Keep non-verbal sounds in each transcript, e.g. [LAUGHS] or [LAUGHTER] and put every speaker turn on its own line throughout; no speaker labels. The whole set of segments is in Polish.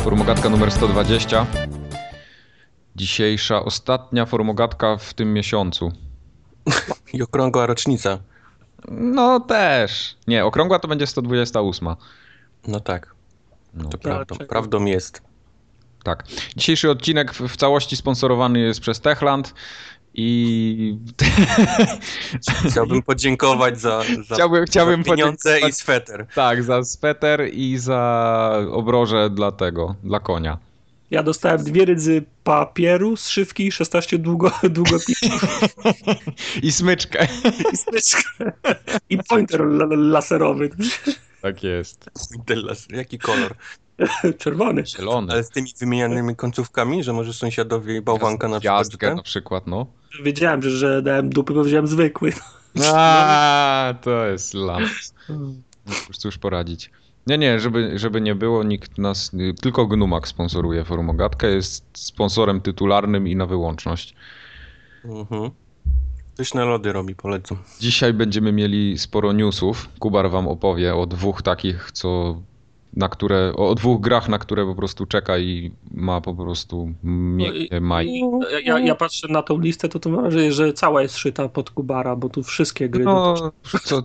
formogatka numer 120. Dzisiejsza, ostatnia formogatka w tym miesiącu.
I okrągła rocznica.
No też. Nie, okrągła to będzie 128.
No tak,
No,
to
Ja
prawdą,
czekam.
prawdą jest.
tak. Dzisiejszy odcinek w w całości sponsorowany jest przez Techland i [LAUGHS]
Chciałbym podziękować za, za,
chciałbym, chciałbym
za pieniądze
podziękować-
i sweter. [LAUGHS]
Tak, za sweter i za obroże dla tego, dla konia.
Ja dostałem dwie rydzy papieru z szywki i 16 długo, [LAUGHS] długopisów
I
[LAUGHS]
smyczkę.
i smyczkę. I pointer la- la- laserowy.
Tak jest.
Delas- Jaki kolor?
Czerwony.
Zielone.
Ale z tymi wymienianymi końcówkami, że może sąsiadowi bałwanka na przykład.
Gwiazdkę
że
na przykład, no.
Wiedziałem, że, że dałem dupy, bo wziąłem zwykły.
tak?
A, to jest las. Cóż, cóż poradzić. Nie, nie, żeby, żeby nie było, nikt nas. y, Tylko Gnumak sponsoruje Formogatkę. Jest sponsorem tytularnym i na wyłączność. no.
ten- Mhm. Coś na lody robi, polecam.
Dzisiaj będziemy mieli sporo newsów. Kubar wam opowie o dwóch takich, co. Na które, o o dwóch grach, na które po prostu czeka i ma po prostu miękkie maj.
No I ja, ja patrzę na tą listę, to to mam wrażenie, że cała jest szyta pod Kubara, bo tu wszystkie gry.
No, co,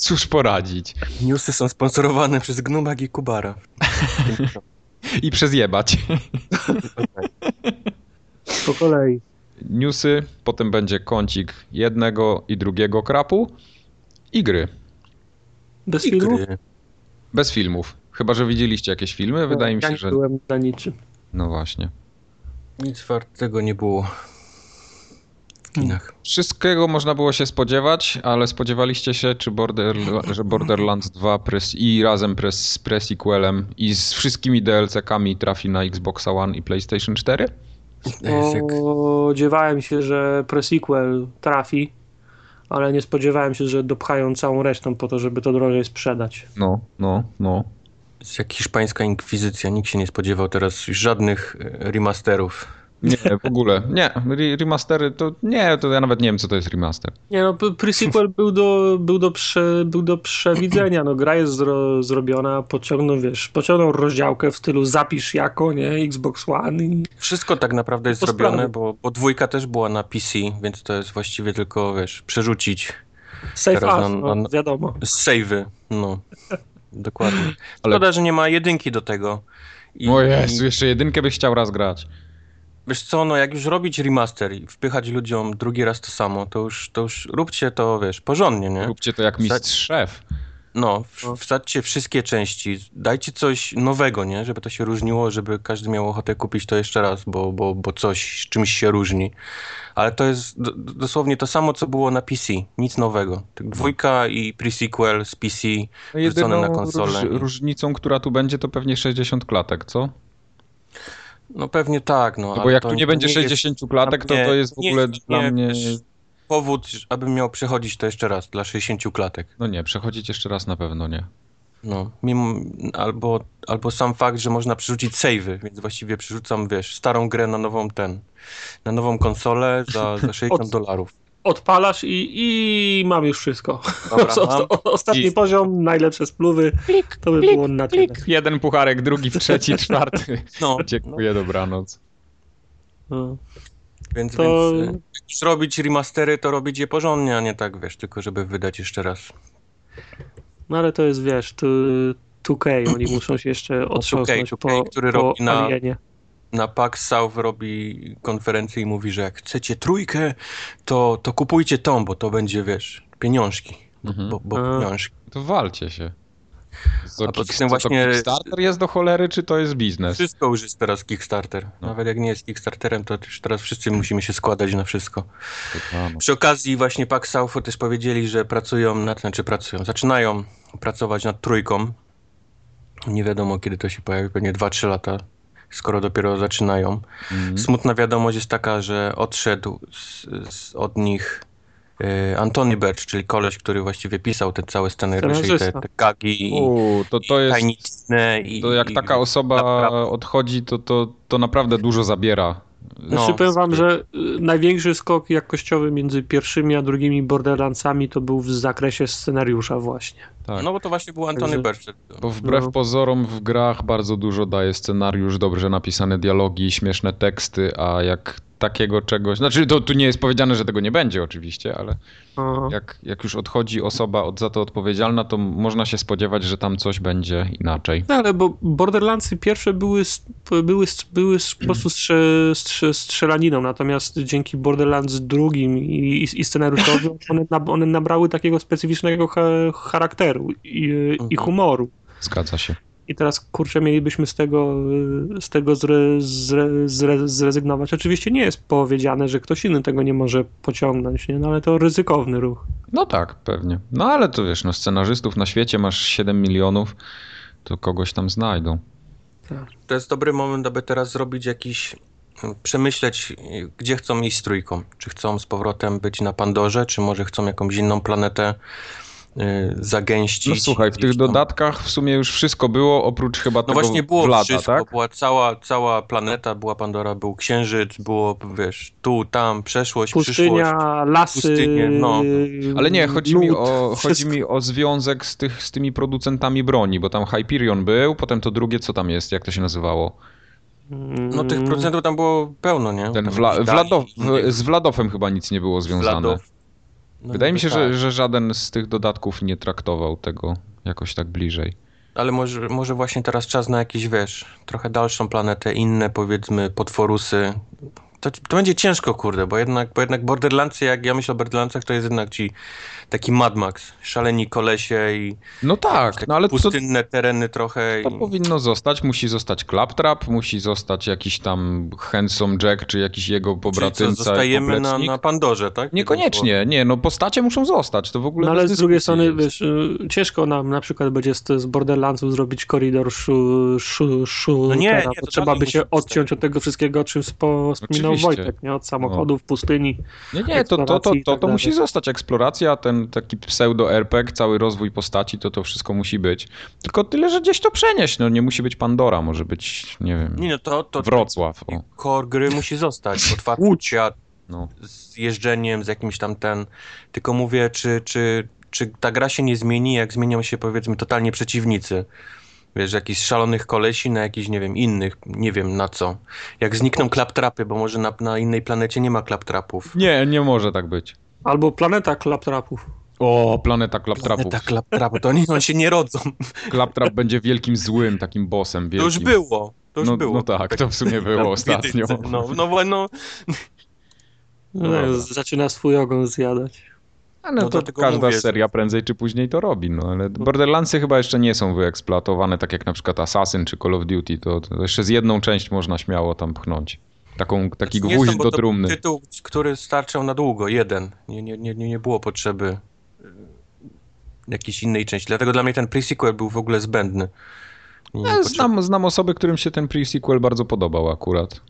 cóż poradzić.
Newsy są sponsorowane przez Gnumak i Kubara.
[LAUGHS] I przezjebać.
Po kolei.
newsy, potem będzie kącik jednego i drugiego krapu i gry.
Bez
I
filmu?
gry.
Bez filmów. Chyba, że widzieliście jakieś filmy, wydaje mi
ja
się,
nie
że.
byłem na niczym.
No właśnie.
Nic wartego nie było w kinach.
Wszystkiego można było się spodziewać, ale spodziewaliście się, czy Border, że Borderlands 2 pres, i razem pres, z presequelem i z wszystkimi DLC-kami trafi na Xbox One i PlayStation 4? No.
Język.
Spodziewałem się, że presequel trafi, ale nie spodziewałem się, że dopchają całą resztę po to, żeby to drożej sprzedać.
No, no, no.
Jest Jak hiszpańska inkwizycja, nikt się nie spodziewał teraz już żadnych e, remasterów.
Nie, w ogóle. Nie, re- remastery to. Nie, to ja nawet nie wiem, co to jest remaster.
Nie no, p- presequel był do, był do, prze, był do przewidzenia, no gra jest zro, zrobiona, pociągną, wiesz, pociągną rozdziałkę w stylu zapisz jako, nie, Xbox One i
Wszystko tak naprawdę jest
Po
zrobione,
sprawie.
bo, bo dwójka też była na PC, więc to jest właściwie tylko, wiesz, przerzucić
safe
Teraz
as,
na-
no,
na-
wiadomo.
savey. No, [LAUGHS] dokładnie.
Ale-
Szkoda, że nie ma jedynki do tego. I,
O Jezu,
i
jeszcze jedynkę byś chciał raz grać.
wiesz co, no jak już robić remaster i wpychać ludziom drugi raz to samo, to już, to już róbcie to, wiesz, porządnie, nie?
Róbcie to jak mistrz szef.
No, w- wsadźcie wszystkie części, dajcie coś nowego, nie? Żeby to się różniło, żeby każdy miał ochotę kupić to jeszcze raz, bo, bo, bo coś czymś się różni. Ale to jest d- d- dosłownie to samo, co było na PC, nic nowego. Tak Dwójka i pre-sequel z PC, Wrzucone na konsolę.
róż- różnicą, która tu będzie, to pewnie 60 klatek, co?
no pewnie tak, no.
No bo
ale
jak
to-
tu nie
to
będzie
jest
60 klatek, to
dla
to
mnie-
jest w
nie,
ogóle
nie,
dla mnie...
wiesz, Powód, abym miał przechodzić to jeszcze raz dla 60 klatek.
No nie, przechodzić jeszcze raz na pewno nie.
No, mimo, albo, albo sam fakt, że można przerzucić savey, więc właściwie przerzucam, wiesz, starą grę na nową ten, na nową konsolę za, za 60 dolarów.
Odpalasz i, i mam już wszystko. [LAUGHS]
Dobra, no.
O-
mam.
o- ostatni
I-
poziom, najlepsze spluwy, to by było na tyle.
Jeden pucharek,
[LAUGHS]
drugi, trzeci, czwarty.
No, no,
Dziękuję, dobranoc.
No.
więc,
To-
więc e, jak już robić remastery, to robić je porządnie, a nie tak, wiesz, tylko żeby wydać jeszcze raz.
No ale to jest, wiesz, tu, 2K, oni muszą się jeszcze otrząsnąć
2K,
po,
który
po
robi na-
Alienie.
Na PAX South robi konferencję i mówi, że jak chcecie trójkę, to, to kupujcie tą, bo to będzie, wiesz, pieniążki.
Mhm.
Bo, bo
A.
pieniążki.
To walcie się. Co,
A poza
kick- co
tym właśnie-
to Kickstarter jest do cholery, czy to jest biznes?
Wszystko już jest teraz Kickstarter.
No.
Nawet jak nie jest Kickstarterem, to już teraz wszyscy musimy się składać na wszystko.
A, no.
Przy okazji właśnie Pak Saufu też powiedzieli, że pracują nad, znaczy pracują, zaczynają pracować nad trójką. Nie wiadomo kiedy to się pojawi, pewnie 2-3 lata, skoro dopiero zaczynają.
Mhm.
Smutna wiadomość jest taka, że odszedł z, z, od nich e, Antony Berg, czyli koleś, który właściwie pisał te całe scenariusze i te,
Scenarzysta.
te gagi i,
U, to, to
i
jest...
tajnicne. I,
To jak
i-
taka osoba
Naprawdę.
odchodzi, to, to, to naprawdę dużo zabiera.
No,
Znaczy powiem wam, że y, największy skok jakościowy między pierwszymi a drugimi Borderlandsami to był w zakresie scenariusza właśnie.
Tak.
No bo to właśnie był Antony
Także-
Berger.
Bo wbrew
No.
pozorom w grach bardzo dużo daje scenariusz, dobrze napisane dialogi, śmieszne teksty, a jak takiego czegoś, znaczy to tu nie jest powiedziane, że tego nie będzie oczywiście, ale
No.
Aha.
jak, jak już odchodzi osoba od, za to odpowiedzialna, to można się spodziewać, że tam coś będzie inaczej.
No ale bo Borderlandsy pierwsze były, s- były, s- były s- po prostu strze, strze, strzelaniną, natomiast dzięki Borderlands drugim i, i,
[LAUGHS]
i scenariuszowi one, nab, one nabrały takiego specyficznego cha, charakteru i, i
Mhm.
humoru.
Zgadza się.
I teraz, kurczę, mielibyśmy z tego, y, z tego zre, zre, zre, zrezygnować. Oczywiście nie jest powiedziane, że ktoś inny tego nie może pociągnąć, nie? No, ale to ryzykowny ruch.
No tak, pewnie. No ale to wiesz, no scenarzystów na świecie masz 7 milionów, to kogoś tam znajdą.
To jest dobry moment, aby teraz zrobić jakiś, mm, przemyśleć, y, gdzie chcą iść z trójką. Czy chcą z powrotem być na Pandorze, czy może chcą jakąś inną planetę y, zagęścić.
No słuchaj, w
gdzieś
tych
tam.
dodatkach w sumie już wszystko było, oprócz chyba
No
tego
właśnie było
Vlada,
wszystko,
tak?
była cała, cała planeta, była Pandora, był Księżyc, było, wiesz, tu, tam, przeszłość, przyszłość.
Pustynia, lasy,
Pustynie, no.
Ale nie, chodzi mi,
lód, [LAUGHS]
o, chodzi
Mm, wszystko.
mi o związek z, tych, z tymi producentami broni, bo tam Hyperion był, potem to drugie, co tam jest, jak to się nazywało?
No tych
Mm.
procentów tam było pełno, nie?
Ten
No, Tam
Wla,
Wida
Vladow,
i innych.
z Wladowem chyba nic nie było związane.
Vladow. No
Wydaje mi
niby
się,
tak.
że, że żaden z tych dodatków nie traktował tego jakoś tak bliżej.
Ale może, może właśnie teraz czas na jakiś, wiesz, trochę dalszą planetę, inne powiedzmy potworusy. To, to będzie ciężko, kurde, bo jednak, bo jednak Borderlandsy, jak ja myślę o Borderlandsach, to jest jednak ci taki Mad Max, szaleni kolesie i
No tak,
takie
no ale to,
pustynne tereny trochę.
to
i-
powinno zostać. Musi zostać Claptrap, musi zostać jakiś tam Handsome Jack, czy jakiś jego
Czyli co,
pobratymca.
zostajemy na,
poplecznik.
na Pandorze, tak?
Niekoniecznie, nie, no postacie muszą zostać, to w ogóle
No
bez
ale z drugiej
dyskusji
strony,
jest.
wiesz, y, ciężko nam na przykład będzie z, z Borderlandsów zrobić koridor szu, szu, szu
No nie,
teraz,
nie,
bo
to
trzeba
dalej
by się
musi być
odciąć od tego wszystkiego, o czym spo, wspominał
Oczywiście. No.
Wojtek, nie? Od samochodów, pustyni.
Nie, nie, to, to, to,
eksploracji i
to, to
tak dalej.
musi zostać eksploracja, ten taki pseudo-RPG, cały rozwój postaci, to to wszystko musi być. Tylko tyle, że gdzieś to przenieść, no nie musi być Pandora, może być, nie wiem,
Nie, no to, to
Wrocław. O.
core gry musi
[LAUGHS]
zostać. Otwarty
Łódź.
świat
No.
z jeżdżeniem, z jakimś tam ten. Tylko mówię, czy, czy, czy ta gra się nie zmieni, jak zmienią się powiedzmy totalnie przeciwnicy. Wiesz, jakichś szalonych kolesi na jakichś, nie wiem, innych, nie wiem na co. Jak znikną klaptrapy, bo może na, na innej planecie nie ma klaptrapów.
Nie, nie może tak być.
Albo planeta klaptrapów.
O, planeta Klaptrapów.
Tak, klaptrapy, to oni on się nie rodzą.
Klaptrap będzie wielkim złym, takim bossem
To
wielkim.
już było. To już
no,
było.
no tak, to w sumie
[LAUGHS]
było ostatnio.
No, no, bo- no,
No
No,
dobra.
zaczyna swój ogon zjadać.
Ale
No
to
dlatego
każda
mówię, że-
seria prędzej czy później to robi, no ale Borderlandsy chyba jeszcze nie są wyeksploatowane, tak jak na przykład Assassin czy Call of Duty, to, to jeszcze z jedną część można śmiało tam pchnąć. Taką, taki
Znaczy, nie
gwóźdź
są, bo
do
to
trumny.
Tytuł, który starczał na długo, jeden. Nie, nie, nie, nie nie było potrzeby y, jakiejś innej części. Dlatego dla mnie ten pre-sequel był w ogóle zbędny. Nie, nie
Ja znam, znam osoby, którym się ten pre-sequel bardzo podobał akurat.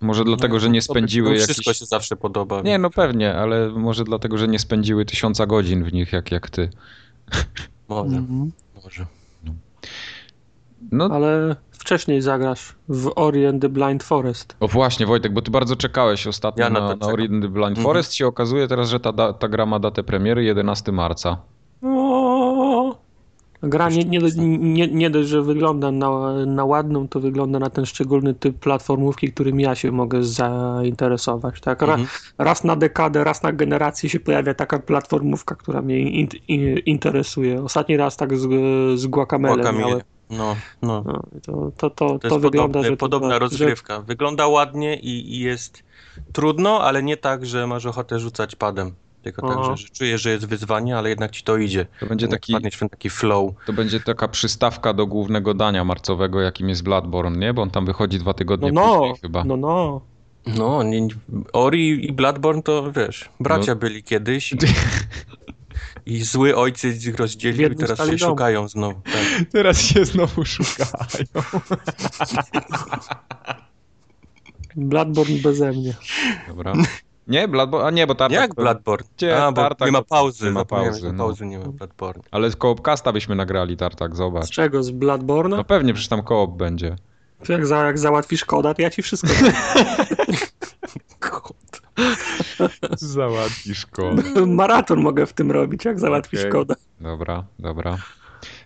No
Może dlatego, że nie spędziły
jakieś...
jakichś...
Wszystko się zawsze podoba.
Nie, no pewnie, ale może dlatego, że nie spędziły tysiąca godzin w nich, jak, jak ty.
Może,
mm.
może.
No
Ale wcześniej zagrasz w Ori and the Blind Forest.
O właśnie, Wojtek, bo ty bardzo czekałeś ostatnio
Ja na
na,
to
na,
czekam.
Orient the Blind
Mhm.
Forest. Się okazuje teraz, że ta, da- ta gra ma datę premiery 11 marca.
No,
Gra nie, nie, do- nie, nie dość, że wygląda na, na ładną, to wygląda na ten szczególny typ platformówki, którym ja się mogę zainteresować. Tak? Ra,
mhm.
raz na dekadę, raz na generację się pojawia taka platformówka, która mnie in, in, interesuje. Ostatni raz tak z, z Guacamele
Oka mi-
miałem.
Mhm. no, no.
No, to, to, to,
To
to,
jest
wygląda,
podobny,
że to
podobna
była-
rozgrywka. Wygląda ładnie i, i jest trudno, ale nie tak, że masz ochotę rzucać padem. Tylko tak,
Aha.
że, że czujesz, że jest wyzwanie, ale jednak ci to idzie.
To będzie,
Jednak
taki,
wpadniesz w ten taki flow.
to będzie taka przystawka do głównego dania marcowego, jakim jest Bloodborne, nie? Bo on tam wychodzi dwa tygodnie
Że, no,
później chyba.
no, no, no.
No, nie, Ori i Bloodborne to wiesz, bracia
No.
byli kiedyś i, i zły ojciec ich rozdzielił i
Biedny
teraz się
stali dom.
szukają znowu. Tak.
[LAUGHS] Teraz się znowu szukają.
Bloodborne beze mnie.
Dobra. Nie, Bloodborne, a nie, bo tartak,
Jak Bloodborne?
Gdzie
A, bo
tartak-
nie ma pauzy,
tak, nie ma
zapomniałem,
pauzy,
że
no.
pauzy nie ma Bloodborne.
Ale z koopkasta byśmy nagrali tartak,
Z
zobacz.
czego? Z Bloodborne'a?
No pewnie, przecież tam koop
[LAUGHS]
będzie.
To Jak, za, jak załatwisz koda, to ja ci wszystko
Załatwisz koop.
[LAUGHS] Maraton mogę w tym robić, jak załatwisz
Okej.
koda.
Dobra, dobra.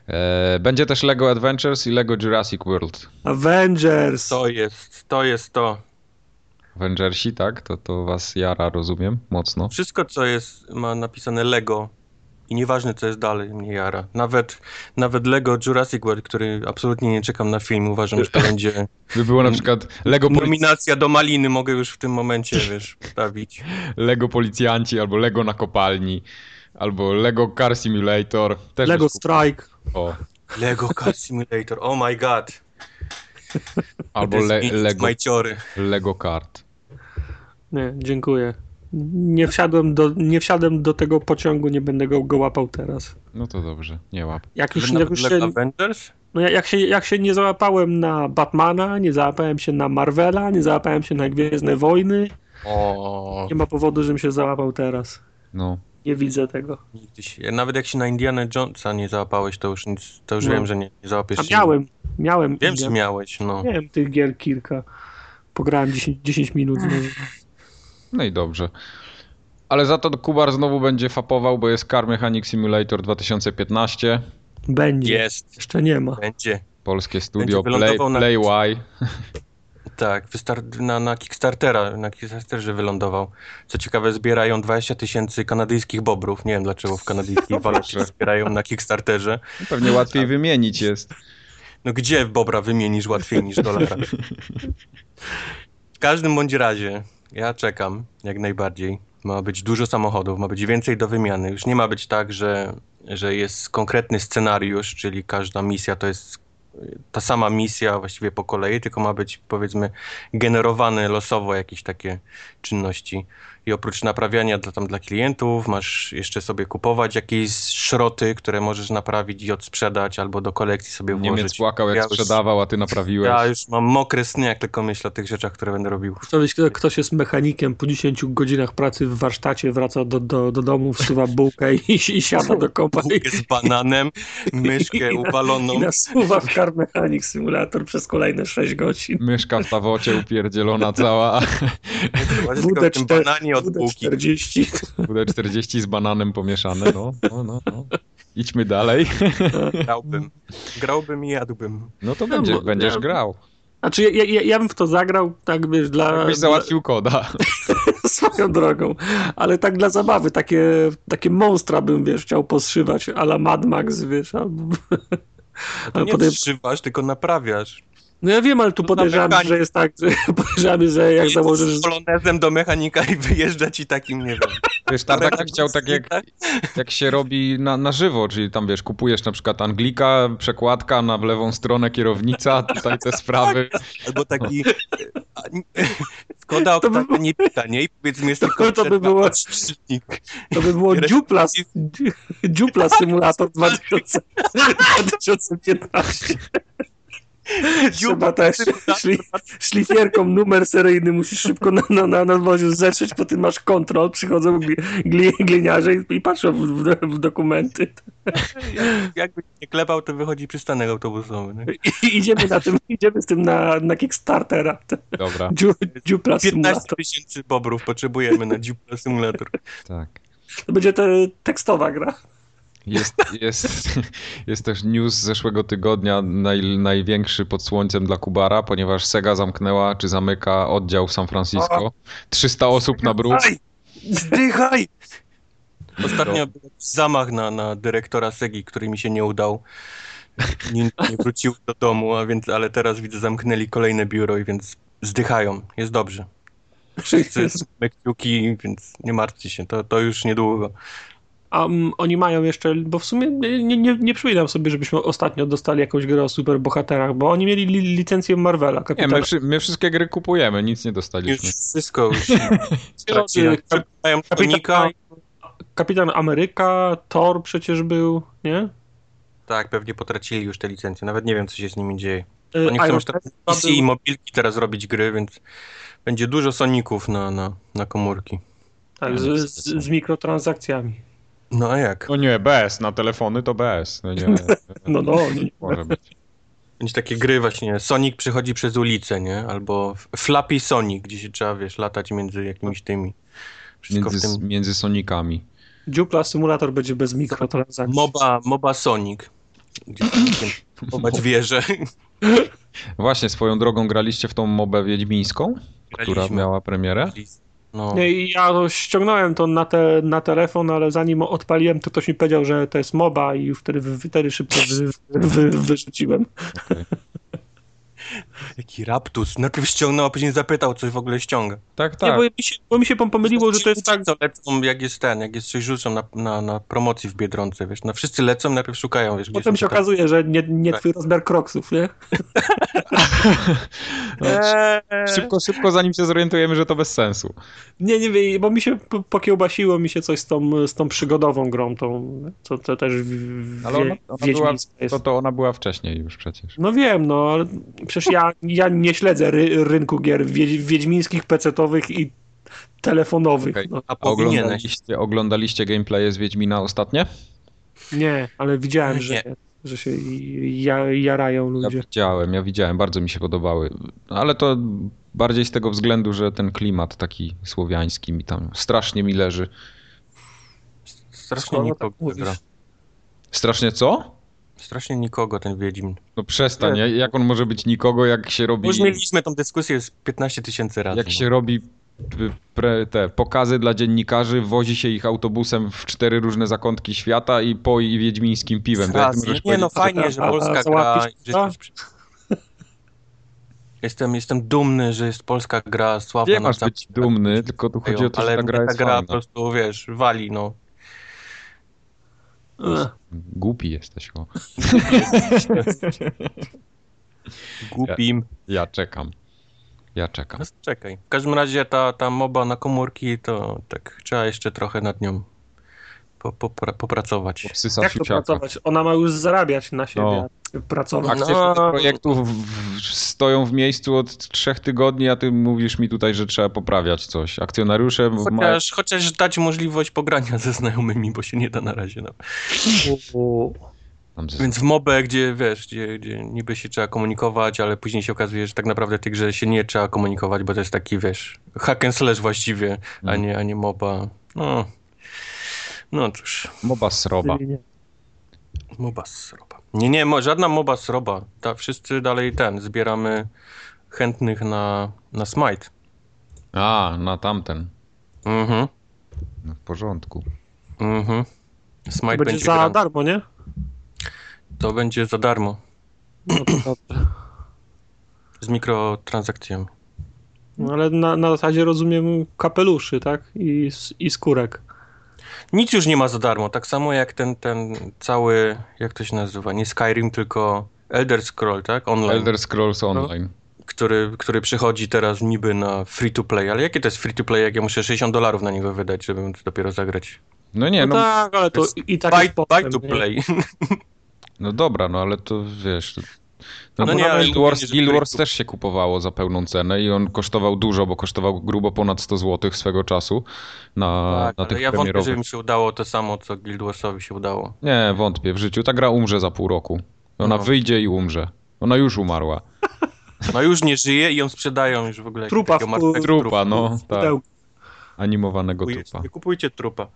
E, Będzie też LEGO Adventures i LEGO Jurassic World.
Avengers!
To jest, to jest to.
Avengersi, tak? To, to was jara, rozumiem, mocno.
Wszystko, co jest, ma napisane Lego i nieważne, co jest dalej, mnie jara. Nawet, nawet Lego Jurassic World, który absolutnie nie czekam na film, uważam, że
[LAUGHS]
to będzie
By było na przykład LEGO, polic-
nominacja do Maliny, mogę już w tym momencie, wiesz, wstawić.
LEGO Policjanci, albo LEGO na kopalni, albo LEGO Car Simulator. Też
Lego
jest kupa.
Strike.
O,
Lego Car Simulator, oh my god.
albo
To jest
le-
nic,
LEGO,
Majciory.
LEGO Kart.
Nie, dziękuję. Nie wsiadłem, do, nie wsiadłem do tego pociągu, nie będę go, go łapał teraz.
No to dobrze, nie łap.
Jak już, jak
Nawet
już
Lego
się,
Avengers?
no jak, się, jak się nie załapałem na Batmana, nie załapałem się na Marvela, nie załapałem się na Gwiezdne Wojny,
O,
nie ma powodu, żebym się załapał teraz.
No.
Nie widzę tego.
nigdy się, nawet jak się na Indiana Jonesa nie załapałeś, to już nic, to już
No.
wiem, że nie, nie załapiesz
A
się.
miałem, miałem.
Wiem,
ja-
że miałeś, no.
Miałem tych gier kilka. Pograłem 10, 10 minut. Znowu.
No i dobrze. Ale za to Kubar znowu będzie fapował, bo jest Car Mechanic Simulator 2015,
Będzie.
Jest,
Jeszcze nie ma.
będzie.
polskie studio Play,
wylądował na-
Play Y.
Tak, wystar- na, na Kickstartera, na Kickstarterze wylądował. Co ciekawe, zbierają 20 tysięcy kanadyjskich bobrów. Nie wiem dlaczego w
[LAUGHS]
kanadyjskiej walucie zbierają na Kickstarterze.
No Pewnie łatwiej
Tak.
wymienić jest.
No gdzie bobra wymienisz łatwiej niż dolara? W każdym bądź razie, ja czekam jak najbardziej. Ma być dużo samochodów, ma być więcej do wymiany. Już nie ma być tak, że, że jest konkretny scenariusz, czyli każda misja to jest y, ta sama misja właściwie po kolei, tylko ma być powiedzmy generowane losowo jakieś takie czynności. I oprócz naprawiania dla, tam dla klientów, masz jeszcze sobie kupować jakieś szroty, które możesz naprawić i odsprzedać albo do kolekcji sobie włożyć.
Niemiec płakał
Ja
jak
już-
sprzedawał, a ty naprawiłeś.
ja już mam mokre sny, jak tylko myślę o tych rzeczach, które będę
[LAUGHS]
robił.
Ktoś, ktoś jest mechanikiem, po 10 godzinach pracy w warsztacie wraca do, do, do domu, wsuwa bułkę i, i siada do kompa i,
Z bananem, myszkę
[LAUGHS] I na-
upaloną.
i nasuwa w Car Mechanic Simulator przez kolejne 6 godzin.
Myszka w tawocie upierdzielona
[LAUGHS]
cała,
Zobaczcie, tylko w tym
WD4
bananie od bułki.
WD-40.
WD-40 z bananem pomieszane, no, no, no, no. Idźmy dalej.
tak Grałbym. Grałbym i jadłbym.
No to będzie,
bo-
będziesz
ja-
grał.
Znaczy, ja, ja, ja bym w to zagrał, tak wiesz, dla,
Jakbyś
dla
załatwił koda.
[LAUGHS] swoją drogą, ale tak dla zabawy, takie, takie monstra bym, wiesz, chciał poszywać, a la Mad Max, wiesz, albo...
A
Ale
to nie
podej-
wstrzywasz, tylko naprawiasz.
No ja wiem, ale tu
No,
podejrzewam,
mechanik.
że jest tak, że, [LAUGHS] podejrzewam, że jak
Jedziesz
założysz...
Z polonezem do mechanika i wyjeżdża ci takim, nie
[LAUGHS]
wiem.
Wiesz, Tartak chciał tak jak, jak się robi na, na żywo, czyli tam wiesz, kupujesz na przykład Anglika, przekładka na w lewą stronę kierownica, tutaj te sprawy.
Albo
[LAUGHS]
taki... a, [LAUGHS] nie- Skoda
To by
Octavia nie pita, nie? I powiedzmy, jest tylko
To by
przed-
było-
podstrzyżnik.
To by było Dziupla, [LAUGHS] Dziupla Simulator [LAUGHS] 2000 2015. [LAUGHS] Trzeba też szli, szlifierką numer seryjny, musisz szybko na, na, na nadwoziu zetrzeć, po tym masz kontrol, przychodzą gli, gli, gliniarze i, i patrzą w, w, w dokumenty.
Jakby nie klepał, to wychodzi przystanek autobusowy. Nie?
I idziemy, na tym, [LAUGHS] idziemy z tym na, na Kickstartera.
Dobra,
Dziu, dziupla
15
Simulator.
tysięcy bobrów potrzebujemy na Jeep Simulator.
tak.
To będzie to tekstowa gra.
Jest, jest, jest też news z zeszłego tygodnia, naj, największy pod słońcem dla Kubara, ponieważ Sega zamknęła czy zamyka oddział w San Francisco. 300 osób na bruk.
Aj! Zdychaj! Ostatnio był zamach na, na dyrektora Segi, który mi się nie udał. Nie, nie wrócił do domu, a więc, ale teraz widzę, zamknęli kolejne biuro i więc zdychają. Jest dobrze. Wszyscy mamy kciuki, więc nie martwcie się, to, to już niedługo.
A mm, oni mają jeszcze, bo w sumie nie, nie, nie przypominam sobie, żebyśmy ostatnio dostali jakąś grę o superbohaterach, bo oni mieli li, licencję Marvela,
Nie,
kapitana.
my, wszy- my wszystkie gry kupujemy, nic nie
Tak. Już
dostaliśmy.
wszystko już.
Kapitan-
Mają Tonika.
Kapitan Ameryka, Thor przecież był, nie?
Tak, pewnie potracili już te licencje. Nawet nie wiem, co się z nimi dzieje.
E,
Oni chcą
Iron
już tak
Man
PC
był-
i mobilki teraz robić gry, więc będzie dużo Soników na, na, na komórki.
tak, z, z, z mikrotransakcjami.
No a jak?
No nie, bez, na telefony to bez. No nie,
[LAUGHS]
No, no, nie.
Może być.
Będzie takie gry właśnie, Sonic przychodzi przez ulicę, nie? Albo F- Flappy Sonic, gdzie się trzeba, wiesz, latać między jakimiś tymi. Wszystko
Między,
w tym.
między Sonikami.
Dziupla Simulator będzie bez mikrotransakcji.
MOBA, MOBA Sonic. Chować wieżę.
Właśnie swoją drogą graliście w tą mobę wiedźmińską, która
Graliśmy.
miała premierę.
No.
Nie, i Ja to ściągnąłem to na, te, na telefon, ale zanim odpaliłem, to ktoś mi powiedział, że to jest MOBA i wtedy, wy- wtedy szybko wy, wy, wyrzuciłem.
Jaki raptus. Najpierw ściągnął, a później zapytał, coś w ogóle ściąga.
Tak,
Nie,
tak.
bo, mi się, bo mi się pom- pomyliło, że to jest tak...
Co lecą, jak jest ten, jak jest coś rzucą na, na, na promocji w Biedronce, wiesz. No wszyscy lecą, najpierw szukają, wiesz. gdzie
Potem
są
się
tak.
te karty.
okazuje, że nie, nie
Tak.
twój rozmiar kroksów, nie?
No,
Eee,
Szybko, szybko, zanim się zorientujemy, że to bez sensu.
Nie, nie wiem, bo mi się po- pokiełbasiło mi się coś z tą, z tą przygodową grą, tą, co to też w, w,
Ale ona,
wie-
ona była,
wiedźmińska jest.
to, to ona była wcześniej już przecież.
No wiem, no, ale przecież ja, ja nie śledzę ry, rynku gier wiedź, wiedźmińskich, pecetowych i telefonowych.
Okej.
No,
A
A
powinieneś.
oglądaliście, oglądaliście gameplaye z Wiedźmina ostatnie?
nie, ale widziałem, że,
Nie.
że się ja, jarają
Ja
ludzie.
widziałem, ja widziałem, bardzo mi się podobały. Ale to bardziej z tego względu, że ten klimat taki słowiański mi tam strasznie mi leży.
Strasznie
Skoro tak
nikogo
mówisz.
gra.
Strasznie co?
Strasznie nikogo ten Wiedźmin.
No przestań, ja- jak on może być nikogo, jak się robi,
Już mieliśmy tą dyskusję z 15 tysięcy razy.
jak
no.
się robi y, pre, te pokazy dla dziennikarzy, wozi się ich autobusem w cztery różne zakątki świata i poi wiedźmińskim piwem. To jak ty
Strasznie.
możesz
Nie no,
powiedzieć, co to
fajnie, że
A- a
Polska gra.
załapisz
że jesteś- Jestem, jestem dumny, że jest polska gra sławna
Nie masz
całym
być dumny, tylko tu
świecie,
chodzi o to,
ale
że ta
mnie
gra jest
ta gra po
fajna.
prostu, wiesz, wali, no.
Ech.
Głupi jesteś, o.
Głupim.
Ja czekam. Ja czekam.
No, czekaj. W każdym razie ta, ta moba na komórki, to tak trzeba jeszcze trochę nad nią po, popra- popracować.
Sysa
Jak to pracować? Ona ma już zarabiać na siebie, a pracować.
Akcje [LAUGHS]
No.
tych projektów w, w, stoją w miejscu od trzech tygodni, a ty mówisz mi tutaj, że trzeba poprawiać coś. Akcjonariusze mają...
Chociaż, chociaż dać możliwość pogrania ze znajomymi, bo się nie da na razie. No.
U-
Tam ze-
Więc w mobę, gdzie wiesz, gdzie, gdzie niby się trzeba komunikować, ale później się okazuje, że tak naprawdę w tej grze się nie trzeba komunikować, bo to jest taki, wiesz, hack and slash właściwie, a
Mm.
nie, a nie moba. No, no cóż,
Moba sroba.
moba sroba. Nie, nie, mo, żadna moba sroba. Ta, wszyscy dalej ten, zbieramy chętnych na, na smite.
A, na tamten.
Mhm,
No, w porządku.
mhm. Smite
To
będzie,
będzie za
grany.
darmo, nie?
To będzie za darmo,
No to dobrze.
z mikrotransakcjami.
No, ale na, na zasadzie rozumiem kapeluszy, tak? I, s- i skórek.
Nic już nie ma za darmo, tak samo jak ten, ten cały, jak to się nazywa, nie Skyrim, tylko Elder Scroll, tak? Online,
Elder Scrolls Online.
Który, który przychodzi teraz niby na free to play, ale jakie to jest free to play, jak ja muszę 60 dolarów na niego wydać, żeby móc dopiero zagrać?
No nie,
No,
no,
tak, ale to
jest
i tak
buy,
jest postęp,
buy to
nie?
play.
no dobra, no ale to wiesz... To... No,
No nie,
nie,
ale
Guild Wars,
mówię, że
Guild
który-
Wars też się kupowało za pełną cenę i on kosztował dużo, bo kosztował grubo ponad 100 zł swego czasu na,
tak,
na
ale
tych
ja wątpię,
premierowych.
żeby mi się udało to samo, co Guild Warsowi się udało.
Nie, wątpię w życiu. Ta gra umrze za pół roku. Ona
No.
wyjdzie i umrze. Ona już umarła.
No już nie żyje i ją sprzedają już w ogóle. jak
Trupa
takiego
w-
martwego
Trupa, no, tak.
Pudełko.
Animowanego
Kupujecie-
trupa.
Nie kupujcie trupa.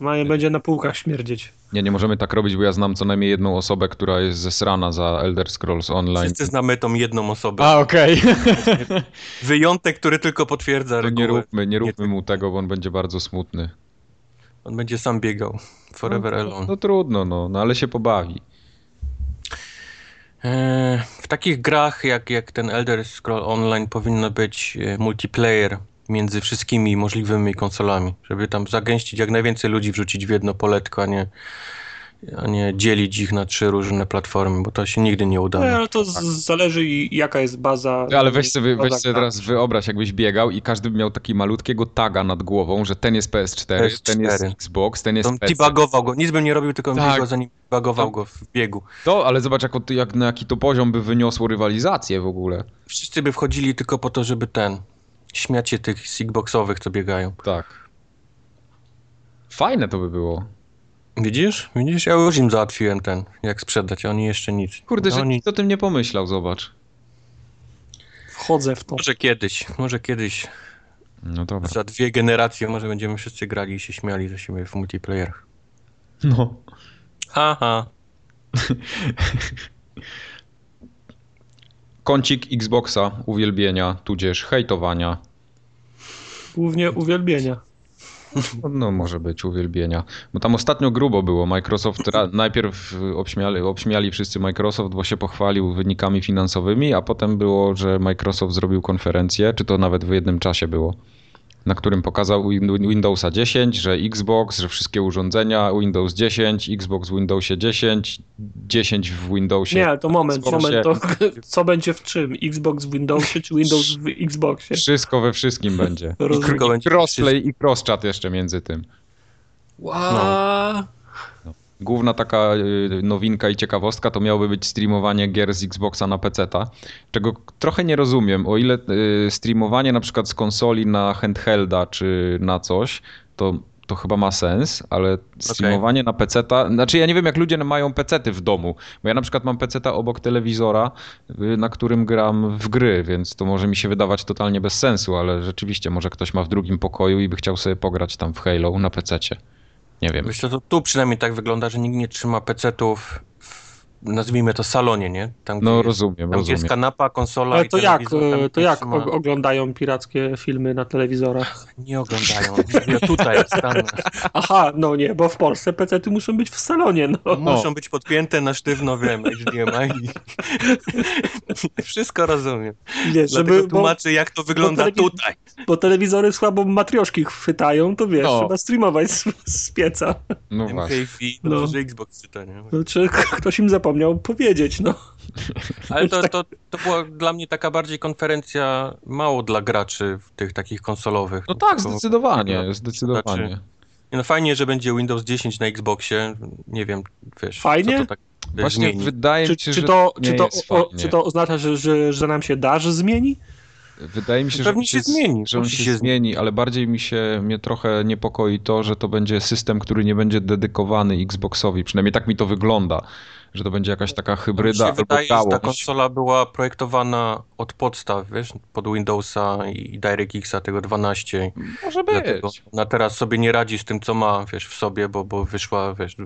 Maja będzie na półkach śmierdzieć.
Nie, nie możemy tak robić, bo ja znam co najmniej jedną osobę, która jest zesrana za Elder Scrolls Online.
Wszyscy znamy tą jedną osobę.
A,
[LAUGHS]
okej.
Wyjątek, który tylko potwierdza
Nie
regułę.
róbmy, nie róbmy mu tego, bo on będzie bardzo smutny.
On będzie sam biegał. Forever alone.
No trudno, no, no ale się pobawi.
E, W takich grach jak, jak ten Elder Scroll Online powinno być e, multiplayer między wszystkimi możliwymi konsolami, żeby tam zagęścić jak najwięcej ludzi, wrzucić w jedno poletko, a nie, a nie dzielić ich na trzy różne platformy, bo to się nigdy nie uda.
No, ale to z- zależy i jaka jest baza.
No, Ale weź sobie, weź
baza tak.
sobie
gra.
teraz wyobraź, jakbyś biegał i każdy by miał taki malutkiego taga nad głową, że ten jest PS4, ten jest
PS4.
Xbox, ten jest
Tam
PC.
Debugował go, nic bym nie robił, tylko
Tak.
tak. biegał za nim, debugował
Tam-
go w biegu.
To, ale zobacz, jak, o- jak, na jaki to poziom by wyniosło rywalizację w ogóle.
Wszyscy by wchodzili tylko po to, żeby ten, śmiać się tych sigboxowych, co biegają.
Tak. Fajne to by było.
Widzisz? Widzisz? Ja już im załatwiłem ten, jak sprzedać, a oni jeszcze No nic.
Kurde, że
oni...
nikt o tym nie pomyślał, zobacz.
Wchodzę w to.
Może kiedyś, może kiedyś,
No dobra.
za dwie generacje, może będziemy wszyscy grali i się śmiali ze siebie w multiplayerach.
No.
Aha.
Kącik Xboxa, uwielbienia, tudzież hejtowania.
Głównie uwielbienia.
No, może być uwielbienia. Bo tam ostatnio grubo było. Microsoft ra- najpierw obśmiali, obśmiali wszyscy Microsoft, bo się pochwalił wynikami finansowymi, a potem było, że Microsoft zrobił konferencję, czy to nawet w jednym czasie było, na którym pokazał Win- Windowsa 10, że Xbox, że wszystkie urządzenia Windows 10, Xbox w Windowsie 10, 10 w Windowsie.
Nie, to moment,
Xboxie.
moment. To, [LAUGHS] co będzie w czym? Xbox w Windowsie czy Windows w Xboxie?
Wszystko we wszystkim
[LAUGHS]
będzie.
Rozumiem.
Tylko będzie
Crossplay i crosschat jeszcze między tym.
No.
Ła.
Główna taka y, nowinka i ciekawostka to miałoby być streamowanie gier z Xboxa na PC-ta, czego k- trochę nie rozumiem. O ile y, streamowanie na przykład z konsoli na handhelda czy na coś, to, to chyba ma sens, ale streamowanie na PC-ta, znaczy ja nie wiem jak ludzie mają PC-ty w domu, bo ja na przykład mam PC-ta obok telewizora, y, na którym gram w gry, więc to może mi się wydawać totalnie bez sensu, ale rzeczywiście może ktoś ma w drugim pokoju i by chciał sobie pograć tam w Halo na PC-cie. Nie wiem.
Myślę, że tu przynajmniej tak wygląda, że nikt nie trzyma PC-ów w, nazwijmy to, salonie, nie? Tam, gdzie
No
jest-
rozumiem,
Tam gdzie
rozumiem.
jest kanapa, konsola
Ale
i
to jak,
telewizor, tam
e, to
nie
jak
trzyma-
og- oglądają pirackie filmy na telewizorach?
Nie oglądają. Ja tutaj stanę.
Aha, no nie, bo w Polsce pecety muszą być w salonie, no.
Muszą być podpięte na sztywno, wiem, HDMI. i- [LAUGHS] Wszystko rozumiem.
Wiesz,
Dlatego
żeby, bo,
tłumaczę, jak to wygląda
telewizor-
tutaj.
bo telewizory słabo matrioszki chwytają, to wiesz,
No.
trzeba streamować z, z pieca.
No właśnie.
MKV,
No.
no. że Xbox to nie.
Czy k- ktoś im zapomniał powiedzieć, no.
Ale to, to, to była dla mnie taka bardziej konferencja mało dla graczy w tych takich konsolowych.
No tak,
Tylko-
zdecydowanie, zdecydowanie.
Znaczy, nie, No fajnie, że będzie Windows 10 na Xboxie. Nie wiem, wiesz.
Fajnie?
Co to tak wiesz,
Właśnie
zmieni.
wydaje
Czy,
mi się,
czy,
że
to,
nie
czy, to,
jest
o,
fajnie.
czy to oznacza, że, że, że nam się darz zmieni?
Wydaje mi się, że
Pewnie
on
się zmieni,
Że on
musi
się,
się
zmieni, ale bardziej mi się mnie trochę niepokoi to, że to będzie system, który nie będzie dedykowany Xboxowi. Przynajmniej tak mi to wygląda, że to będzie jakaś taka
Mi
hybryda
się
albo
wydaje, że ta
całość.
konsola była projektowana od podstaw, wiesz, pod Windowsa i DirectXa tego 12.
Może
Dlatego
być.
ona teraz sobie nie radzi z tym, co ma, wiesz, w sobie, bo, bo wyszła, wiesz,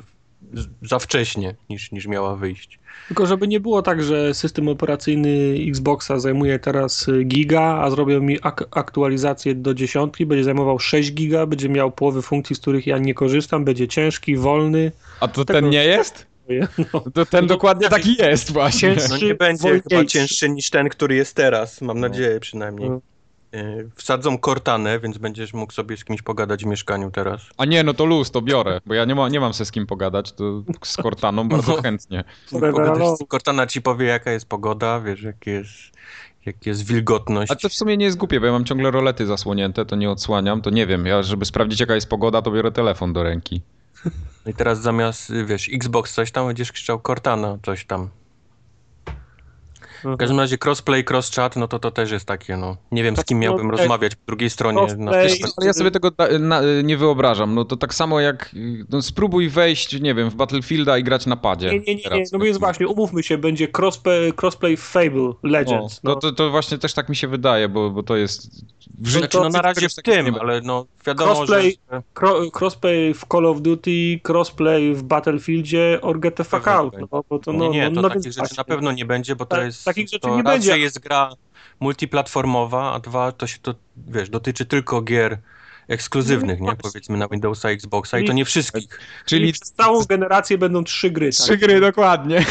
z- za wcześnie niż, niż miała wyjść.
Tylko żeby nie było tak, że system operacyjny Xboxa zajmuje teraz y, giga, a zrobią mi ak- aktualizację do dziesiątki, będzie zajmował 6 giga, będzie miał połowy funkcji, z których ja nie korzystam, będzie ciężki, wolny.
A to
tego-
ten nie jest?
[LAUGHS] No.
To ten dokładnie
tak
taki jest właśnie.
Cięższy,
No nie będzie chyba
wolniejszy.
cięższy niż ten, który jest teraz, mam
No.
nadzieję przynajmniej.
No.
Y, Wsadzą kortanę, więc będziesz mógł sobie z kimś pogadać w mieszkaniu teraz.
A nie, no to luz, to biorę, bo ja nie, ma, nie mam se z kim pogadać, to z Cortaną bardzo
No.
chętnie.
Rewelacja.
Pogadasz, z- Cortana ci powie, jaka jest pogoda, wiesz, jak jest, jak jest wilgotność.
A to w sumie nie jest głupie, bo ja mam ciągle rolety zasłonięte, to nie odsłaniam, to nie wiem. Ja, żeby sprawdzić jaka jest pogoda, to biorę telefon do ręki.
No I teraz zamiast, y, wiesz, Xbox coś tam, będziesz krzyczał Cortana coś tam. W każdym razie crossplay, crosschat, no to to też jest takie, no. Nie wiem, z kim miałbym
Crossplay-
rozmawiać po drugiej stronie. Na
crossplay-
Wiesz,
przykład.
ale ja sobie tego da- na, nie wyobrażam. No to tak samo jak no, spróbuj wejść, nie wiem, w Battlefielda i grać na padzie.
Nie, nie, nie, nie.
teraz.
no więc właśnie, umówmy się, będzie crossplay, crossplay w Fable
O,
Legends.
no
No.
to, to właśnie też tak mi się wydaje, bo, bo to jest w życiu.
Znaczy, no na razie w
czegoś takiego nie
tym,
ma.
ale no wiadomo,
Crossplay-
że...
Cro- crossplay w Call of Duty, crossplay w Battlefieldzie, or get the fuck
Pewnie
out.
będzie.
No, bo to,
No,
no,
nie,
no,
to
no
takich
więc
rzeczy
właśnie.
na pewno nie będzie, bo to
Tak,
jest...
takich rzeczy
to
nie
raczej
będzie.
jest gra multiplatformowa, a dwa, to się to, wiesz, dotyczy tylko gier ekskluzywnych,
No.
nie? Powiedzmy na Windowsa, Xboxa i to nie wszystkich.
Czyli
Czyli
przez całą generację będą trzy gry.
trzy
Tak?
gry dokładnie.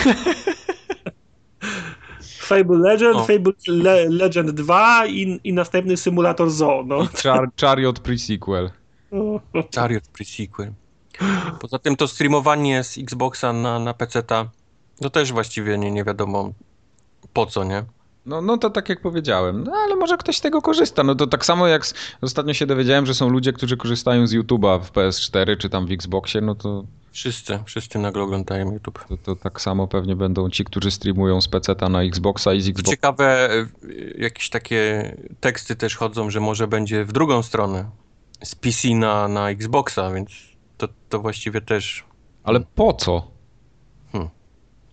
Fable Legend,
O.
Fable Le- Legend 2 i, i następny symulator Zoo. No.
Char- Chariot pre-sequel.
No.
Chariot pre-sequel. Poza tym to streamowanie z Xboxa na, na PC-ta, to też właściwie nie, nie wiadomo po co, nie?
No, no to tak jak powiedziałem, no ale może ktoś z tego korzysta. No to tak samo jak z, ostatnio się dowiedziałem, że są ludzie, którzy korzystają z YouTube'a w PS4 czy tam w Xboxie, no to,
Wszyscy, wszyscy nagle oglądają YouTube.
to, to tak samo pewnie będą ci, którzy streamują z PC-ta na Xboxa i z
Co
Xboxa.
ciekawe, y, jakieś takie teksty też chodzą, że może będzie w drugą stronę, z PC na, na Xboxa, więc to, to właściwie też...
Ale po co?
Hmm.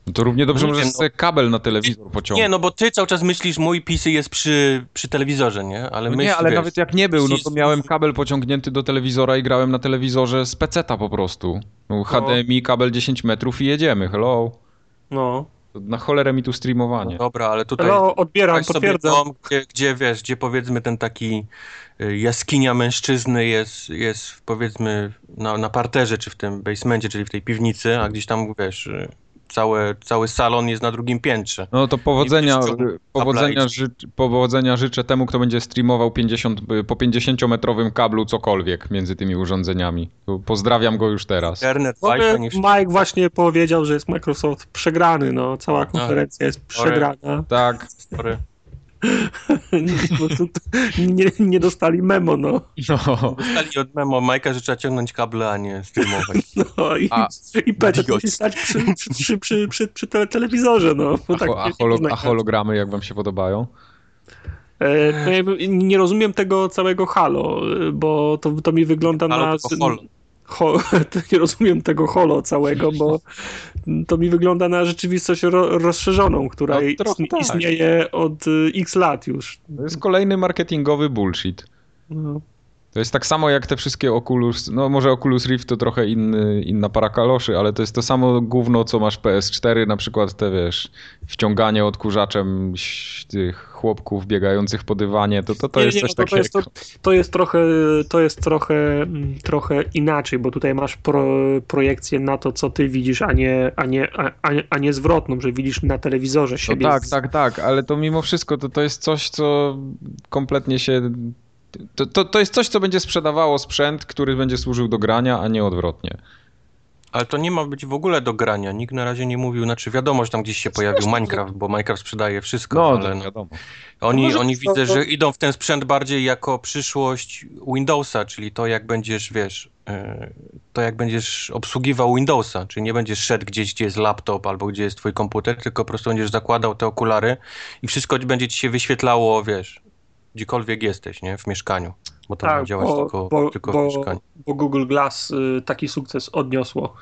No to równie dobrze
No nie
możesz
wiem, no.
sobie kabel na telewizor pociągnąć.
Nie, no bo ty cały czas myślisz, mój PC jest przy, przy telewizorze, nie? Ale
No
myśl,
nie, ale
wiesz,
nawet jak nie był, no to
Cis-
miałem kabel pociągnięty do telewizora i
No.
grałem na telewizorze z peceta po prostu. No, HDMI, kabel 10 metrów i jedziemy, hello.
No.
Na cholerę mi tu streamowanie.
Dobra, ale tutaj
No, odbieram,
Weź Tak sobie
potwierdzam.
dom, gdzie, gdzie wiesz, gdzie powiedzmy ten taki y, jaskinia mężczyzny jest, jest powiedzmy na, na parterze, czy w tym basemencie, czyli w tej piwnicy, a gdzieś tam wiesz, y, całe, cały salon jest na drugim piętrze.
No to powodzenia,
I wiesz, co?
powodzenia,
Applied.
ży, powodzenia życzę temu, kto będzie streamował 50, po 50-metrowym kablu cokolwiek między tymi urządzeniami. Pozdrawiam go już teraz.
Internet,
No,
Wi-Fi, nie wszystko.
Mike właśnie powiedział, że jest Microsoft przegrany, no. Cała konferencja jest przegrana. [LAUGHS]
Tak,
sorry.
Po prostu nie, nie dostali memo, no.
no.
Dostali od memo Majka, że trzeba ciągnąć kable, a nie [LAUGHS] streamować.
no i,
A-
I PC
Bigot.
musi stać przy, przy, przy, przy, przy, przy tele, telewizorze, no. Bo
A,
tak
ho, a,
nie-
holo,
nie-
a hologramy jak wam się podobają?
E, to ja bym- nie rozumiem tego całego halo, e, bo to, to mi wygląda
Halo,
na...
tylko holo.
Ho, [LAUGHS] to nie rozumiem tego holo całego, bo to mi wygląda na rzeczywistość ro, rozszerzoną, która
No, trochę
istnie,
tak.
istnieje od y, x lat już.
To jest kolejny marketingowy bullshit.
No.
To jest tak samo jak te wszystkie Oculus, no może Oculus Rift to trochę inny, inna para kaloszy, ale to jest to samo gówno, co masz PS4, na przykład te, wiesz, wciąganie odkurzaczem ś- tych chłopków biegających po dywanie, to, to, to
Nie,
jest
nie,
coś
no to
takiego.
jest To jest trochę, to jest trochę, mm, trochę inaczej, bo tutaj masz pro, projekcję na to, co ty widzisz, a nie, a, nie, a, a nie- a nie zwrotną, że widzisz na telewizorze
No
siebie.
tak,
z-
tak, tak, ale to mimo wszystko to, to jest coś, co kompletnie się... To, to, to jest coś, co będzie sprzedawało sprzęt, który będzie służył do grania, a nie odwrotnie.
Ale to nie ma być w ogóle do grania. Nikt na razie nie mówił, znaczy wiadomo, że tam gdzieś się pojawił Minecraft, bo Minecraft sprzedaje wszystko,
No,
ale
to
no,
wiadomo.
No
Oni,
może
oni
to- to-
widzę, że idą w ten sprzęt bardziej jako przyszłość Windowsa, czyli to jak będziesz, wiesz, e, to jak będziesz obsługiwał Windowsa, czyli nie będziesz szedł gdzieś, gdzie jest laptop albo gdzie jest twój komputer, tylko po prostu będziesz zakładał te okulary i wszystko będzie ci się wyświetlało, wiesz, gdziekolwiek jesteś, nie, w mieszkaniu, bo to
Tak,
będzie działać
bo-
tylko,
bo-
tylko
bo-
w mieszkaniu.
Bo Google Glass y, taki sukces odniosło.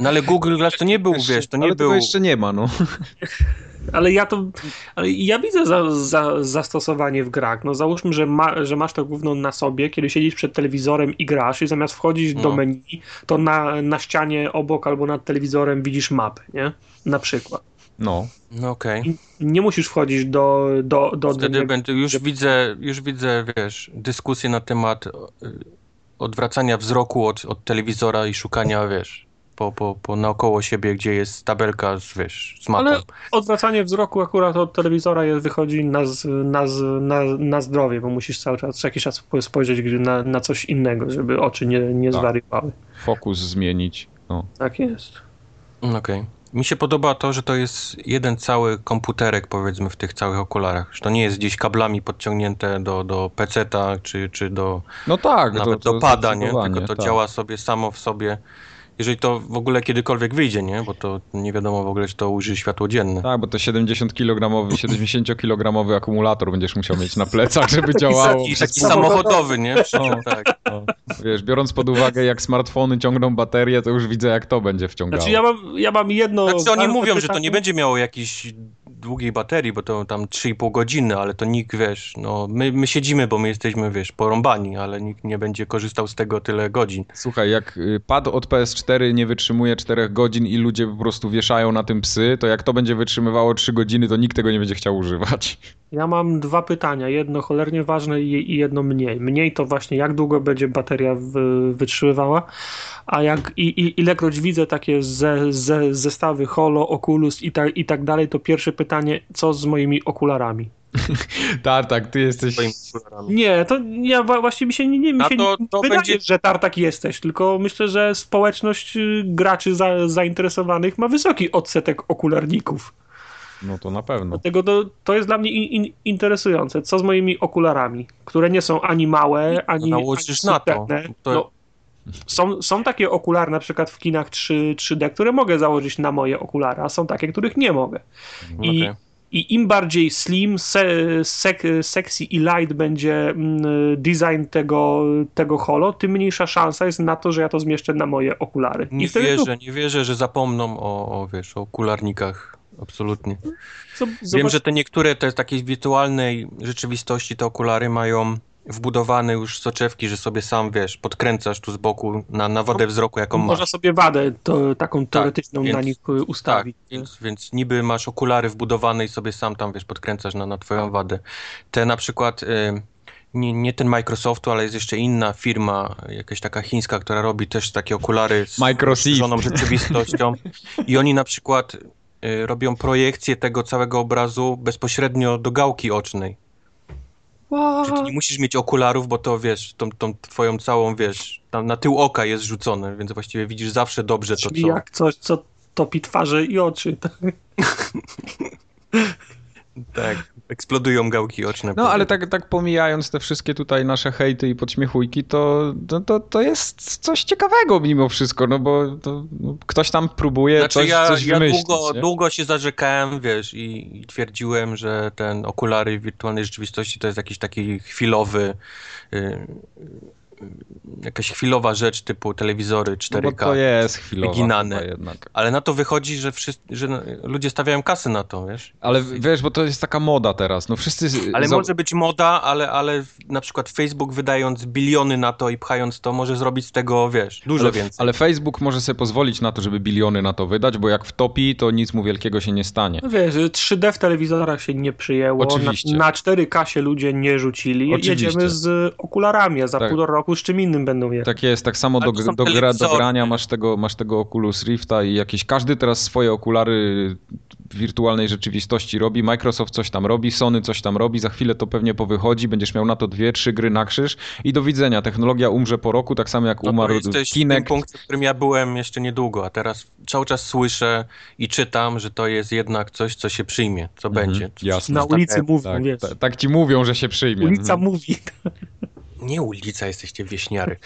No ale Google Glass to nie był, wiesz, to nie
ale
był...
tego jeszcze nie ma, no.
Ale ja to, ale ja widzę za, za, zastosowanie w grach. No załóżmy, że, ma, że masz to gówno na sobie, kiedy siedzisz przed telewizorem i grasz i zamiast wchodzić do
No.
menu, to na, na ścianie obok albo nad telewizorem widzisz mapę, nie? Na przykład.
No,
No okej.
Nie musisz wchodzić do... do, do
Wtedy będę, już widzę, już widzę, wiesz, dyskusję na temat y, odwracania wzroku od, od telewizora i szukania, wiesz, po, po, po naokoło siebie, gdzie jest tabelka z, wiesz, z mapą.
Ale odwracanie wzroku akurat od telewizora jest, wychodzi na, z, na, z, na, na zdrowie, bo musisz cały czas, co jakiś czas spojrzeć gdzie- na, na coś innego, żeby oczy nie, nie
Tak.
zwariowały.
fokus zmienić, no.
Tak jest.
Mm, Okej. Mi się podoba to, że to jest jeden cały komputerek, powiedzmy, w tych całych okularach. Że to nie jest gdzieś kablami podciągnięte do, do PC-ta czy, czy do,
No tak,
nawet
to, to
do pada, nie?
zdecydowanie,
Tylko to
tak.
działa sobie samo w sobie. Jeżeli to w ogóle kiedykolwiek wyjdzie, nie? Bo to nie wiadomo w ogóle, czy to ujrzy światło dzienne.
Tak, bo to 70 kg, 70 kg akumulator będziesz musiał mieć na plecach,
[LAUGHS]
żeby działało.
Taki, taki
Samochodowy.
samochodowy, nie? Przecież tak.
Wiesz, biorąc pod uwagę, jak smartfony ciągną baterię, to już widzę, jak to będzie wciągało.
Znaczy ja mam, ja mam jedno...
Znaczy oni
ważne
mówią, że to
pytanie.
nie będzie miało jakiejś długiej baterii, bo to tam 3,5 godziny, ale to nikt, wiesz, no my, my siedzimy, bo my jesteśmy, wiesz, porąbani, ale nikt nie będzie korzystał z tego tyle godzin.
Słuchaj, jak y, pad od PS4 nie wytrzymuje 4 godzin i ludzie po prostu wieszają na tym psy, to jak to będzie wytrzymywało 3 godziny, to nikt tego nie będzie chciał używać. [LAUGHS]
Ja mam dwa pytania, jedno cholernie ważne i i jedno mniej. Mniej to właśnie jak długo będzie bateria wy- wytrzymywała, a jak i, i ilekroć widzę takie ze, ze, zestawy Holo, Oculus i, ta, i tak dalej, to pierwsze pytanie, co z moimi okularami?
Tartak, ty jesteś...
Twoimi okularami.
Nie, to ja wa- właśnie mi się nie, nie mi
A
się
to-
nie
to
wydaje,
będzie-
że tartak jesteś, tylko myślę, że społeczność y, graczy za, zainteresowanych ma wysoki odsetek okularników.
No to na pewno.
Dlatego to, to jest dla mnie in, in, interesujące. Co z moimi okularami, które nie są ani małe, ani,
nałożysz
ani
na to.
subtelne?
To-
No, są, są takie okulary na przykład w kinach 3, 3D, które mogę założyć na moje okulary, a są takie, których nie mogę. I,
Okej.
I im bardziej slim, se, sek, sexy i light będzie mm, design tego, tego holo, tym mniejsza szansa jest na to, że ja to zmieszczę na moje okulary.
Nie
I wtedy
wierzę, nie wierzę, że zapomną o, o wiesz, o okularnikach. Absolutnie.
tu- zob-
Wiem,
zobacz-
że te niektóre, te z takiej wirtualnej rzeczywistości, te okulary mają wbudowane już soczewki, że sobie sam, wiesz, podkręcasz tu z boku na, na wadę wzroku, jaką masz.
No,
Tak,
Można sobie wadę to, taką teoretyczną
więc-
na nich y,
Tak,
ustawić.
więc, więc niby masz okulary wbudowane i sobie sam tam, wiesz, podkręcasz na, na twoją
Tak.
wadę. Te na przykład, y, nie, nie ten Microsoftu, ale jest jeszcze inna firma, jakaś taka chińska, która robi też takie okulary z
Microsoft.
żoną rzeczywistością i oni na przykład y, robią projekcję tego całego obrazu bezpośrednio do gałki ocznej. Że ty nie musisz mieć okularów, bo to wiesz, tą, tą twoją całą, wiesz, tam na tył oka jest rzucone, więc właściwie widzisz zawsze dobrze to,
Czyli
co...
jak coś, co topi twarze i oczy.
Tak, eksplodują gałki oczne.
No, ale tak, tak pomijając te wszystkie tutaj nasze hejty i podśmiechujki, to, to, to, to jest coś ciekawego mimo wszystko, no bo to, no, ktoś tam próbuje
Znaczy
coś,
ja,
coś
ja
wymyślić.
długo,
nie? No
długo się zarzekałem, wiesz, i, i twierdziłem, że ten okulary wirtualnej rzeczywistości to jest jakiś taki chwilowy, y, y, jakaś chwilowa rzecz typu telewizory
no,
4K.
bo to jest chwilowa
wyginane.
chyba jednak.
Ale na to wychodzi, że, wszyscy, że no, ludzie stawiają kasy na to, wiesz?
Ale w- wiesz, bo to jest taka moda teraz, no wszyscy... z-
Ale
za-
może być moda, ale, ale na przykład Facebook wydając biliony na to i pchając to, może zrobić z tego, wiesz, dużo
ale,
więcej.
ale Facebook może sobie pozwolić na to, żeby biliony na to wydać, bo jak wtopi, to nic mu wielkiego się nie stanie.
No wiesz, 3D w telewizorach się nie przyjęło.
Oczywiście.
Na, na 4K się ludzie nie rzucili.
Oczywiście.
Jedziemy z okularami, a za
Tak.
półtora roku z czym innym będą je.
Tak jest, tak samo do,
Ale to są
do, gra, do
telewizory.
grania masz tego, masz tego Oculus Rifta i jakieś, każdy teraz swoje okulary wirtualnej rzeczywistości robi, Microsoft coś tam robi, Sony coś tam robi, za chwilę to pewnie powychodzi, będziesz miał na to dwie, trzy gry na krzyż i do widzenia, technologia umrze po roku, tak samo jak
No to
umarł
jesteś w tym
Kinect.
punkcie, w którym ja byłem jeszcze niedługo, a teraz cały czas słyszę i czytam, że to jest jednak coś, co się przyjmie, co
Mhm,
będzie. Co-
jasne.
Na
co-
ulicy mówią,
Tak,
wiesz.
ta- tak ci mówią, że się przyjmie.
Ulica
Mhm.
mówi. [LAUGHS]
Nie ulica, jesteście wieśniary.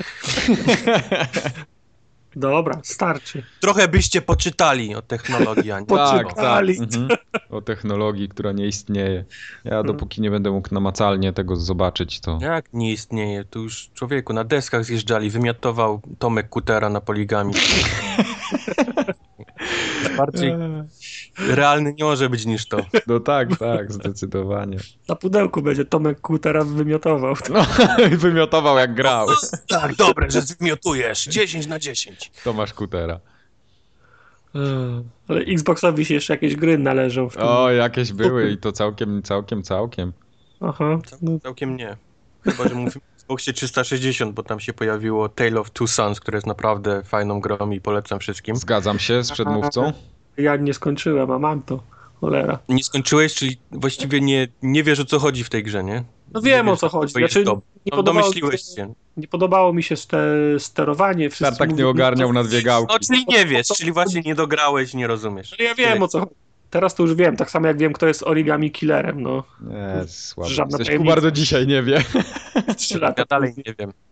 Dobra, starczy.
Trochę byście poczytali o technologii, a nie
Tak,
o-
tak.
Poczytali.
Mhm. O technologii, która nie istnieje. Ja dopóki nie będę mógł namacalnie tego zobaczyć, to...
Jak Mhm. nie istnieje? Tu już człowieku na deskach zjeżdżali, wymiotował Tomek Kutera na
[LAUGHS]
poligami. Bardziej realny nie może być niż to.
No tak, tak, zdecydowanie.
Na pudełku będzie Tomek Kutera wymiotował.
No, [LAUGHS] i wymiotował jak grał
Tak, dobre, że zmiotujesz. 10 na 10.
Tomasz Kutera.
Ale Xboxowi się jeszcze jakieś gry należą. W tym.
O, jakieś były i to całkiem, całkiem, całkiem.
Aha. No,
Całkiem nie. Chyba, że mówimy o Xboxie 360, bo tam się pojawiło Tale of Two Sons, które jest naprawdę fajną grą i polecam wszystkim.
Zgadzam się z przedmówcą.
ja nie skończyłem, a mam to. Cholera.
Nie skończyłeś, czyli właściwie nie, nie wiesz o co chodzi w tej grze, nie?
No wiem
Nie
o
wiesz,
co chodzi.
to jest
Znaczy,
dobre.
nie,
No,
podobało,
domyśliłeś się.
nie podobało mi się ste, sterowanie. Wszyscy
Tartak
mówili,
tak nie ogarniał na dwie
No,
gałki.
czyli nie wiesz, czyli właśnie nie dograłeś, nie rozumiesz.
Ale No ja wiem o co chodzi. Teraz to już wiem, tak samo jak wiem, kto jest origami
[LAUGHS]
killerem, no.
Nie, słabo.
Żadna
Jesteś
tajemnica.
Kubar do dzisiaj nie wie.
Trzy lata.
Ja dalej nie wiem.
[LAUGHS]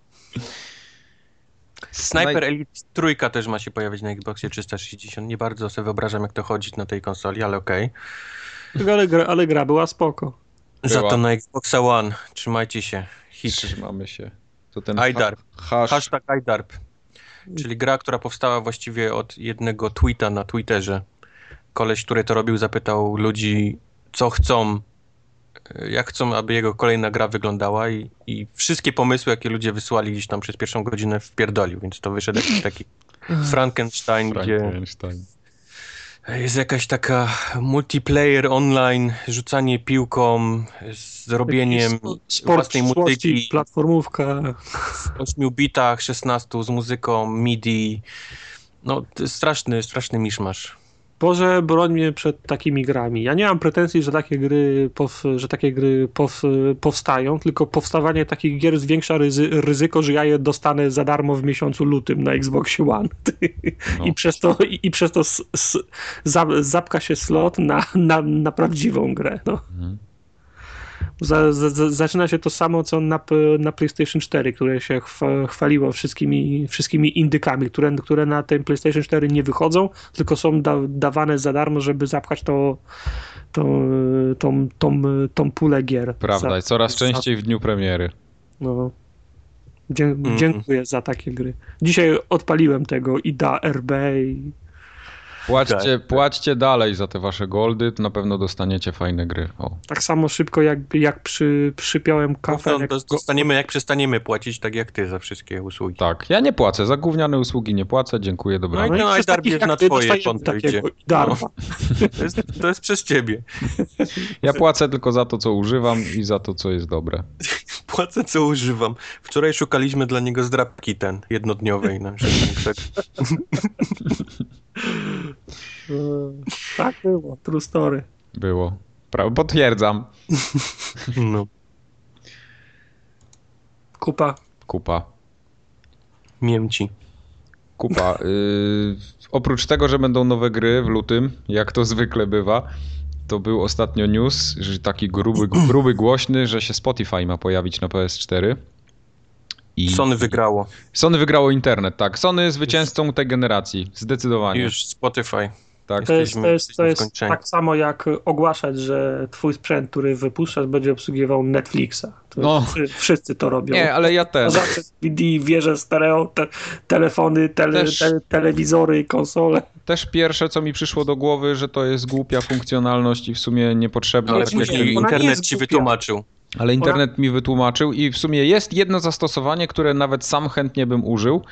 Sniper Elite trójka też ma się pojawić na Xboxie 360. Nie bardzo sobie wyobrażam, jak to chodzić na tej konsoli, ale okej.
Ale gra, ale gra była spoko.
Była.
Za to na Xboxa One. Trzymajcie się. Hit.
Trzymamy się. To ten
Hajdar.
ha- hasz.
Hashtag iDarp, czyli gra, która powstała właściwie od jednego tweeta na Twitterze. Koleś, który to robił, zapytał ludzi, co chcą, y, jak chcą, aby jego kolejna gra wyglądała i, i wszystkie pomysły, jakie ludzie wysłali gdzieś tam przez pierwszą godzinę wpierdolił, więc to wyszedł jakiś taki Frankenstein, gdzie
Frankenstein.
jest jakaś taka multiplayer online, rzucanie piłką, z robieniem
Jakiś sport
własnej
przyszłości,
muzyki.
platformówka.
8 bitach, 16 z muzyką, MIDI. No, to jest straszny, straszny miszmasz.
Boże, broń mnie przed takimi grami. Ja nie mam pretensji, że takie gry, pow, że takie gry pow, powstają, tylko powstawanie takich gier zwiększa ryzy, ryzyko, że ja je dostanę za darmo w miesiącu lutym na Xboxie One. [LAUGHS]
No.
I przez to, i, i przez to s, s, za, zapka się slot na, na, na prawdziwą grę. No.
Mhm.
Za, za, za, zaczyna się to samo, co na, P- na PlayStation 4, które się chwa- chwaliło wszystkimi, wszystkimi indykami, które, które na tym PlayStation 4 nie wychodzą, tylko są da, dawane za darmo, żeby zapchać to, to, tą, tą, tą, pulę gier.
Prawda,
Za,
i coraz
za-
częściej w dniu premiery.
no. Dzie,
Mhm.
dziękuję za takie gry. Dzisiaj odpaliłem tego i da RB i Tak,
Płaćcie, płaćcie dalej za te wasze goldy, to na pewno dostaniecie fajne gry. O.
Tak samo szybko jak, jak przy, przypiąłem kafę.
No,
jak-
to dostaniemy, jak przestaniemy płacić, tak jak ty, za wszystkie usługi.
Tak, ja nie płacę, za gówniane usługi nie płacę, dziękuję,
No
dobra.
i ten
przez
iDarb
takich
jest
jak
na
ty
twoje
dostajemy
konto
takiego
idzie. No.
darma.
To jest, to jest przez ciebie.
Ja płacę tylko za to, co używam i za to, co jest dobre.
Płacę, co używam. Wczoraj szukaliśmy dla niego zdrabki ten, jednodniowej. Tak, Na przykład.
Mm, Tak było, true story.
Było. Pra- Potwierdzam.
no.
Kupa.
Kupa.
Miemci. [LAUGHS]
Kupa. Yy, oprócz tego, że będą nowe gry w lutym, jak to zwykle bywa, to był ostatnio news, że taki
[CLEARS THROAT]
gruby, gruby głośny, że się Spotify ma pojawić na PS4. I
Sony wygrało.
Sony wygrało internet, tak. Sony zwycięzcą tej generacji, zdecydowanie.
Już Spotify.
tak.
To jest, to jest, to
jesteśmy
jest
skończeni.
tak samo jak ogłaszać, że twój sprzęt, który wypuszczasz, będzie obsługiwał Netflixa. To
No.
wszy- Wszyscy to robią. No
Nie, ale ja też.
Poza CD, wieże stereo, te, telefony, tele,
Też-
te, telewizory, konsole.
Też pierwsze, co mi przyszło do głowy, że to jest głupia funkcjonalność i w sumie niepotrzebna.
Ale
tak
później-
wcześniej
ona nie
internet
jest
ci
głupia.
wytłumaczył.
Ale internet mi wytłumaczył i w sumie jest jedno zastosowanie, które nawet sam chętnie bym użył.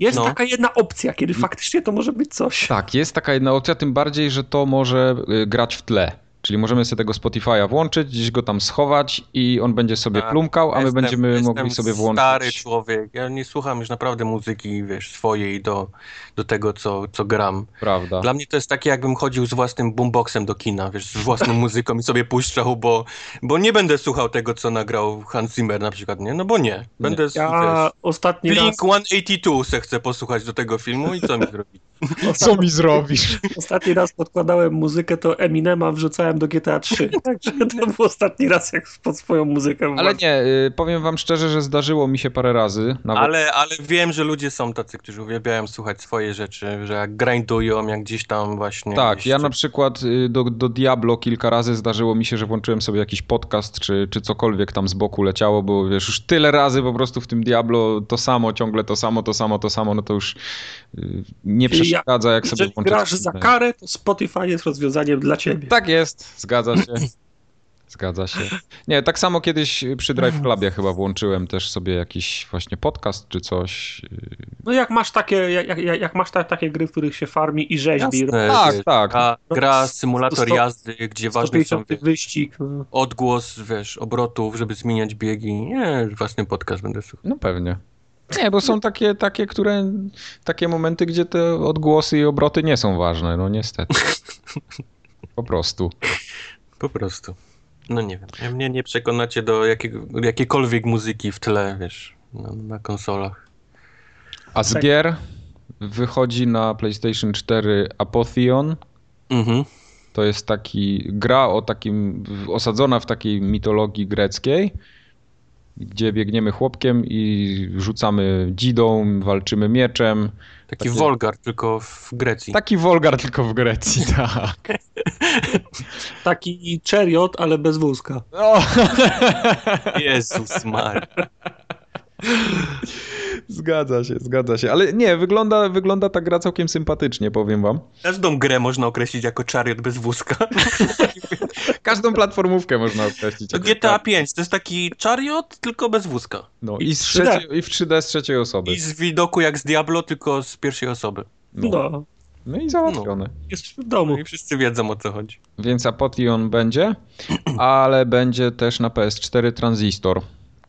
Jest
No.
taka jedna opcja, kiedy faktycznie to może być coś.
Tak, jest taka jedna opcja, tym bardziej, że to może y, grać w tle. Czyli możemy sobie tego Spotify'a włączyć, gdzieś go tam schować i on będzie sobie
Tak,
plumkał, a my
Jestem-
będziemy
jestem
mogli sobie włączyć.
stary człowiek. Ja nie słucham już naprawdę muzyki, wiesz, swojej do, do tego, co, co gram.
Prawda.
Dla mnie to jest takie, jakbym chodził z własnym boomboxem do kina, wiesz, z
[LAUGHS]
własną muzyką i sobie puszczał, bo, bo nie będę słuchał tego, co nagrał Hans Zimmer na przykład, nie? No bo nie. Będę, s-
Ja
wiesz,
ostatni raz,
Blink 182 se chcę posłuchać do tego filmu i co mi zrobi?
Co mi zrobisz?
ostatni raz podkładałem muzykę, to Eminema wrzucałem do GTA 3.
[LAUGHS]
Także to był ostatni raz, jak pod swoją muzykę.
Tak. Ale nie, y, powiem wam szczerze, że zdarzyło mi się parę razy. [LAUGHS] Nawet
Ale, ale wiem, że ludzie są tacy, którzy uwielbiają słuchać swoje rzeczy, że jak grindują, jak gdzieś tam właśnie...
Tak,
gdzieś
ja
coś-
na przykład y, do, do Diablo kilka razy zdarzyło mi się, że włączyłem sobie jakiś podcast czy, czy cokolwiek tam z boku leciało, bo wiesz, już tyle razy po prostu w tym Diablo to samo, ciągle to samo, to samo, to samo, no to już y, nie
Czyli ja-
przeszkadza, jak sobie
Jeżeli
włączyć.
grasz za
inne.
karę, to Spotify jest rozwiązaniem dla ciebie.
Tak jest, zgadza
[CLEARS THROAT]
się. Zgadza się. Nie, tak samo kiedyś przy
Mm.
Drive Clubie chyba włączyłem też sobie jakiś właśnie podcast czy coś.
No jak masz takie, jak, jak, jak masz ta, takie gry, w których się farmi i rzeźbi, i
Jasne,
Tak,
E, wiesz,
tak.
Gra, gra symulator
Sto-
jazdy, gdzie ważne są
150
wiesz,
wyścig. no.
odgłos, wiesz, obrotów, żeby zmieniać biegi. Nie, własny podcast będę słuchał.
No pewnie. Nie, bo są takie, takie, które, takie momenty, gdzie te odgłosy i obroty nie są ważne, no niestety. Po prostu.
Po prostu. No nie wiem. Ja Mnie nie przekonacie do jakiego, jakiejkolwiek muzyki w tle, wiesz, na, na konsolach.
A z
Tak.
gier wychodzi na PlayStation 4 Apotheon.
Mhm.
To jest taki gra o takim, w- osadzona w takiej mitologii greckiej, gdzie biegniemy chłopkiem i rzucamy dzidą, walczymy mieczem.
Taki
Takie-
Wolgar, tylko w Grecji.
Taki Wolgar tylko w Grecji, [LAUGHS] tak.
Taki chariot, ale bez wózka.
No.
Jezus Maria.
[LAUGHS] Zgadza się, zgadza się. Ale nie, wygląda, wygląda ta gra całkiem sympatycznie, powiem wam.
Każdą grę można określić jako czariot bez [LAUGHS] wózka.
Każdą platformówkę można określić.
To
jako-
GTA 5 to jest taki czariot, tylko bez wózka.
No, i, z
3D.
trzeciej, I w 3D z trzeciej osoby.
Tak. I z widoku jak z Diablo, tylko z pierwszej osoby.
No,
No,
no i załatwione.
jesteśmy w domu.
No i wszyscy wiedzą o co chodzi.
Więc Apotion
[CLEARS THROAT]
będzie, ale będzie też na PS4 Transistor,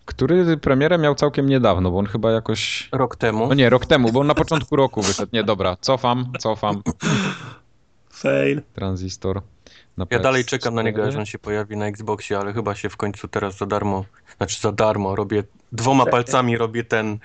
który premierę miał całkiem niedawno, bo on chyba jakoś...
Rok temu.
No nie, rok temu, bo on na początku roku wyszedł. Nie, dobra, cofam, cofam.
Fail.
Transistor na
Ja dalej
PS4.
czekam na niego, aż on się pojawi na Xboxie, ale chyba się w końcu teraz za darmo, znaczy za darmo robię, dwoma palcami robię ten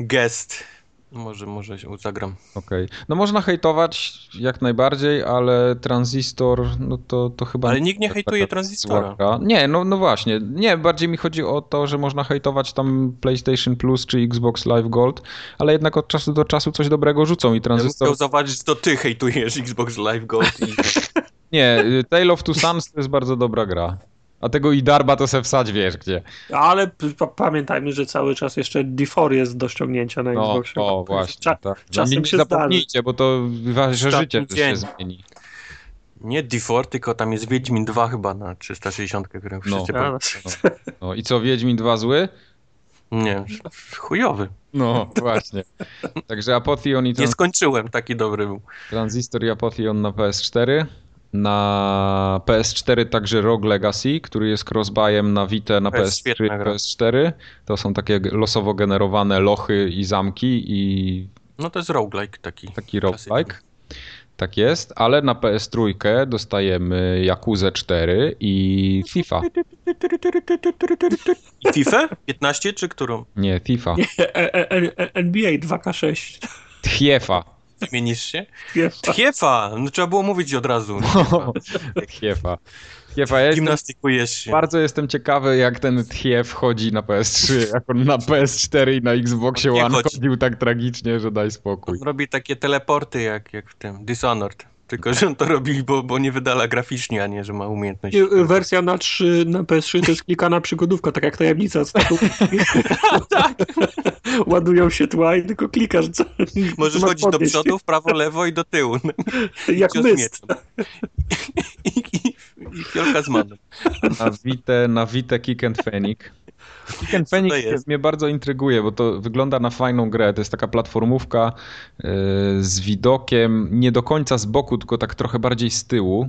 gest. Może, może się zagram.
Okej. No można hejtować jak najbardziej, ale Transistor, no to, to chyba...
Ale nikt nie
taka
hejtuje
zła
Transistora.
gra. Nie, no, no właśnie. Nie, bardziej mi chodzi o to, że można hejtować tam PlayStation Plus czy Xbox Live Gold, ale jednak od czasu do czasu coś dobrego rzucą i
Ja bym
Transistor...
chciał zauważyć, że to ty hejtujesz Xbox Live Gold i
Nie, y, Tale of Two Suns to jest bardzo dobra gra. A A tego Idarba to se wsadź wiesz gdzie.
Ale p- p- pamiętajmy, że cały czas jeszcze D4 jest do ściągnięcia na
No,
Xboxie.
o, właśnie.
Cza-
tak.
czasem
nie, nie
się
zapomnijcie, bo to wasze
Ostatni
życie też
dzień.
się zmieni.
Nie D4, tylko tam jest Wiedźmin 2 chyba na 360, którą wszyscy
A, no.
no.
No i co, Wiedźmin 2 zły?
Nie, chujowy.
No, właśnie. Także Apotheon i
Nie
trans-
skończyłem, taki dobry był.
Transistor i Apotheon na PS4. Na PS4 także Rogue Legacy, który jest crossbuyem na Vita, na
To jest
PS3
świetna
i
gra.
PS4. To są takie losowo generowane lochy i zamki i
No to jest roguelike taki.
taki
Klasyka.
roguelike. Tak jest, ale na PS3 dostajemy Yakuza 4 i FIFA.
I FIFA? 15 czy którą?
Nie, FIFA.
E, e, e, e, NBA [LAUGHS] 2K6.
Tchiefa.
Wymienisz się?
Wiesz,
Tchiefa! No trzeba było mówić od razu.
[LAUGHS] Tchiefa. Tchiefa, ja jestem,
Gimnastykujesz się.
bardzo jestem ciekawy, jak ten Tchief chodzi na PS3, [LAUGHS] jak on na PS4 i na Xboxie
Nie
One
chodzi.
chodził tak tragicznie, że daj spokój.
On robi takie teleporty jak, jak w tym Dishonored. Tylko, że on to robi, bo, bo nie wydala graficznie, a nie, że ma umiejętność.
e, wersja na 3, na PS3 to jest klikana przygodówka, tak jak tajemnica.
[LAUGHS]
Z taką...
Tak.
[LAUGHS] Ładują się tła i tylko klikasz. Co...
Możesz
co masz
chodzić do
podnieść.
przodu, w prawo, lewo i do tyłu. No,
Jak
Cios
myst.
mieczem. I, i, I fiolka z manem.
Na Wite, na Wite Kick and Fenic. Kick and Fenic
to jest?
mnie bardzo intryguje, bo to wygląda na fajną grę. To jest taka platformówka e, z widokiem nie do końca z boku, tylko tak trochę bardziej z tyłu.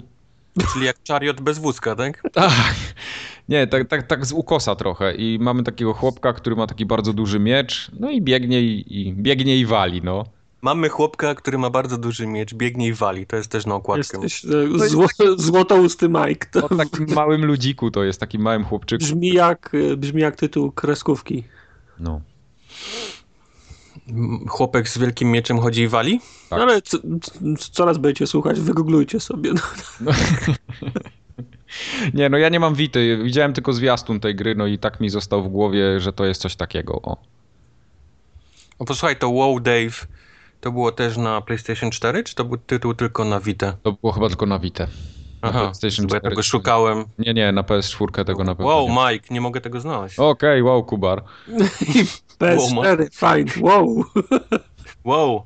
Czyli jak czariot bez wózka, tak?
Tak. Nie, tak, tak, tak z ukosa trochę. I mamy takiego chłopka, który ma taki bardzo duży miecz, no i biegnie i, i biegnie i wali, no.
Mamy chłopka, który ma bardzo duży miecz, biegnie i wali. To jest też na okładkę.
Jesteś e, zło, złotousty Mike.
[LAUGHS]
To
Tak,
O takim małym ludziku to jest, takim małym chłopczyku.
brzmi, jak, e, brzmi jak tytuł kreskówki.
No.
M- Chłopek z wielkim mieczem chodzi i wali?
Tak.
No ale co, co- coraz będziecie słuchać, wygooglujcie sobie.
[LAUGHS]
No.
[LAUGHS] Nie, no ja nie mam Wity, widziałem tylko zwiastun tej gry, no i tak mi został w głowie, że to jest coś takiego, o.
O, posłuchaj, to Wow Dave to było też na PlayStation 4, czy to był tytuł tylko na Vita?
To było chyba tylko na Witę. Na
Aha,
PlayStation
bo ja
4.
tego szukałem.
Nie, nie, na PS4 tego na pewno
Wow,
nie.
Mike, nie mogę tego znaleźć.
Okej, wow, Kubar.
PS4, fajnie, wow.
Wow,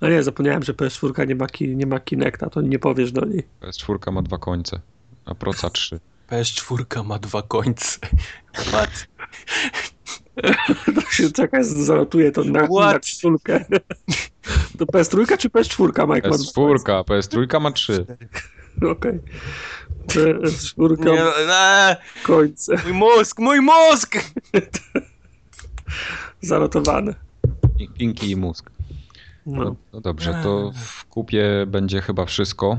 No nie, zapomniałem, że PS4 nie ma, ki, nie ma Kinecta, to nie powiesz do niej. [LAUGHS]
PS4 ma dwa końce, a Proca trzy.
PS4 ma dwa końce. [LAUGHS] What?
To się czekaj, zanotuję to na, na
What?
koszulkę. [LAUGHS] To PS3 czy PS4, Mike? ma dwa końce?
PS4, PS3 ma trzy.
Okej. PS4
Nie,
ma
eee,
końce,
mój mózg, mój mózg!
zanotowane.
I- Pinki i mózg. No,
No.
no dobrze,
Eee.
to w kupie będzie chyba wszystko.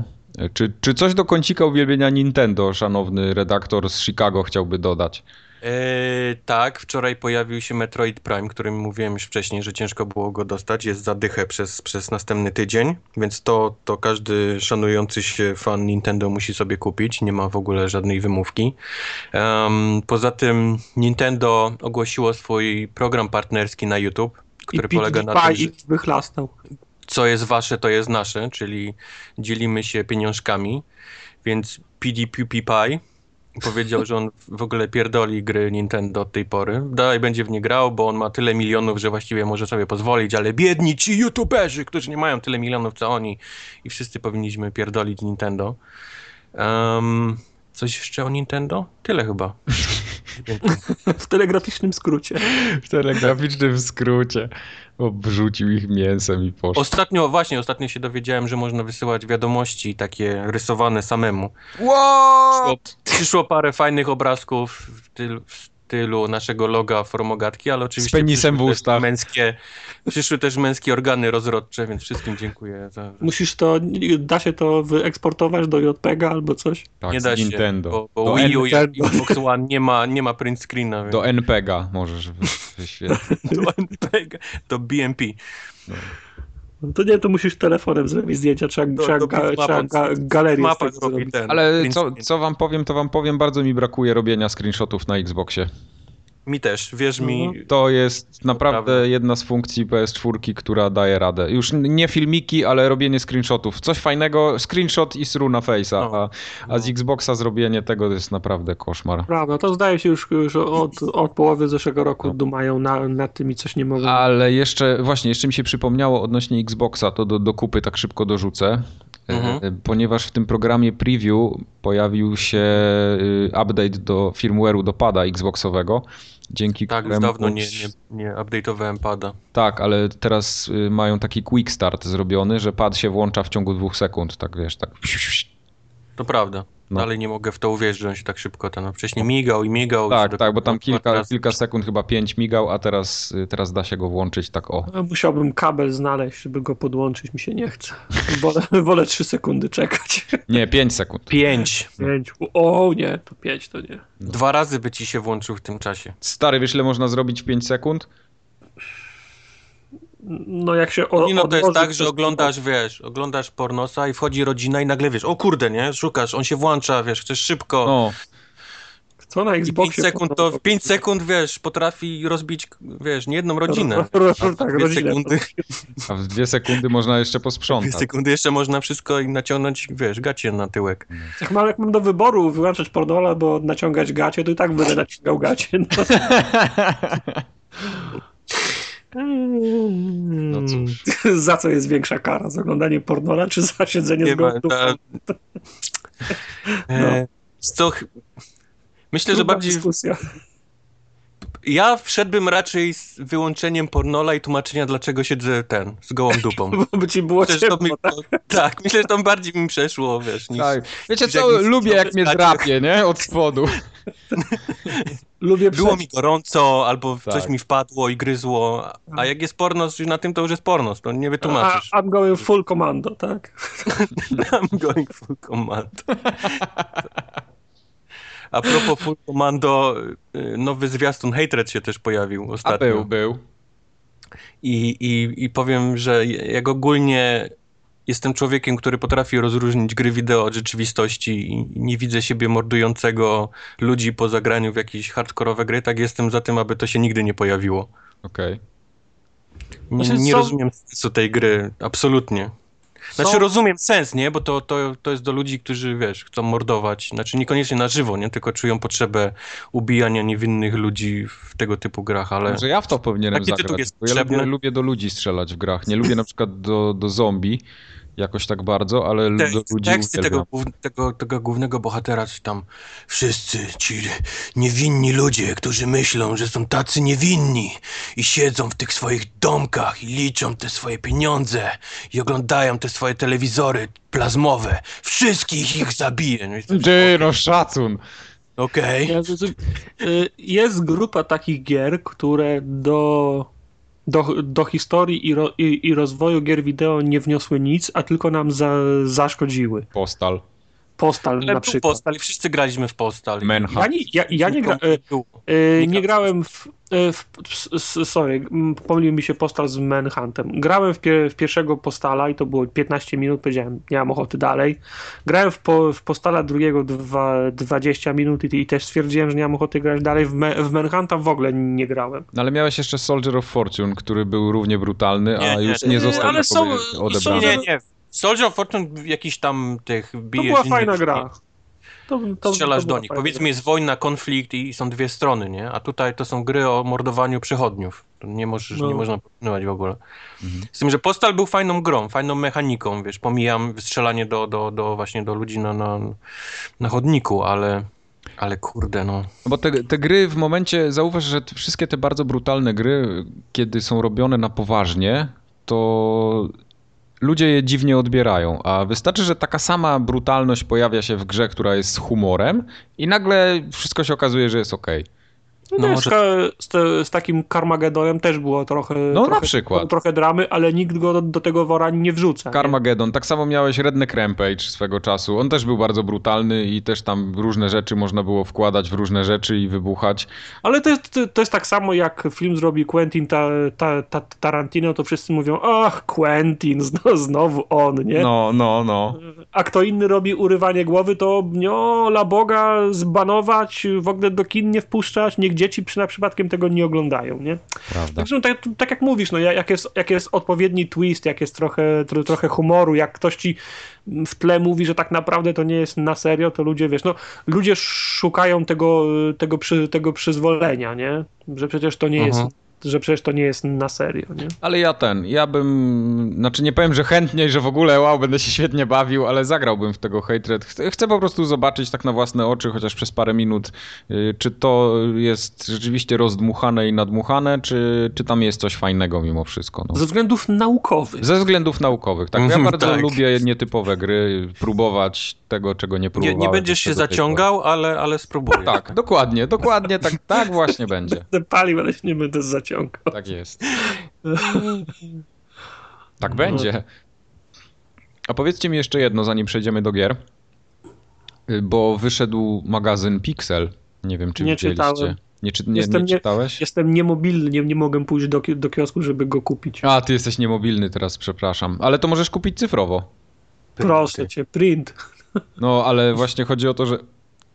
Czy, czy coś do kącika uwielbienia Nintendo, szanowny redaktor z Chicago chciałby dodać?
Eee, tak, wczoraj pojawił się Metroid Prime, którym mówiłem już wcześniej, że ciężko było go dostać. Jest zadychę przez, przez następny tydzień, więc to, to każdy szanujący się fan Nintendo musi sobie kupić. Nie ma w ogóle żadnej wymówki. Em, poza tym Nintendo ogłosiło swój program partnerski na YouTube, który
I
polega na
PewDiePie
tym, że
ich wychlastał.
co jest wasze, to jest nasze, czyli dzielimy się pieniążkami. Więc PewDiePie powiedział, że on w ogóle pierdoli gry Nintendo od tej pory. Dalej będzie w nie grał, bo on ma tyle milionów, że właściwie może sobie pozwolić, ale biedni ci youtuberzy, którzy nie mają tyle milionów co oni i wszyscy powinniśmy pierdolić Nintendo. Em, coś jeszcze o Nintendo? Tyle chyba.
[LAUGHS] W telegraficznym skrócie.
W telegraficznym skrócie. Obrzucił ich mięsem i poszedł.
Ostatnio, właśnie, ostatnio się dowiedziałem, że można wysyłać wiadomości takie rysowane samemu.
Wow!
Przyszło- Przyszło parę fajnych obrazków w stylu, w stylu naszego loga formogatki, ale oczywiście
Z penisem
przyszły
w
też
ustach.
Męskie, przyszły też męskie organy rozrodcze, więc wszystkim dziękuję. Za,
Musisz to, da się to wyeksportować do JPEG albo coś?
Tak,
nie
z
da się,
Nintendo.
bo, bo
do,
Wii U i
N-
Nintendo.
Xbox One nie ma, nie ma print screena, więc
do NPEGA możesz wy- wyświetlić.
[LAUGHS] do, NPEG, do BMP.
No to nie, to musisz telefonem zrobić zdjęcia, trzeba,
Do-
trzeba,
do
ga,
bitmapa. tak.
trzeba ga, galerię z
Mapa
tego zrobić.
zrobi ten
Ale
print
co,
screen.
co wam powiem, to wam powiem, bardzo mi brakuje robienia screenshotów na Xboxie.
Mi też, wierz
Mhm.
mi.
To jest naprawdę jedna z funkcji PS4, która daje radę. Już nie filmiki, ale robienie screenshotów. Coś fajnego, screenshot i sru na face'a,
No.
a, a z Xboxa zrobienie tego to jest naprawdę koszmar.
Prawda, to zdaje się już, już od, od połowy zeszłego
No.
roku dumają na, nad tym i coś nie mogą.
Ale jeszcze, właśnie, jeszcze mi się przypomniało odnośnie Xboxa, to do, do kupy tak szybko dorzucę.
Mhm.
E, Ponieważ w tym programie preview pojawił się y, update do firmware'u do pada Xboxowego, dzięki
Tak, już
któremu...
dawno nie, nie, nie update'owałem pada.
Tak, ale teraz y, mają taki quick start zrobiony, że pad się włącza w ciągu dwóch sekund, tak wiesz, tak.
To prawda.
No.
Dalej nie mogę w to uwierzyć, że on się tak szybko ten. No, wcześniej migał i migał.
Tak,
Że-
tak, bo tam kilka,
teraz-
kilka sekund, chyba pięć migał, a teraz, y, teraz da się go włączyć tak o.
No, Musiałbym kabel znaleźć, żeby go podłączyć, mi się nie chce. Wolę, [LAUGHS] wolę 3 sekundy czekać.
Nie, pięć sekund.
Pięć.
Pięć. O nie, to pięć to nie.
Dwa razy by ci się włączył w tym czasie.
Stary, wiesz ile można zrobić w pięć sekund?
No jak się o,
Nie, no to jest
odłoży
tak,
przez-
że oglądasz, wiesz, oglądasz pornosa i wchodzi rodzina i nagle wiesz, o kurde, nie, szukasz, on się włącza, wiesz, chcesz szybko.
No,
Co na
I 5
Xboxie?
sekund to, w 5 sekund, wiesz, potrafi rozbić, wiesz, nie jedną
[LAUGHS]
rodzinę.
Ro, ro,
A
tak,
dwie
rodzinę.
sekundy,
a w dwie sekundy można jeszcze
dwie
posprzątać.
sekundy jeszcze można wszystko i naciągnąć, wiesz, gacie na tyłek.
Jak mam, jak mam do wyboru wyłączać pornola, bo naciągać gacie, to i tak będę naciągał gacie. No.
[LAUGHS]
No cóż.
[LAUGHS] za co jest większa kara? Za oglądanie pornola, czy za siedzenie
Nie
z
ma,
gąbką?
ta, [LAUGHS] e, co, ch- myślę, że
Trudna
bardziej,
dyskusja. [LAUGHS]
ja wszedłbym raczej z wyłączeniem pornola i tłumaczenia, dlaczego siedzę ten, z gołą dupą.
Bo by ci było
Myślę, że to mi,
ciepło, tak?
to, [LAUGHS] tak, myślę, że to bardziej mi przeszło, wiesz, niż,
Tak. Wiecie
niż
co,
jak nic
lubię jak mnie
zrobić.
drapie, nie? Od spodu.
Lubię
Było
przed...
mi gorąco, albo
Tak.
coś mi wpadło i gryzło. A jak jest pornos, już na tym to już jest pornos, to nie
A,
wytłumaczysz.
I'm going full commando, tak?
I'm going full command. A propos full commando, y, nowy zwiastun Hatred się też pojawił
A był,
ostatnio.
był.
I, i, I powiem, że jak ogólnie jestem człowiekiem, który potrafi rozróżnić gry wideo od rzeczywistości i nie widzę siebie mordującego ludzi po zagraniu w jakieś hardkorowe gry, tak jestem za tym, aby to się nigdy nie pojawiło.
Okej.
Nie,
Znaczy,
nie
są-
rozumiem sensu tej gry, absolutnie. Znaczy
Są-
rozumiem sens, nie? Bo to, to, to jest do ludzi, którzy, wiesz, chcą mordować. Znaczy niekoniecznie na żywo, nie? Tylko czują potrzebę ubijania niewinnych ludzi w tego typu grach, ale...
Może ja w to powinienem
Taki tytuł
zagrać.
jest
bo ja lubię,
potrzebny.
lubię do ludzi strzelać w grach. Nie lubię na przykład do, do zombie jakoś tak bardzo, ale
Te,
do ludzi
teksty
uwielbiam.
tego, głów- tego, tego głównego bohatera, czy tam wszyscy ci niewinni ludzie, którzy myślą, że są tacy niewinni i siedzą w tych swoich domkach i liczą te swoje pieniądze i oglądają te swoje telewizory plazmowe. Wszystkich ich zabiję. No i-
Ty, no szacun.
Okej.
Ja zrozum- Y, Jest grupa takich gier, które do, do, do historii i, ro, i, i rozwoju gier wideo nie wniosły nic, a tylko nam za, zaszkodziły.
Postal.
Postal
Ale
na
był
przykład.
postal i wszyscy graliśmy w postal.
Ja
Manhunt.
nie, ja, ja nie, gra, y,
Nie
Yy,
grałeś.
nie grałem w, yy, w, s- s- Sorry, mm, pomylił mi się postal z Manhuntem. Grałem w, pie, w pierwszego postala i to było 15 minut, powiedziałem, nie mam ochoty dalej. Grałem w, po, w postala drugiego dwa, 20 minut i, i też stwierdziłem, że nie mam ochoty grać dalej. W, me, w Manhunta w ogóle nie grałem.
No, ale miałeś jeszcze Soldier of Fortune, który był równie brutalny, a
Nie, nie.
już nie
Yy,
został
ale są-
jakoby
są-
odebrany.
Nie, nie. Soldier of Fortune jakiś tam tych
To
bijesz.
była
innych
fajna
ludzi,
gra. To, to,
Strzelasz
to
do
była
nich.
fajna
Powiedzmy
gra.
jest wojna, konflikt i są dwie strony, nie? A tutaj to są gry o mordowaniu przechodniów. To Nie, możesz,
No.
nie można porównywać w ogóle.
Mhm.
Z tym, że Postal był fajną grą, fajną mechaniką, wiesz, pomijam strzelanie do, do, do właśnie do ludzi na, na, na chodniku, ale, ale kurde, no.
No Bo te, te gry w momencie, zauważ, że te, wszystkie te bardzo brutalne gry, kiedy są robione na poważnie, to ludzie je dziwnie odbierają. A wystarczy, że taka sama brutalność pojawia się w grze, która jest z humorem, i nagle wszystko się okazuje, że jest okej.
No,
No
też
może-
ka- z, te, z takim Carmagedonem też było trochę,
No
trochę,
na przykład.
trochę dramy, ale nikt go do, do tego wora nie wrzuca. nie?
Carmageddon, tak samo miałeś Redneck Rampage swego czasu. On też był bardzo brutalny i też tam różne rzeczy można było wkładać w różne rzeczy i wybuchać.
Ale to jest, to jest tak samo, jak film zrobi Quentin ta, ta, ta, Tarantino, to wszyscy mówią, ach, Quentin, zno, znowu on, nie?
No, no, no.
A kto inny robi urywanie głowy, to no, la Boga zbanować, w ogóle do kin nie wpuszczać, niech dzieci przy, na przypadkiem tego nie oglądają, nie?
Prawda.
Także no, tak, tak jak mówisz, no, jak, jest, jak jest odpowiedni twist, jak jest trochę, tro, trochę humoru, jak ktoś ci w tle mówi, że tak naprawdę to nie jest na serio, to ludzie, wiesz, no ludzie szukają tego, tego, przy, tego przyzwolenia, nie? Że przecież to nie
Mhm.
jest że przecież to nie jest na serio, nie?
Ale ja ten, ja bym, znaczy nie powiem, że chętniej, że w ogóle wow, będę się świetnie bawił, ale zagrałbym w tego Hatred. Chcę, chcę po prostu zobaczyć tak na własne oczy, chociaż przez parę minut, y, czy to jest rzeczywiście rozdmuchane i nadmuchane, czy, czy tam jest coś fajnego mimo wszystko. No.
Ze względów naukowych.
Ze względów naukowych, tak. Ja
Mhm,
bardzo
tak.
lubię nietypowe gry, próbować tego, czego nie
Nie,
próbowałem.
nie będziesz się
jeszcze do tej
zaciągał, ale, ale spróbuję.
pory. Tak, dokładnie, dokładnie, tak, tak właśnie będzie.
Będę palił, ale się nie będę zaciągał.
Tak jest. Tak
No.
będzie. A powiedzcie mi jeszcze jedno, zanim przejdziemy do gier. Y, Bo wyszedł magazyn Pixel. Nie wiem, czy
Nie
widzieliście.
czytałem.
Nie, czy, nie,
Jestem
nie
nie-
czytałeś?
Jestem niemobilny, nie, nie mogę pójść do, ki- do kiosku, żeby go kupić.
A, ty jesteś niemobilny teraz, przepraszam. Ale to możesz kupić cyfrowo.
Proszę cię, print.
No, ale właśnie chodzi o to, że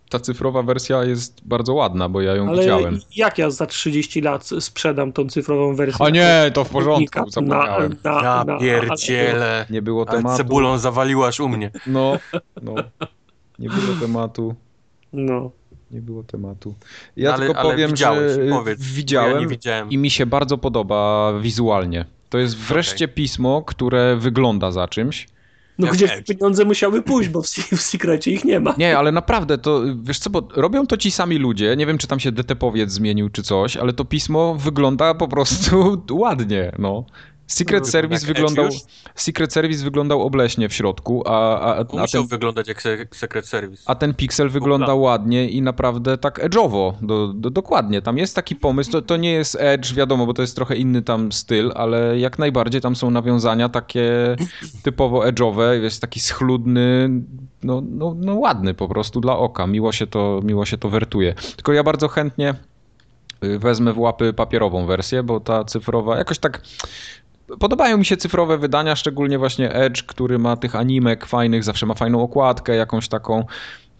ta cyfrowa wersja jest bardzo ładna, bo ja ją
Ale
widziałem.
jak ja za 30 lat sprzedam tą cyfrową wersję?
A nie, to w
Nika
porządku, zapomniałem.
Na, na,
Ja
na,
pierdzielę.
Nie było
Ale
tematu.
cebulą zawaliłaś u mnie.
No, no. Nie było tematu.
No.
Nie było tematu. Ja
ale,
tylko
ale
powiem,
widziałeś,
że
powiedz. bo
widziałem
Ja nie widziałem.
i mi się bardzo podoba wizualnie. To jest wreszcie pismo, które wygląda za czymś.
No
Ja
gdzieś
wiem.
pieniądze musiały pójść, bo w, w Secrecie ich nie ma.
Nie, ale naprawdę to, wiesz co, bo robią to ci sami ludzie. Nie wiem, czy tam się DT-powiec zmienił, czy coś, ale to pismo wygląda po prostu [LAUGHS] ładnie, no. Secret
No,
Service
tak,
wyglądał,
Edge już?
Secret Service wyglądał obleśnie w środku, a, a, a,
Musiał
ten,
wyglądać jak se Secret Service.
a ten Pixel wygląda ładnie i naprawdę tak edge'owo, do, do, dokładnie. Tam jest taki pomysł, to, to nie jest edge, wiadomo, bo to jest trochę inny tam styl, ale jak najbardziej tam są nawiązania takie typowo edge'owe, jest taki schludny, no, no, no ładny po prostu dla oka, miło się, to, miło się to wertuje. Tylko ja bardzo chętnie y, wezmę w łapy papierową wersję, bo ta cyfrowa jakoś tak... Podobają mi się cyfrowe wydania, szczególnie właśnie Edge, który ma tych animek fajnych, zawsze ma fajną okładkę jakąś taką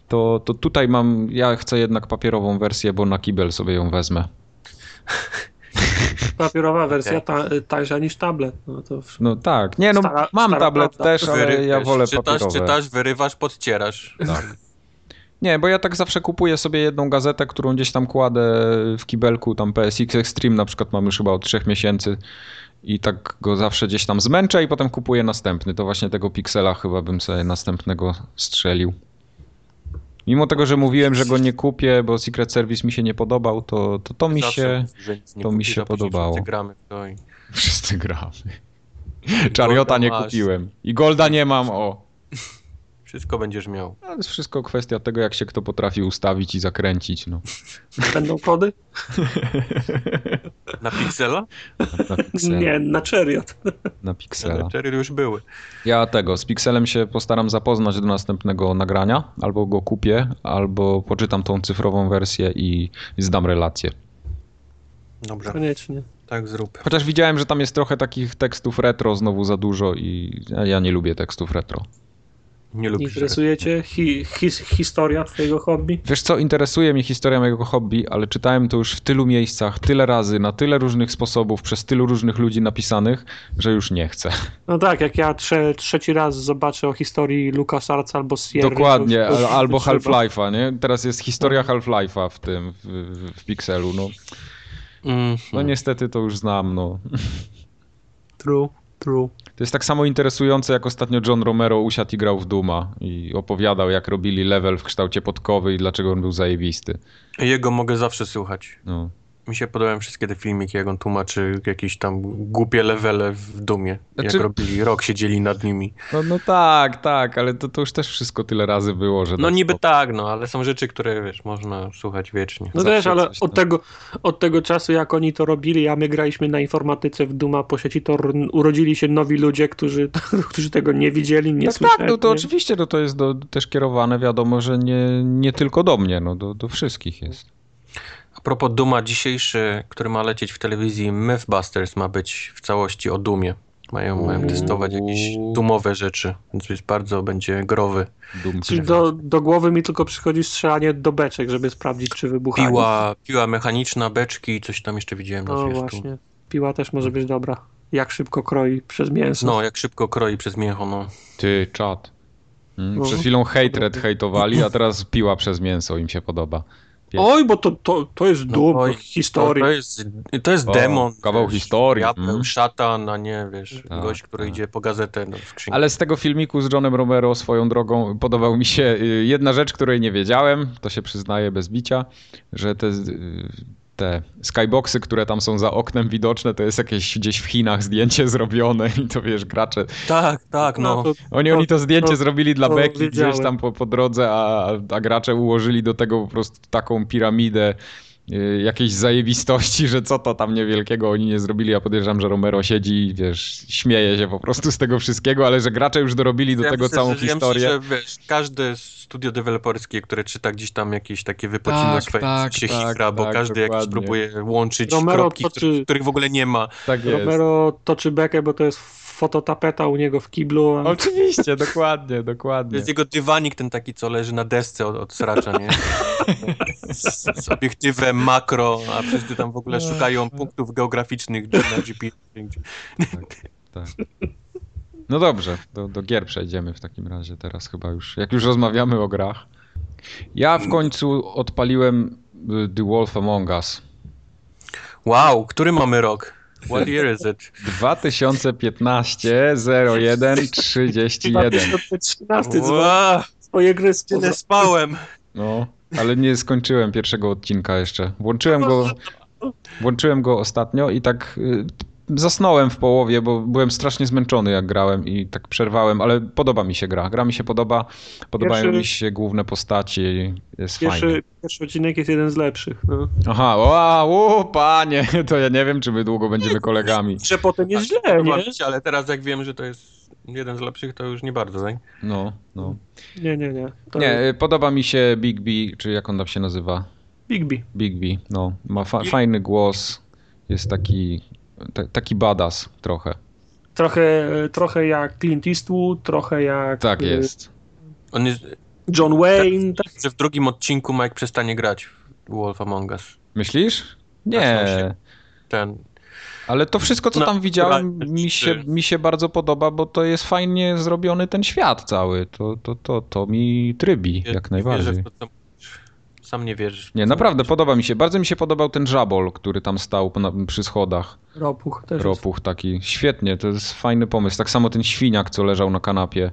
to, to tutaj mam, ja chcę jednak papierową wersję, bo na kibel sobie ją wezmę.
Papierowa wersja ta, y, tańsza niż tablet. No to w...
No tak, nie no,
Stara-
mam
stara
tablet
prawda.
też, ale ja wolę
czytasz,
papierowe.
czytasz, wyrywasz, podcierasz.
Tak. Nie, bo ja tak zawsze kupuję sobie jedną gazetę, którą gdzieś tam kładę w kibelku, tam PSX Extreme na przykład mam już chyba od trzech miesięcy i tak go zawsze gdzieś tam zmęczę i potem kupuję następny. To właśnie tego Pixela chyba bym sobie następnego strzelił. Mimo tego, że mówiłem, że go nie kupię, bo Secret Service mi się nie podobał, to to, to mi
Zawsze
się... [LAUGHS]
mówisz, że nic nie
to mi
kupisz,
się
a później
podobało.
wszyscy gramy w to i-
Wszyscy gramy. Czariota
Golda
nie
masz.
kupiłem. I Golda nie mam, o.
Wszystko będziesz miał.
Ale jest wszystko kwestia tego, jak się kto potrafi ustawić i zakręcić,
[LAUGHS]
no.
Będą kody?
Na Pixela?
Na piksela.
Nie, na Chariot.
Na [LAUGHS] piksela.
Cztery już były.
Ja tego, z pikselem się postaram zapoznać do następnego nagrania. Albo go kupię, albo poczytam tą cyfrową wersję i zdam relację.
Dobrze,
No. Koniecznie.
tak zrób.
Chociaż widziałem, że tam jest trochę takich tekstów retro znowu za dużo i ja- ja nie lubię tekstów retro.
Nie lubisz.
Interesujecie? Hi, his, historia twojego hobby?
Wiesz co, interesuje mnie historia mojego hobby, ale czytałem to już w tylu miejscach, tyle razy, na tyle różnych sposobów, przez tylu różnych ludzi napisanych, że już nie chcę.
No tak, jak ja trze, trzeci raz zobaczę o historii Lucas Arts albo
[LAUGHS]
Sierra.
Dokładnie,
to już-
al-
to już
[LAUGHS]
albo
trzeba.
Half-Life'a, nie? Teraz jest historia
Tak.
Half-Life'a w tym, w, w, w Pixelu, no.
Mhm.
No niestety to już znam, no.
True, true.
To jest tak samo interesujące, jak ostatnio John Romero usiadł i grał w Duma i opowiadał, jak robili level w kształcie podkowy i dlaczego on był zajebisty,
Jego mogę zawsze słuchać.
no.
Mi się podobają wszystkie te filmiki, jak on tłumaczy jakieś tam głupie levele w Dumie.
Znaczy-
Jak robili, rok siedzieli nad nimi.
No, no tak, tak, ale to, to już też wszystko tyle razy było, że...
No
daj
niby
spokój.
tak, no, ale są rzeczy, które, wiesz, można słuchać wiecznie.
No
Zawsze
też, ale
coś tam.
od tego, od tego czasu, jak oni to robili, a my graliśmy na informatyce w Duma po sieci, to r- urodzili się nowi ludzie, którzy, [LAUGHS] którzy tego nie widzieli, nie
tak,
słyszeli.
tak, no to
nie?
oczywiście no to jest do, też kierowane, wiadomo, że nie, nie tylko do mnie, no do, do wszystkich jest.
A propos Duma dzisiejszy, który ma lecieć w telewizji, Mythbusters ma być w całości o Dumie. Mają, mają testować jakieś dumowe rzeczy, więc jest bardzo będzie growy.
Doom
Czyli do, do głowy mi tylko przychodzi strzelanie do beczek, żeby sprawdzić, czy wybuchają.
Piła, piła mechaniczna, beczki, coś tam jeszcze widziałem na
No
zwiastun.
właśnie. Piła też może być dobra. Jak szybko kroi przez mięso.
No, jak szybko kroi przez mięcho, no.
Ty, czat. Mm,
No.
Przed chwilą hatred hejtowali, a teraz piła przez mięso, im się podoba.
Oj, bo to, to, to jest
No,
dum
oj,
historii.
To, to jest, to jest
O,
demon.
kawał
wiesz,
historii,
Diabeł,
mm.
szatan, a nie, wiesz,
Tak,
gość, który
tak.
idzie po gazetę no, do skrzynki.
Ale z tego filmiku z Johnem Romero swoją drogą podobał mi się y, jedna rzecz, której nie wiedziałem, to się przyznaję bez bicia, że te, z- y, te skyboxy, które tam są za oknem widoczne, to jest jakieś gdzieś w Chinach zdjęcie zrobione i to wiesz, gracze.
Tak, tak, no.
to,
Oni, oni to zdjęcie
to-
zrobili dla
to
Beki gdzieś
wiedziałem.
tam po, po drodze, a, a gracze ułożyli do tego po prostu taką piramidę y, jakiejś zajebistości, że co to tam niewielkiego oni nie zrobili. Ja podejrzewam, że Romero siedzi i wiesz, śmieje się po prostu z tego wszystkiego, ale że gracze już dorobili do
Ja
tego
myślę,
całą
że-
historię.
Ja myślę, że wiesz, każde studio deweloperskie, które czyta gdzieś tam jakieś takie wypocina
Tak,
swoje
tak,
się
tak,
hifra, bo
tak,
każdy jakiś
dokładnie.
próbuje łączyć
Romero
kropki,
toczy-
których, których w ogóle nie ma.
Tak jest.
Romero toczy bekę, bo to jest fototapeta u niego w kiblu. A...
Oczywiście, dokładnie,
To
dokładnie.
jest jego dywanik ten taki, co leży na desce od, od sracza,
[LAUGHS]
nie? Z, z obiektywem makro, a wszyscy tam w ogóle szukają punktów geograficznych na GPS.
Tak. No dobrze, do, do gier przejdziemy w takim razie teraz chyba już. Jak już rozmawiamy o grach. Ja w końcu odpaliłem y, The Wolf Among Us.
Wow, który mamy rok? What year is it?
2015 01 31.
2013 dzwon-
Wow,
swoje gry z
tyle spałem.
No, ale nie skończyłem pierwszego odcinka jeszcze. Włączyłem go, włączyłem go ostatnio i tak y, zasnąłem w połowie, bo byłem strasznie zmęczony jak grałem i tak przerwałem, ale podoba mi się gra. Gra mi się podoba, podobają
Pierwszy-
mi się główne postaci, jest fajnie.
Pierwszy, pierwszy odcinek jest jeden z lepszych. No.
Aha, o, o, panie, [LAUGHS] to ja nie wiem, czy my długo będziemy kolegami.
Że potem jest źle,
Podoba
nie?
mi się, ale teraz jak wiem, że to jest jeden z lepszych, to już nie bardzo, tak? nie?
No, no.
Nie, nie, nie. To
Nie, y, podoba mi się Big B, czy jak on tam się nazywa?
Big B.
Big B, no. Ma fa- fajny głos, jest taki, ta- taki badass trochę.
Trochę, trochę jak Clint Eastwood, trochę jak
Tak
y,
jest.
On jest,
John Wayne. Tak.
że w drugim odcinku Mike przestanie grać w Wolf Among Us.
Myślisz?
Zaczną
Nie,
się. Ten.
ale to wszystko, co
Tak, No,
tam widziałem,
naturalne
mi się,
rzeczy.
mi się bardzo podoba, bo to jest fajnie zrobiony ten świat cały. To, to, to, to mi trybi
nie
jak
wierzę
najbardziej.
w to, co mówisz. Sam nie wierzysz. w
Nie,
to, co
naprawdę
mówisz.
podoba mi się. Bardzo mi się podobał ten żabol, który tam stał na- przy schodach.
Ropuch też jest.
Ropuch taki. Świetnie, to jest fajny pomysł. Tak samo ten świniak, co leżał na kanapie.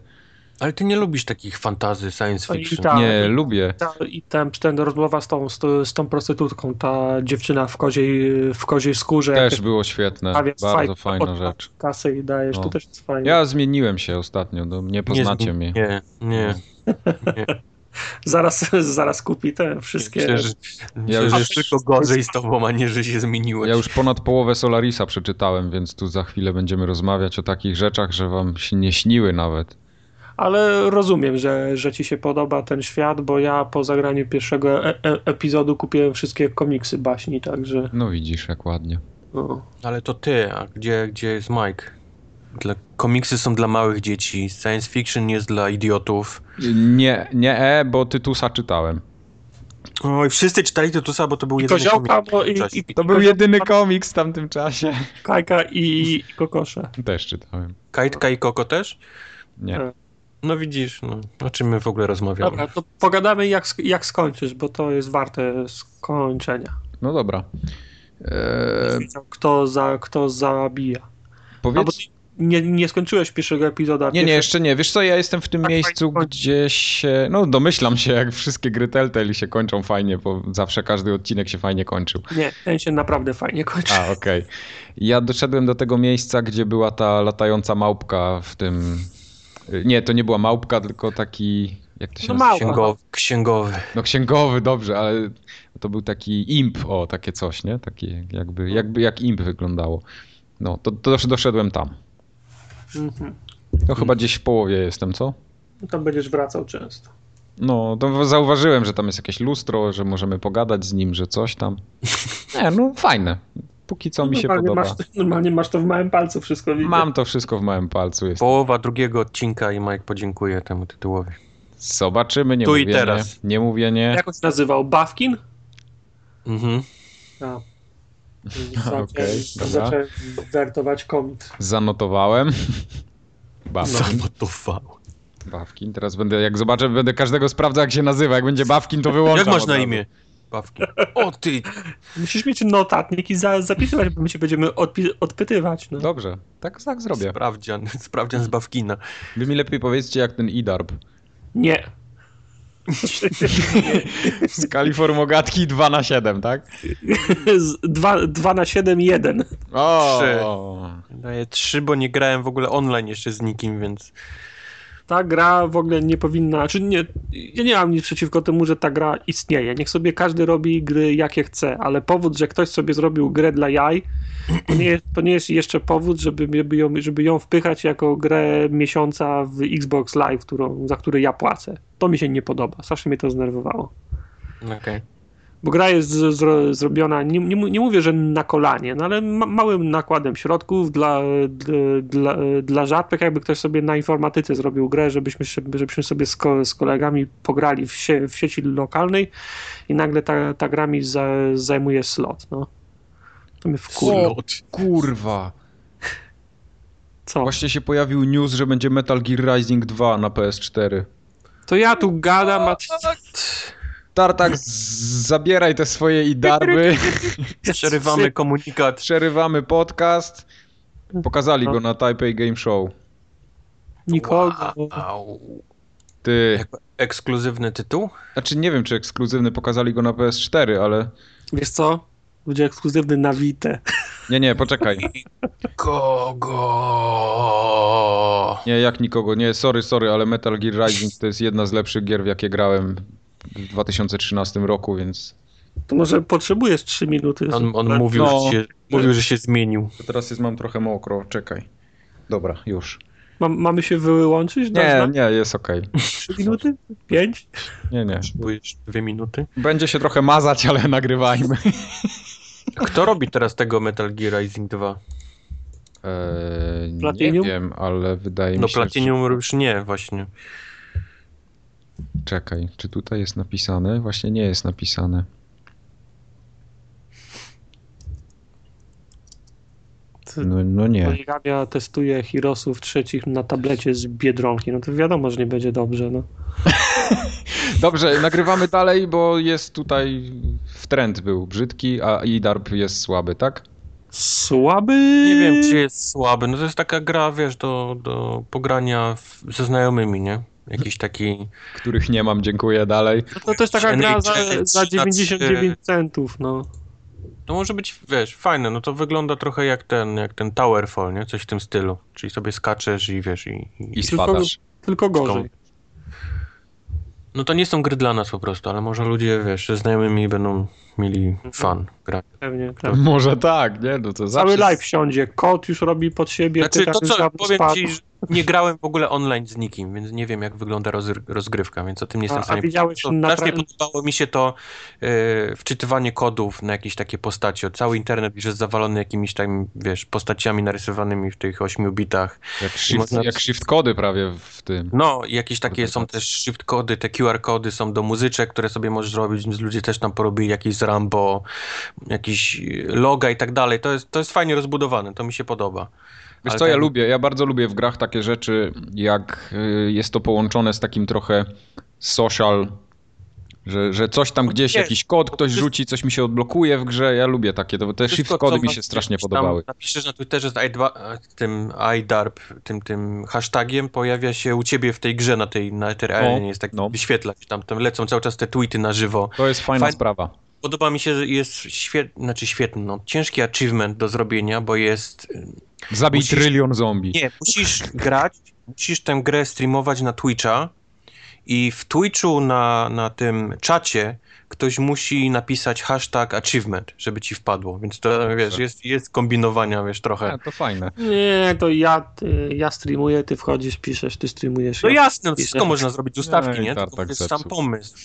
Ale ty nie lubisz takich fantazy, science
Oj,
fiction.
tak.
Nie, lubię.
Ta, I tam ten rozmowa z tą, z, tą- z tą prostytutką, ta dziewczyna w koziej, w koziej skórze. jak
Też było świetne.
stawia
Bardzo
fajkę
fajna
pod
rzecz.
Kasę i dajesz,
No.
to też jest fajne.
Ja zmieniłem się ostatnio, no, nie poznacie mnie.
Nie, nie.
Zaraz, [LAUGHS] zaraz kupi te wszystkie.
Myślę, że, myślę,
już-
że jest tylko gorzej z tobą, a nie, że się zmieniłeś.
Ja już ponad połowę Solarisa przeczytałem, więc tu za chwilę będziemy rozmawiać o takich rzeczach, że wam się nie śniły nawet.
Ale rozumiem, że, że ci się podoba ten świat, bo ja po zagraniu pierwszego e e epizodu kupiłem wszystkie komiksy baśni, także.
No widzisz, jak ładnie.
No.
Ale to ty, a gdzie, gdzie jest Mike? Dla, komiksy są dla małych dzieci, science fiction jest dla idiotów.
Nie, nie E, bo Tytusa czytałem.
Oj, wszyscy czytali to tu samo, bo to był
I
jeden
koziołka, bo i,
Cześć.
i, i
To był jedyny komiks w tamtym czasie.
kajka i, i kokosza.
Też czytałem.
Kajtka i Koko też?
Nie.
No widzisz, no, o czym my w ogóle rozmawiamy.
Tak. Dobra, to pogadamy jak, sk- jak skończysz, bo to jest warte skończenia.
No dobra. Eee,
Kto, za, kto zabija.
powiedz...
Albo ty nie, nie skończyłeś pierwszego epizodu. a
Nie, nie,
pierwszy-
jeszcze nie. Wiesz co, ja jestem w tym
Tak,
miejscu,
fajnie kończy.
gdzie się... No domyślam się, jak wszystkie gry Telltale się kończą fajnie, bo zawsze każdy odcinek się fajnie kończył.
Nie, ten się naprawdę fajnie kończy.
A, okej. Ja doszedłem do tego miejsca, gdzie była ta latająca małpka w tym... Nie, to nie była małpka, tylko taki... Jak to się
No
nazywa?
małpa.
Księgowy, księgowy.
No księgowy, dobrze, ale to był taki imp, o, takie coś, nie? Taki jakby,
No.
jakby jak imp wyglądało. No, to, to dosz- doszedłem tam.
Mhm.
To chyba gdzieś w połowie jestem, co?
To będziesz wracał często.
No, to w-
[LAUGHS]
zauważyłem, że tam jest jakieś lustro, że możemy pogadać z nim, że coś tam. Nie, no fajne. póki co mi się
normalnie
podoba.
Masz, normalnie masz to w małym palcu wszystko. widzę.
Mam to wszystko w małym palcu. Jest.
Połowa drugiego odcinka i Mike podziękuje temu tytułowi.
Zobaczymy, nie
Tu i
mówię
teraz.
nie. Nie mówię nie.
Jak on się nazywał? Bawkin?
Mhm.
A.
Okej, dobra.
zacząłem wertować komit.
[LAUGHS]
Zanotowałem. Bawki.
No. Zanotował.
Bawkin. Teraz będę, jak zobaczę, będę każdego sprawdzał, jak się nazywa. Jak będzie Bawkin, to wyłączam.
Jak masz
od
na
razu.
imię? Bawki. O ty!
Musisz mieć notatnik i za, zapisywać, bo my się będziemy odpi- odpytywać. No.
Dobrze, tak, tak zrobię.
Sprawdzian. Sprawdzian z Bawkina.
Wy mi lepiej powiedzcie, jak ten Idarb.
Nie. [LAUGHS]
W skali formogatki 2 na 7, tak?
Z 2, 2 na 7, 1.
O!
Daję trzy, bo nie grałem w ogóle online jeszcze z nikim, więc...
Ta gra w ogóle nie powinna. Czy nie, ja nie mam nic przeciwko temu, że ta gra istnieje. Niech sobie każdy robi gry jakie chce, ale powód, że ktoś sobie zrobił grę dla jaj, to nie jest, to nie jest jeszcze powód, żeby, żeby, ją, żeby ją wpychać jako grę miesiąca w Xbox Live, którą, za który ja płacę. To mi się nie podoba. Strasznie mnie to zdenerwowało.
Okej.
bo gra jest z- zro, zrobiona, nie, nie, mu- nie mówię, że na kolanie, no ale ma, małym nakładem środków dla, dla, dla, dla rzadkich, jakby ktoś sobie na informatyce zrobił grę, żebyśmy, się- żebyśmy sobie z, ko, z kolegami pograli w, sie, w sieci lokalnej i nagle ta, ta gra mi za, zajmuje slot, no. To mnie wkurwa.
O, kurwa.
Co?
Właśnie się pojawił news, że będzie Metal Gear Rising 2 na PS4.
To ja tu gadam, a...
Tartak, z- zabieraj te swoje Idarby.
Przerywamy komunikat.
Przerywamy podcast. Pokazali
No.
go na Taipei Game Show.
Nikogo.
Wow.
Ty.
Ekskluzywny tytuł?
Znaczy, nie wiem, czy ekskluzywny pokazali go na PS4, ale.
Wiesz co? Będzie ekskluzywny na Vite.
Nie, nie, poczekaj.
Kogo?
Nie, jak nikogo. Nie, sorry, sorry, ale Metal Gear Rising to jest jedna z lepszych gier, w jakie grałem w 2013 roku, więc
To może potrzebujesz 3 minuty.
On, on
Ale-
mówił,
no.
że się, mówił, że się zmienił.
to teraz jest, mam trochę mokro. Czekaj. Dobra, już.
Ma, mamy się wyłączyć? Dasz
Nie,
nam
nie, jest okej.
3 minuty? 5?
Nie, nie.
Potrzebujesz dwie minuty.
Będzie się trochę mazać, ale nagrywajmy.
Kto robi teraz tego Metal Gear Rising 2?
Eee, nie
Platinum?
wiem, ale wydaje
No
mi się. że-
Platinum już nie, właśnie.
Czekaj, czy tutaj jest napisane? Właśnie nie jest napisane. No, no nie.
Poligamia testuje Hirosów trzecich na tablecie z Biedronki. No to wiadomo, że nie będzie dobrze. No.
Dobrze, nagrywamy dalej, bo jest tutaj. Wtrend był brzydki, a Idarb jest słaby, tak?
Słaby.
Nie wiem, czy jest słaby. No to jest taka gra, wiesz, do, do pogrania w, ze znajomymi, nie? Jakiś taki...
Których nie mam, dziękuję dalej.
No to też taka gra za, za 99 centów. No.
To może być, wiesz, fajne. No to wygląda trochę jak ten, jak ten Towerfall, nie? Coś w tym stylu. Czyli sobie skaczesz i wiesz, i...
I
i...
Tylko-
spadasz.
Tylko gorzej.
No to nie są gry dla nas po prostu, ale może ludzie, wiesz, ze znajomymi będą mieli fan grać.
Pewnie. Tak.
Może tak, nie? No to
Cały
zawsze.
live siądzie. Kot już robi pod siebie.
Znaczy,
tytan
to
już
co,
dawno
powiem
tak
ci,
spadł.
że nie grałem w ogóle online z nikim, więc nie wiem, jak wygląda rozry- rozgrywka, więc o tym nie jestem
A-
w
a
stanie
widziałeś
no,
To
na
strasznie podobało mi się to e, wczytywanie kodów na jakieś takie postacie. Cały internet już jest zawalony jakimiś tam, wiesz, postaciami narysowanymi w tych ośmiu bitach.
Jak
I
shift,
można-
jak shift kody prawie w tym.
No, i jakieś takie są
Prezentacja.
też shift kody, te QR kody są do muzyczek, które sobie możesz robić, więc ludzie też tam porobili jakieś z Rambo, jakiś e, loga i tak dalej. To jest, to jest fajnie rozbudowane, to mi się podoba.
Wiesz
Ale
co, ja
tak-
lubię, ja bardzo lubię w grach takie rzeczy, jak y, jest to połączone z takim trochę social, że, że coś tam gdzieś,
jest.
jakiś kod ktoś
Wszystko-
rzuci, coś mi się odblokuje w grze, ja lubię takie, to- te
Wszystko,
shift
co
kody mi
masz
się strasznie
gdzieś tam
podobały.
Napiszesz na Twitterze z i2, tym iDarb, tym, tym hashtagiem, pojawia się u ciebie w tej grze na tej, na tej arenie, jest tak,
no.
wyświetla się tam, tam lecą cały czas te tweety na żywo.
To jest fajna
Fajn-
sprawa.
Podoba mi się, że jest świetny, znaczy świetny, no, ciężki achievement do zrobienia, bo jest...
Zabij
Musisz-
trylion zombie.
Nie, musisz grać, musisz tę grę streamować na Twitcha i w Twitchu na, na tym czacie ktoś musi napisać hashtag achievement, żeby ci wpadło, więc to, wiesz, jest, jest kombinowania, wiesz, trochę.
A, to fajne.
Nie, to ja, ty, ja streamuję, ty wchodzisz, piszesz, ty streamujesz.
No jasne, no
Pisze.
wszystko można zrobić z ustawki,
No i
nie?
tartak
Tylko to jest sam
zepsuł.
pomysł.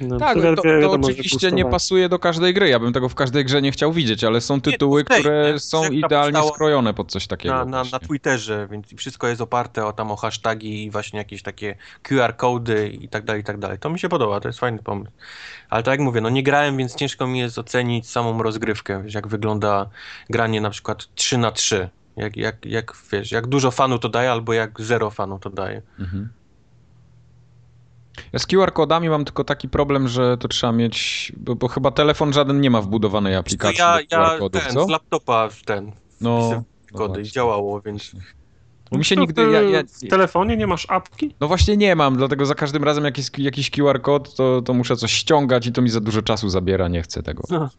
No,
Tak,
Trailer
to,
wie-
to
wiadomo, że
oczywiście nie
pustowa.
pasuje do każdej gry. Ja bym tego w każdej grze nie chciał widzieć, ale są
to
tytuły,
okej,
które
nie?
są
Że gra
idealnie
powstała
skrojone pod coś takiego.
na, na, na
właśnie.
Twitterze, więc wszystko jest oparte o tam o hasztagi i właśnie jakieś takie QR kody i tak dalej, i tak dalej. To mi się podoba, to jest fajny pomysł. Ale tak jak mówię, no nie grałem, więc ciężko mi jest ocenić samą rozgrywkę, wiesz, jak wygląda granie na przykład 3 na 3 jak, jak, jak, wiesz, jak dużo fanu to daje, albo jak zero fanu to daje.
Mhm. Ja z QR kodami mam tylko taki problem, że to trzeba mieć, bo, bo chyba telefon żaden nie ma wbudowanej
To
aplikacji
ja,
do QR
ja
kodów,
ten,
co?
z laptopa ten,
No,
wpisywałem
no
kody i
właśnie.
działało, więc
Bo mi się
To
nigdy,
w-
ja, ja,
W telefonie nie masz apki?
no właśnie nie mam, dlatego za każdym razem jak jest jakiś QR kod, to, to muszę coś ściągać i to mi za dużo czasu zabiera, nie chcę tego.
No.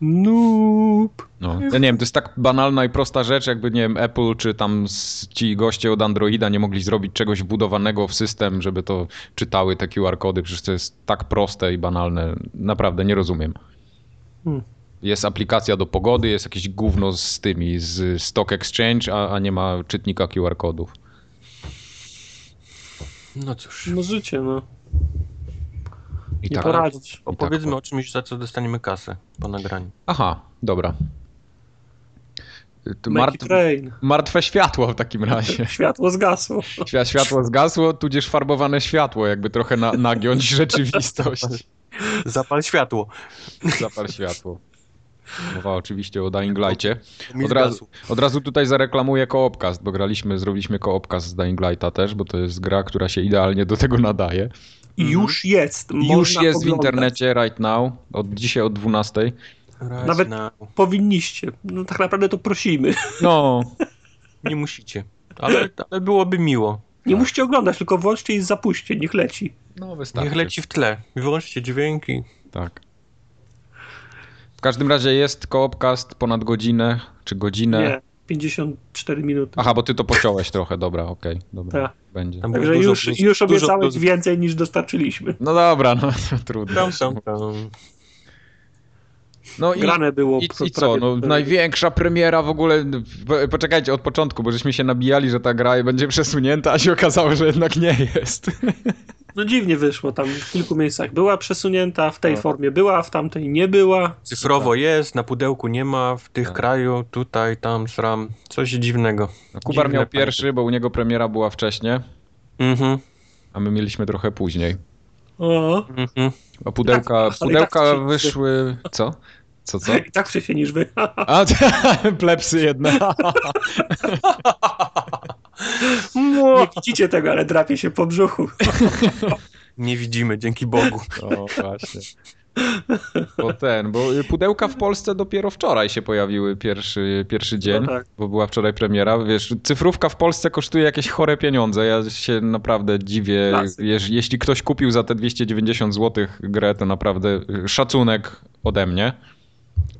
Noob.
No. Ja nie wiem, to jest tak banalna i prosta rzecz, jakby nie wiem, Apple czy tam s- ci goście od Androida nie mogli zrobić czegoś wbudowanego w system, żeby to czytały te QR kody, przecież to jest tak proste i banalne. Naprawdę nie rozumiem.
Hmm.
Jest aplikacja do pogody, jest jakieś gówno z tymi, z Stock Exchange, a, a nie ma czytnika QR kodów.
no cóż.
tak
No życie, no.
I
Nie
tak.
poradzić.
Opowiedzmy o czymś, za co dostaniemy kasę po nagraniu.
Aha, dobra. Y, To
Mart...
Mart...
Train.
Martwe światło w takim razie.
Światło zgasło.
Świa- Światło zgasło, tudzież farbowane światło, jakby trochę na,
[LAUGHS]
nagiąć rzeczywistość.
Zapal światło.
Zapal światło. Mowa oczywiście o Dying Lightie.
Mi
Od razu,
zgasło.
od razu tutaj zareklamuję koopcast, bo graliśmy, zrobiliśmy koopcast z Dying Lighta też, bo to jest gra, która się idealnie do tego nadaje.
I już jest.
Mhm. Już
można
jest w
oglądać.
internecie right now, od dzisiaj od 12.
Raz
Nawet-
na-
Powinniście. No tak naprawdę to prosimy. [LAUGHS]
No,
Nie musicie. Ale, ale byłoby miło.
Nie
Tak.
musicie oglądać, tylko włączcie i zapuśćcie, niech leci.
no wystarczy.
Niech leci w tle. Wyłączcie dźwięki.
Tak. W każdym razie jest koopcast ponad godzinę, czy godzinę.
Nie, 54 minuty.
Aha, bo ty to pociąłeś trochę, dobra, okej, dobra,
Tak.
będzie.
Tam
Także
dużo
już,
plus-
już
dużo
obiecałeś
plus-
więcej niż dostarczyliśmy.
No dobra, no trudno.
Tam,
[LAUGHS]
tam, tam.
No i,
Grane było.
i,
pro-
i co,
prawie-
no największa premiera w ogóle, po- poczekajcie od początku, bo żeśmy się nabijali, że ta gra będzie przesunięta, a się okazało, że jednak nie jest.
No dziwnie wyszło tam w kilku miejscach. Była przesunięta, w tej
Tak.
formie była, w tamtej nie była.
Cyfrowo jest, na pudełku nie ma, w tych
Tak.
kraju, tutaj, tam, sram. Coś dziwnego.
No, Kubar
Dziwne
miał
partie.
pierwszy, bo u niego premiera była wcześniej,
Mhm,
a my mieliśmy trochę później.
O.
mhm.
A pudełka,
I tak- ale i tak
pudełka
wszyscy.
wyszły, co? Co, co?
[LAUGHS] I tak wcześniej niż wy.
A, [LAUGHS] plepsy
[LAUGHS]
jedna.
Nie widzicie tego, ale drapie się po brzuchu.
Nie widzimy, dzięki Bogu.
O, właśnie. Bo ten, bo y, pudełka w Polsce dopiero wczoraj się pojawiły pierwszy, pierwszy dzień,
No tak.
bo była wczoraj premiera. Wiesz, cyfrówka w Polsce kosztuje jakieś chore pieniądze. Ja się naprawdę dziwię.
Klasyk.
Jeż, jeśli ktoś kupił za te 290 zł grę, to naprawdę y, szacunek ode mnie.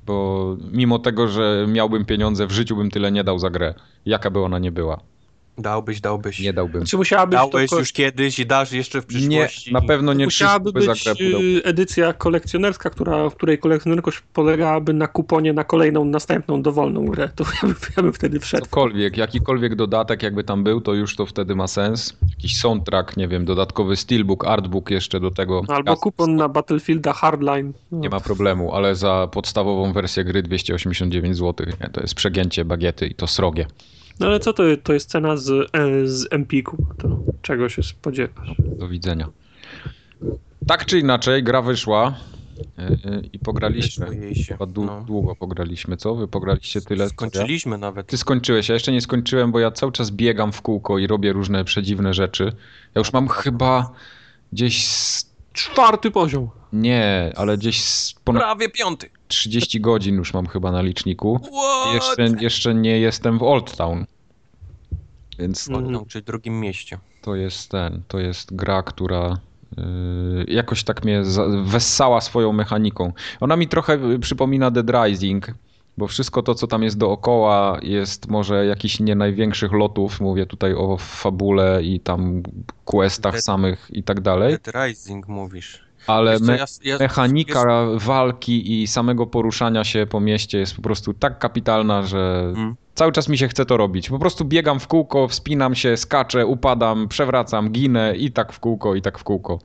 Bo mimo tego, że miałbym pieniądze, w życiu bym tyle nie dał za grę. Jaka by ona nie była.
Dałbyś, dałbyś.
Nie dałbym.
Czy musiałabyś
Dałeś
to ko-
już kiedyś i dasz jeszcze w
Nie,
przyszłości.
na pewno nie trzy
Musiałaby
stópy za
być
grę pudełka.
y, edycja kolekcjonerska, która, w której kolekcjonerkość polegałaby na kuponie na kolejną, następną, dowolną grę. To ja bym, ja bym wtedy wszedł.
Cokolwiek, jakikolwiek dodatek jakby tam był, to już to wtedy ma sens. Jakiś soundtrack, nie wiem, dodatkowy steelbook, artbook jeszcze do tego.
No,
Albo
Jasne,
kupon na Battlefielda Hardline. No.
Nie ma problemu, ale za podstawową wersję gry 289 zł. Nie? To jest przegięcie bagiety i to srogie.
No ale co to, to jest cena z, e, z Empiku? To czego się spodziewasz?
Do widzenia. Tak czy inaczej, gra wyszła yy, yy, i pograliśmy.
Jej się.
Chyba dłu-
No.
długo pograliśmy, co? Wy pograliście tyle? co ja?
Skończyliśmy nawet.
Ty skończyłeś, ja jeszcze nie skończyłem, bo ja cały czas biegam w kółko i robię różne przedziwne rzeczy. Ja już mam chyba gdzieś z
Czwarty poziom.
Nie, ale gdzieś z ponad
Prawie piąty.
30 godzin już mam chyba na liczniku.
What?
Jeszcze, jeszcze nie jestem w Old Town. Więc
No.
Odnął, czy drugim mieście.
to jest ten, to jest gra, która yy, jakoś tak mnie za- wessała swoją mechaniką. Ona mi trochę y, przypomina Dead Rising, bo wszystko to, co tam jest dookoła, jest może jakiś nie największych lotów. Mówię tutaj o fabule i tam questach
Dead-
samych i tak dalej,
Dead Rising mówisz.
ale
Wiesz co,
me-
ja- ja-
mechanika walki i samego poruszania się po mieście jest po prostu tak kapitalna, że
Mm.
cały czas mi się chce to robić. Po prostu biegam w kółko, wspinam się, skaczę, upadam, przewracam, ginę i tak w kółko, i tak w kółko.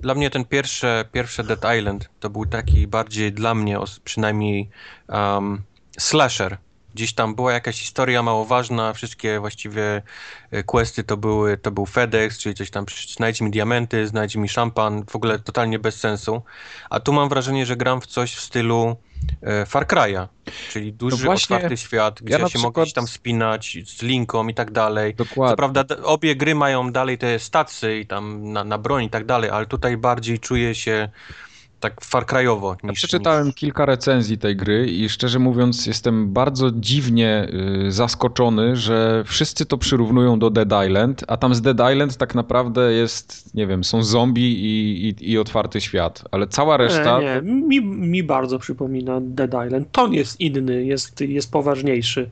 Dla mnie ten pierwszy, pierwszy Dead Island to był taki bardziej dla mnie os- przynajmniej um, slasher. Gdzieś tam była jakaś historia mało ważna, wszystkie właściwie e, questy to były, to był FedEx, czyli coś tam, przy- znajdź mi diamenty, znajdź mi szampan, w ogóle totalnie bez sensu. A tu mam wrażenie, że gram w coś w stylu e, Far Cry'a, czyli duży,
No właśnie
otwarty świat, gdzie
ja na
się mogę
przykład-
gdzieś tam spinać z linką i tak dalej. Co
Dokładnie.
prawda d- obie gry mają dalej te stacje i tam na, na broń i tak dalej, ale tutaj bardziej czuję się tak farkrajowo
Ja
niż...
przeczytałem
niż...
kilka recenzji tej gry i szczerze mówiąc jestem bardzo dziwnie y, zaskoczony, że wszyscy to przyrównują do Dead Island, a tam z Dead Island tak naprawdę jest, nie wiem, są zombie i, i, i otwarty świat, ale cała reszta...
tak?
E, nie, mi, mi bardzo przypomina Dead Island. Ton jest inny, jest, jest poważniejszy,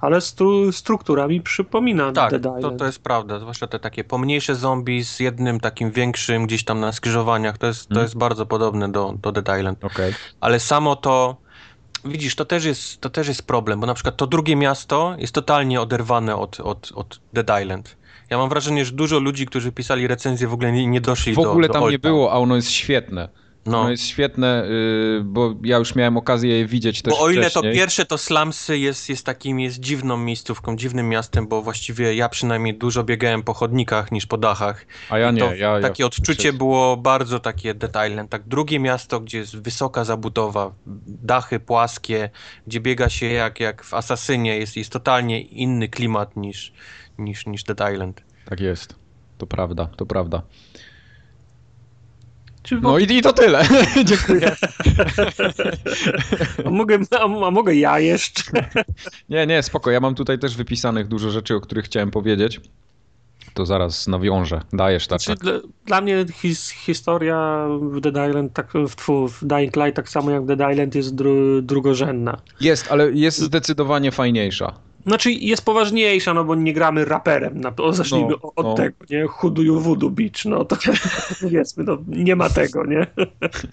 ale stru, struktura mi przypomina
Tak,
Dead
to,
Island.
to jest prawda, zwłaszcza te takie pomniejsze zombie z jednym takim większym gdzieś tam na skrzyżowaniach, to jest, to
Mhm.
jest bardzo podobne do, do Dead Island.
Okej.
ale samo to. Widzisz, to też, jest, to też jest problem, bo na przykład to drugie miasto jest totalnie oderwane od, od, od Dead Island. Ja mam wrażenie, że dużo ludzi, którzy pisali recenzje, w ogóle nie, nie doszli
W
do.
ogóle
do
tam
Old
nie
Town.
było, a ono jest świetne.
No.
Ono jest świetne, y, bo ja już miałem okazję je widzieć też
Bo o ile to
wcześniej.
pierwsze, to Slumsy jest, jest takim, jest dziwną miejscówką, dziwnym miastem, bo właściwie ja przynajmniej dużo biegałem po chodnikach niż po dachach.
A ja nie,
No to
ja, ja
takie odczucie było bardzo takie detailen. Tak drugie miasto, gdzie jest wysoka zabudowa, dachy płaskie, gdzie biega się jak, jak w Asasynie, jest, jest totalnie inny klimat niż, niż, niż Dead Island.
Tak jest. To prawda, to prawda.
Czy w
No i, i to tyle.
[LAUGHS]
[LAUGHS] Dziękuję.
A mogę, a, a mogę ja jeszcze?
Nie, nie, spoko. Ja mam tutaj też wypisanych dużo rzeczy, o których chciałem powiedzieć. To zaraz nawiążę. Dajesz, tak.
Znaczy, dla, dla mnie his, historia w Dead Island, tak, w, tfu, w Dying Light, tak samo jak w Dead Island, jest dru, drugorzędna.
Jest, ale jest zdecydowanie fajniejsza.
Znaczy, jest poważniejsza, no bo nie gramy raperem. Na, o, zacznijmy
No,
od
no.
tego, nie? Huduju Voodoo Beach, no to [LAUGHS] powiedzmy, no, nie ma tego, nie?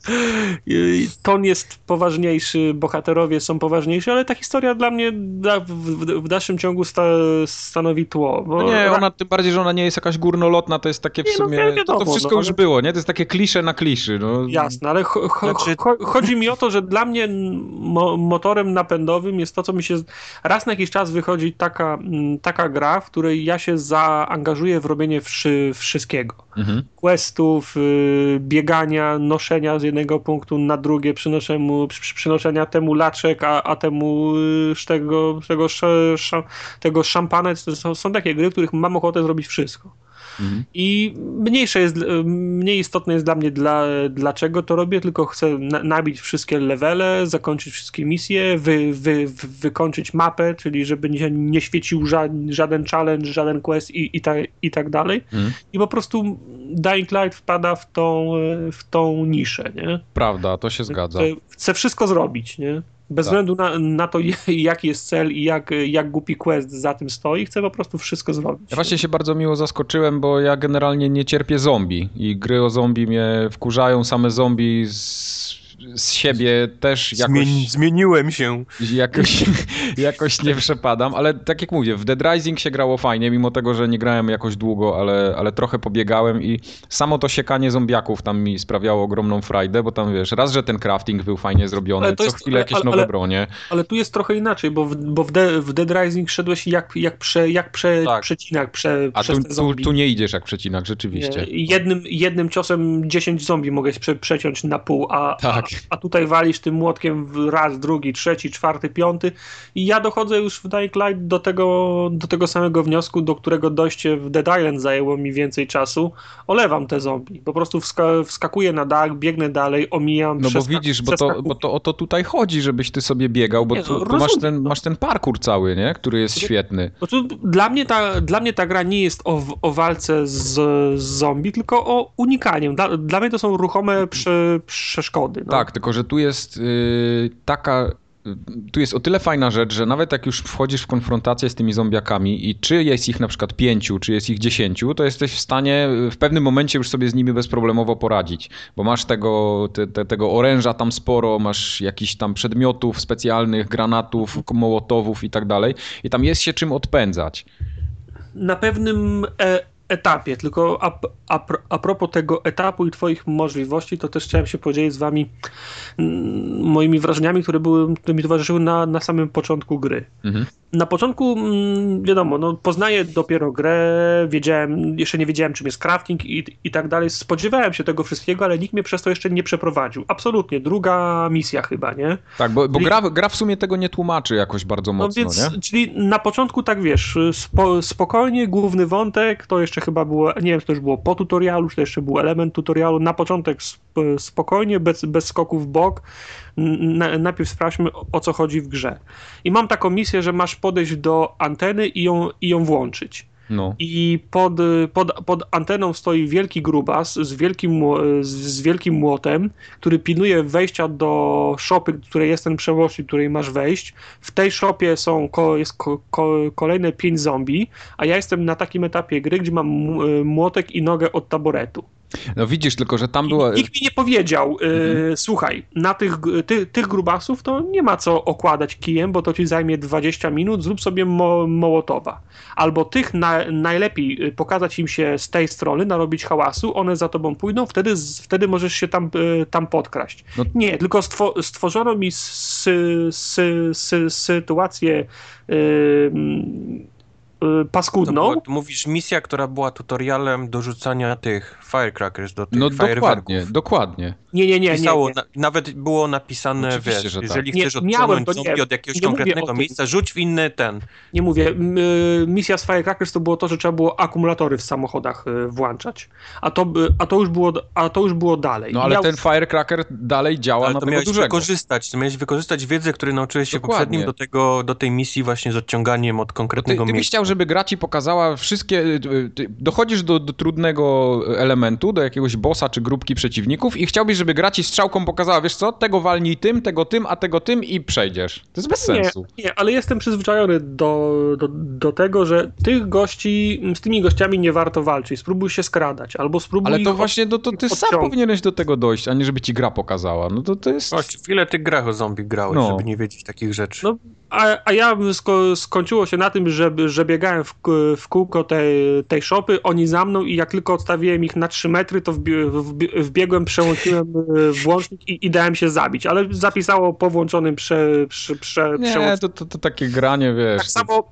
[LAUGHS]
I Ton jest poważniejszy, bohaterowie są poważniejsi, ale ta historia dla mnie da, w, w, w dalszym ciągu sta, stanowi tło. Bo
No nie, ona tym bardziej, że ona nie jest jakaś górnolotna, to jest takie w
Nie, no,
sumie.
wiadomo,
to, to wszystko
no,
już
ale-
było, nie? To jest takie klisze na kliszy. No.
Jasne, ale cho, cho,
Znaczy-
cho, chodzi mi o to, że dla mnie mo, motorem napędowym jest to, co mi się. Raz na jakiś czas wychodzi taka, mm, taka gra, w której ja się zaangażuję w robienie wszy, wszystkiego.
Mhm.
Questów, y, biegania, noszenia z jednego punktu na drugie, przynoszemu, przy, przynoszenia temu laczek, a, a temu y, z tego, z tego, sz, sz, tego szampana. To Są, są takie gry, w których mam ochotę zrobić wszystko.
Mhm.
I mniejsze jest, mniej istotne jest dla mnie, dla, dlaczego to robię, tylko chcę na, nabić wszystkie levele, zakończyć wszystkie misje, wy, wy, wy, wykończyć mapę, czyli żeby nie, nie świecił ża, żaden challenge, żaden quest i, i, ta, i tak dalej.
Mhm.
I po prostu Dying Light wpada w tą, e, w tą niszę, nie?
Prawda, to się zgadza.
Chcę, chcę wszystko zrobić, nie? Bez
Tak.
względu na, na to, [LAUGHS] jaki jest cel i jak, jak głupi quest za tym stoi, chcę po prostu wszystko zrobić.
Ja właśnie się bardzo miło zaskoczyłem, bo ja generalnie nie cierpię zombie i gry o zombie mnie wkurzają, same zombie z, z siebie też jakoś...
Zmieni- Zmieniłem się.
Jakoś, jakoś nie przepadam, ale tak jak mówię, w Dead Rising się grało fajnie, mimo tego, że nie grałem jakoś długo, ale, ale trochę pobiegałem i samo to siekanie zombiaków tam mi sprawiało ogromną frajdę, bo tam wiesz, raz, że ten crafting był fajnie zrobiony,
Ale
co
to jest-
chwilę jakieś
ale-
nowe
ale-
bronie.
Ale tu jest trochę inaczej, bo w, bo w, De, w Dead Rising szedłeś jak, jak, prze, jak prze,
Tak.
przecinak prze,
A
przez
tu,
te
tu,
zombie.
tu nie idziesz jak przecinak, rzeczywiście.
Nie, jednym, jednym ciosem 10 zombie mogę prze, przeciąć na pół, a,
Tak.
a, a tutaj walisz tym młotkiem w raz, drugi, trzeci, czwarty, piąty. I ja dochodzę już w Dying Light do tego, do tego samego wniosku, do którego dojście w Dead Island zajęło mi więcej czasu. Olewam te zombie. Po prostu wska, wskakuję na dach, biegnę dalej, omijam.
No bo
przeskak-
widzisz, bo to,
przeskakuję.
bo to o to tutaj chodzi, żebyś ty sobie biegał, bo
Nie,
tu, tu
rozumiem,
masz, ten,
no.
masz ten parkour cały, nie? Który jest świetny.
Bo tu dla, mnie ta, dla mnie ta gra nie jest o, o walce z, z zombie, tylko o unikaniu. Dla, dla mnie to są ruchome prze, przeszkody. No.
Tak, tylko że tu jest y, taka. y, Tu jest o tyle fajna rzecz, że nawet jak już wchodzisz w konfrontację z tymi zombiakami i czy jest ich na przykład pięciu, czy jest ich dziesięciu, to jesteś w stanie y, w pewnym momencie już sobie z nimi bezproblemowo poradzić, bo masz tego, te, te, tego oręża tam sporo, masz jakichś tam przedmiotów specjalnych, granatów, mołotowów i tak dalej i tam jest się czym odpędzać.
Na pewnym e, etapie, tylko a, a, a propos tego etapu i Twoich możliwości, to też chciałem się podzielić z Wami mm, moimi wrażeniami, które, były, które mi towarzyszyły na, na samym początku gry.
Mhm.
Na początku, mm, wiadomo, no, poznaję dopiero grę, wiedziałem, jeszcze nie wiedziałem, czym jest crafting i, i tak dalej. Spodziewałem się tego wszystkiego, ale nikt mnie przez to jeszcze nie przeprowadził. Absolutnie, druga misja chyba, nie?
Tak, bo, bo
Czyli-
gra, gra w sumie tego nie tłumaczy jakoś bardzo mocno,
no
nie?
więc, Czyli na początku tak wiesz, spo, spokojnie, główny wątek, to jeszcze chyba było, nie wiem, czy to już było po tutorialu, czy to jeszcze był element tutorialu, na początek sp, spokojnie, bez, bez skoków w bok, N- na, najpierw sprawdźmy o- o co chodzi w grze. I mam taką misję, że masz podejść do anteny i ją, i ją włączyć
No.
i pod, pod, pod anteną stoi wielki grubas z wielkim, mł- z, z wielkim młotem, który pilnuje wejścia do szopy, do której jest ten przewoźnik, do której masz wejść. W tej szopie są ko, jest ko, ko, kolejne pięć zombie, a ja jestem na takim etapie gry, gdzie mam m- młotek i nogę od taboretu.
no widzisz, tylko że tam była...
I Nikt mi nie powiedział, e,
Mhm.
słuchaj, na tych, g- ty, tych grubasów to nie ma co okładać kijem, bo to ci zajmie 20 minut, zrób sobie mo, mołotowa. Albo tych na, najlepiej y, pokazać im się z tej strony, narobić hałasu, one za tobą pójdą, wtedy, z- wtedy możesz się tam, y, tam podkraść.
No-
Nie, tylko stwo, stworzono mi sy, sy, sy, sytuację y, mm, y,
No To
paskudną.
była- mówisz misja, która była tutorialem do rzucania tych firecrackers, do tych
No dokładnie,
fajerwerków.
dokładnie.
Nie, nie, nie. nie,
Pisało,
nie.
na, nawet było napisane,
Oczywiście,
wiesz,
że tak.
jeżeli
Nie,
chcesz
miałem,
odsunąć
to nie-
zombie od jakiegoś
nie mówię o
konkretnego
tym.
miejsca, rzuć w inny ten.
Nie mówię, m, y, misja z Firecrackers to było to, że trzeba było akumulatory w samochodach y, włączać. A to, by- a to, już, było, a to już było dalej.
No ale
Ja-
ten firecracker dalej działa
Ale
na
to
tego
miałeś
dużego.
wykorzystać, to miałeś wykorzystać wiedzę, której nauczyłeś się
Dokładnie.
poprzednim do, tego, do tej misji właśnie z odciąganiem od
Ty,
konkretnego
ty byś
miejsca.
chciał, żeby gra ci pokazała wszystkie... y, Ty dochodzisz do, do trudnego y, elementu, do jakiegoś bossa czy grupki przeciwników i chciałbyś, żeby gra ci strzałką pokazała, wiesz co, tego walnij tym, tego tym, a tego tym i przejdziesz. To jest bez sensu.
Nie, nie, ale jestem przyzwyczajony do, do, do tego, że tych gości, z tymi gościami nie warto walczyć. Spróbuj się skradać, albo spróbuj.
Ale to
ich-
właśnie no, to ty sam
odciągnąć.
powinieneś do tego dojść, a nie żeby ci gra pokazała. No to, to jest...
Gościu, w ile ty grach o zombie grałeś,
No.
żeby nie wiedzieć takich rzeczy?
No, A, a ja sko, skończyło się na tym, że, że biegałem w, k- w kółko tej, tej szopy, oni za mną i jak tylko odstawiłem ich na 3 metry, to wbi- wbi- wbiegłem, przełączyłem y, włącznik i, i dałem się zabić, ale zapisało po włączonym prze, prze, prze,
Nie,
przełączniku.
to, to, to takie granie, wiesz...
Tak samo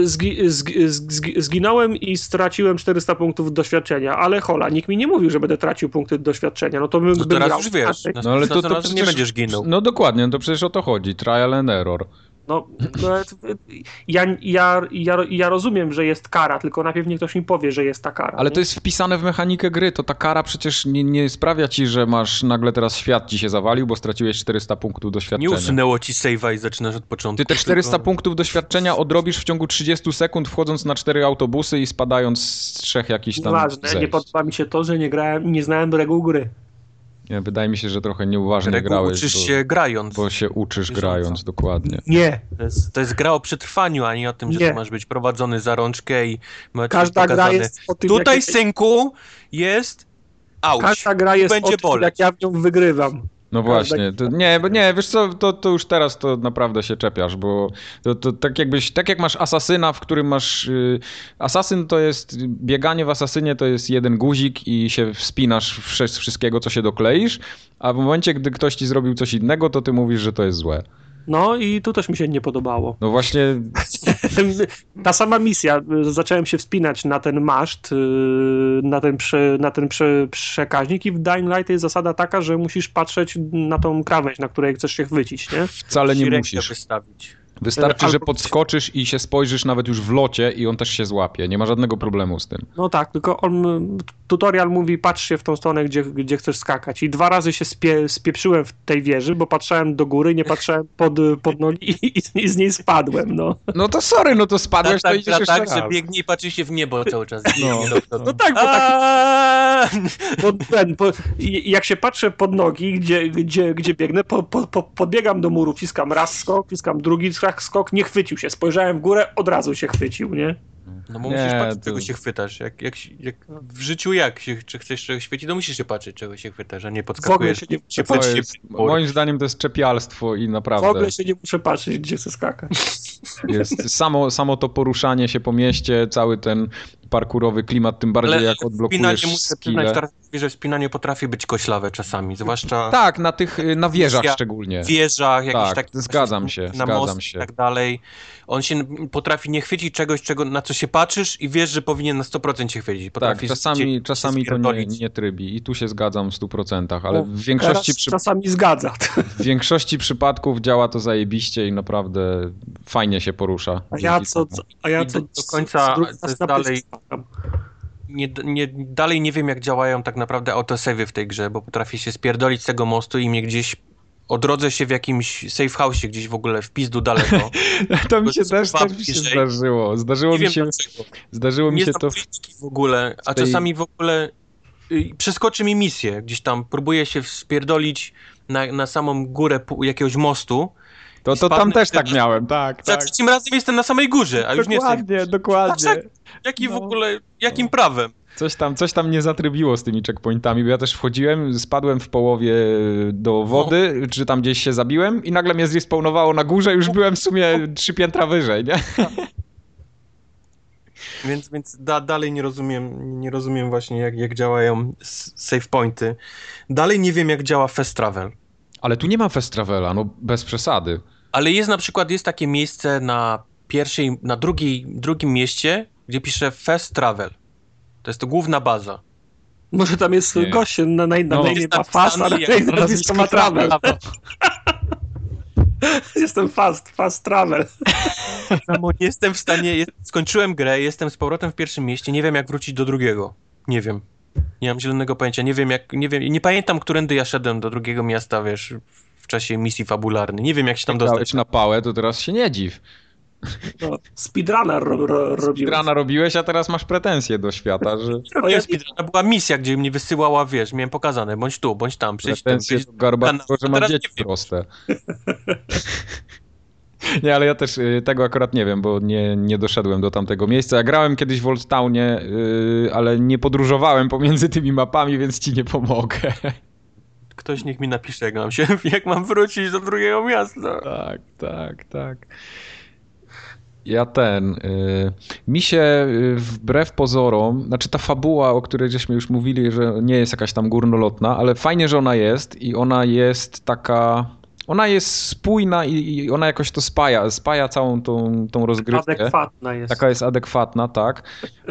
y, zgi, zgi, zgi, zginąłem i straciłem 400 punktów doświadczenia, ale hola, nikt mi nie mówił, że będę tracił punkty doświadczenia, no to bym,
No
bym
teraz
grał
już wiesz,
inaczej.
No ale to, to,
razem
przecież...
nie będziesz ginął.
No dokładnie, to przecież o to chodzi. Trial and error.
No, no, ale to- ja, ja, ja, ja rozumiem, że jest kara, tylko najpierw niech ktoś mi powie, że jest ta kara.
Ale
nie?
to
Tak.
jest wpisane w mechanikę gry, to ta kara przecież nie, nie sprawia ci, że masz nagle teraz świat ci się zawalił, bo straciłeś 400 punktów
Nie
doświadczenia.
usunęło ci save'a i zaczynasz od początku.
Ty te 400
tylko-
punktów doświadczenia odrobisz w ciągu 30 sekund, wchodząc na cztery autobusy i spadając z trzech jakichś tam
Nieważne, nie
zejść.
podoba mi się to, że nie grałem, nie znałem reguł gry.
Nie, Wydaje mi się, że trochę nieuważnie
Reguł
grałeś,
uczysz
bo,
się grając.
bo się uczysz
Bieżąco.
grając, dokładnie.
Nie.
To jest, to jest gra o przetrwaniu, a nie o tym, że
Nie.
ty masz być prowadzony za rączkę i masz
Każda
pokazane.
gra jest o tym,
Tutaj,
jak,
synku, jest auć.
każda gra jest
będzie
o tym,
boleć.
jak ja w nią wygrywam.
No
Każda
właśnie, to,
gitara.
nie, bo nie, wiesz co, to, to już teraz to naprawdę się czepiasz, bo to, to tak jakbyś, tak jak masz asasyna, w którym masz, y, asasyn to jest, bieganie w asasynie to jest jeden guzik i się wspinasz wsze- z wszystkiego, co się dokleisz, a w momencie, gdy ktoś ci zrobił coś innego, to ty mówisz, że to jest złe.
No i tu też mi się nie podobało. [LAUGHS]
No właśnie,
Ta sama misja, y, zacząłem się wspinać na ten maszt, yy, na ten, prze, na ten prze, przekaźnik i w Dying Light jest zasada taka, że musisz patrzeć na tą krawędź, na której chcesz się chwycić, nie?
wcale
Ci
nie
rękę
musisz.
wystawić.
Wystarczy, że
albo-
podskoczysz i się spojrzysz nawet już w locie i on też się złapie, nie ma żadnego problemu z tym.
No tak, tylko on, tutorial mówi, patrz się w tą stronę, gdzie, gdzie chcesz skakać. I dwa razy się spie, spieprzyłem w tej wieży, bo patrzałem do góry, nie patrzyłem pod, pod nogi i, i, i z niej spadłem, no.
No to sorry, no to spadłeś, to
Tak,
idziesz
tak,
jeszcze
tak, że
raz.
biegnie i patrzy się w niebo cały czas.
No.
Biegnie do przodu.
[LAUGHS] No tak, bo tak,
Aaaa!
bo ten, bo, i- jak się patrzę pod nogi, gdzie, gdzie, gdzie biegnę, po, po, po, podbiegam do muru, fiskam raz skok, fiskam drugi skok, skok, nie chwycił się. Spojrzałem w górę, od razu się chwycił, nie?
No bo
Nie,
musisz patrzeć,
to-
czego się chwytasz. Jak, jak, jak w życiu jak się, czy chcesz czegoś chwycić, to musisz się patrzeć, czego się chwytasz, a nie
W ogóle
podskakujesz.
się nie muszę
się
To
Patrzcie,
patrzeć.
jest,
por-
moim zdaniem to jest czepialstwo i
W
naprawdę
ogóle się nie muszę patrzeć, gdzie chcę skakać.
jest samo, samo to poruszanie się po mieście, cały ten parkurowy klimat, tym bardziej jak odblokujesz
wspinanie muszę przyznać,
skille.
Tarkowi, że wspinanie potrafi być koślawe czasami, zwłaszcza
Tak, na tych, y, na wieżach
Ja-
szczegół
w wieżach, jakichś
Tak,
takich
zgadzam
właśnie
się,
na
zgadzam
most
się.
i tak dalej. On się n- potrafi nie chwycić czegoś, czego, na co się patrzysz i wiesz, że powinien na 100% się chwycić.
Tak,
Potrafi
czasami,
się-
czasami
się
to nie,
spierdolić.
nie trybi i tu się zgadzam w 100%, ale
No,
w,
Teraz
większości przy,
czasami zgadza.
w większości przypadków działa to zajebiście i naprawdę fajnie się porusza.
A ja
dzięki
co,
temu.
co a ja
I
co
do końca
drugi
to
raz
jest
na
dalej-
pysk skakam.
nie, nie, dalej nie wiem, jak działają tak naprawdę autosavey w tej grze, bo potrafię się spierdolić z tego mostu i mnie gdzieś odrodzę się w jakimś safe house, gdzieś w ogóle w pizdu
[LAUGHS]
daleko.
To mi się
Dwa
też, też mi się
bliżej.
zdarzyło. Zdarzyło
Nie
mi
wiem
się,
dlaczego.
zdarzyło mi
Nie
się
znam
to w
polityki w ogóle, a
w tej-
czasami w ogóle y, przeskoczy mi misję gdzieś tam. Próbuję się spierdolić na, na samą górę pu- jakiegoś mostu.
To, to tam
spadnę
też
wtedy.
tak miałem, tak,
Za
tak.
trzecim razem jestem na samej górze, a już nie jestem.
Dokładnie, dokładnie.
Tak, Jaki w
No.
ogóle, jakim prawem?
Coś tam, coś tam nie zatrybiło z tymi checkpointami, bo ja też wchodziłem, spadłem w połowie e, do wody, czy tam gdzieś się zabiłem i nagle mnie zrespawnowało na górze, już byłem w sumie trzy piętra wyżej, nie?
Więc, więc da, dalej nie rozumiem, nie rozumiem właśnie jak, jak działają s- save pointy. Dalej nie wiem jak działa fast travel.
Ale tu nie ma fast travela, no bez przesady.
Ale jest na przykład, jest takie miejsce na pierwszej, na drugiej, drugim mieście, gdzie pisze fast travel. To jest to główna baza.
Może tam jest
Nie.
gość na, na, na
No.
no, imię
Jest
ma
napisane
No, Fast, a na
jak
[LAUGHS] tej nazwisko ma Travel. Jestem Fast, Fast Travel.
Samo nie jestem w stanie, jest, skończyłem grę, jestem z powrotem w pierwszym mieście, nie wiem jak wrócić do drugiego. Nie wiem. Nie mam zielonego pojęcia, nie wiem jak, nie wiem, nie pamiętam, którędy ja szedłem do drugiego miasta, wiesz, w czasie misji fabularnej. Nie wiem jak się tam dostać.
Dałeś na pałę, to teraz się nie dziw.
No, speedrunner ro, ro, robił.
Grana robiłeś, a teraz masz pretensje do świata, że
To No, jest
No To była misja, gdzie mnie wysyłała, wiesz, miałem pokazane, bądź tu, bądź tam, przyjdź tam,
pretensje
przyjdź
do Garbatko, że ma
Teraz nie
dzieci
wiem.
proste. [LAUGHS] Nie, ale ja też y, tego akurat nie wiem, bo nie, nie doszedłem do tamtego miejsca. Ja grałem kiedyś w Old Townie, y, ale nie podróżowałem pomiędzy tymi mapami, więc ci nie pomogę.
Ktoś niech mi napisze, jak mam się, [LAUGHS] jak mam wrócić do drugiego miasta.
Tak, tak, tak. Ja ten. Y, mi się y, wbrew pozorom, znaczy ta fabuła, o której żeśmy już mówili, że nie jest jakaś tam górnolotna, ale fajnie, że ona jest i ona jest taka. Ona jest spójna i, i ona jakoś to spaja, spaja całą tą, tą rozgrywkę.
adekwatna jest.
Taka jest adekwatna, tak.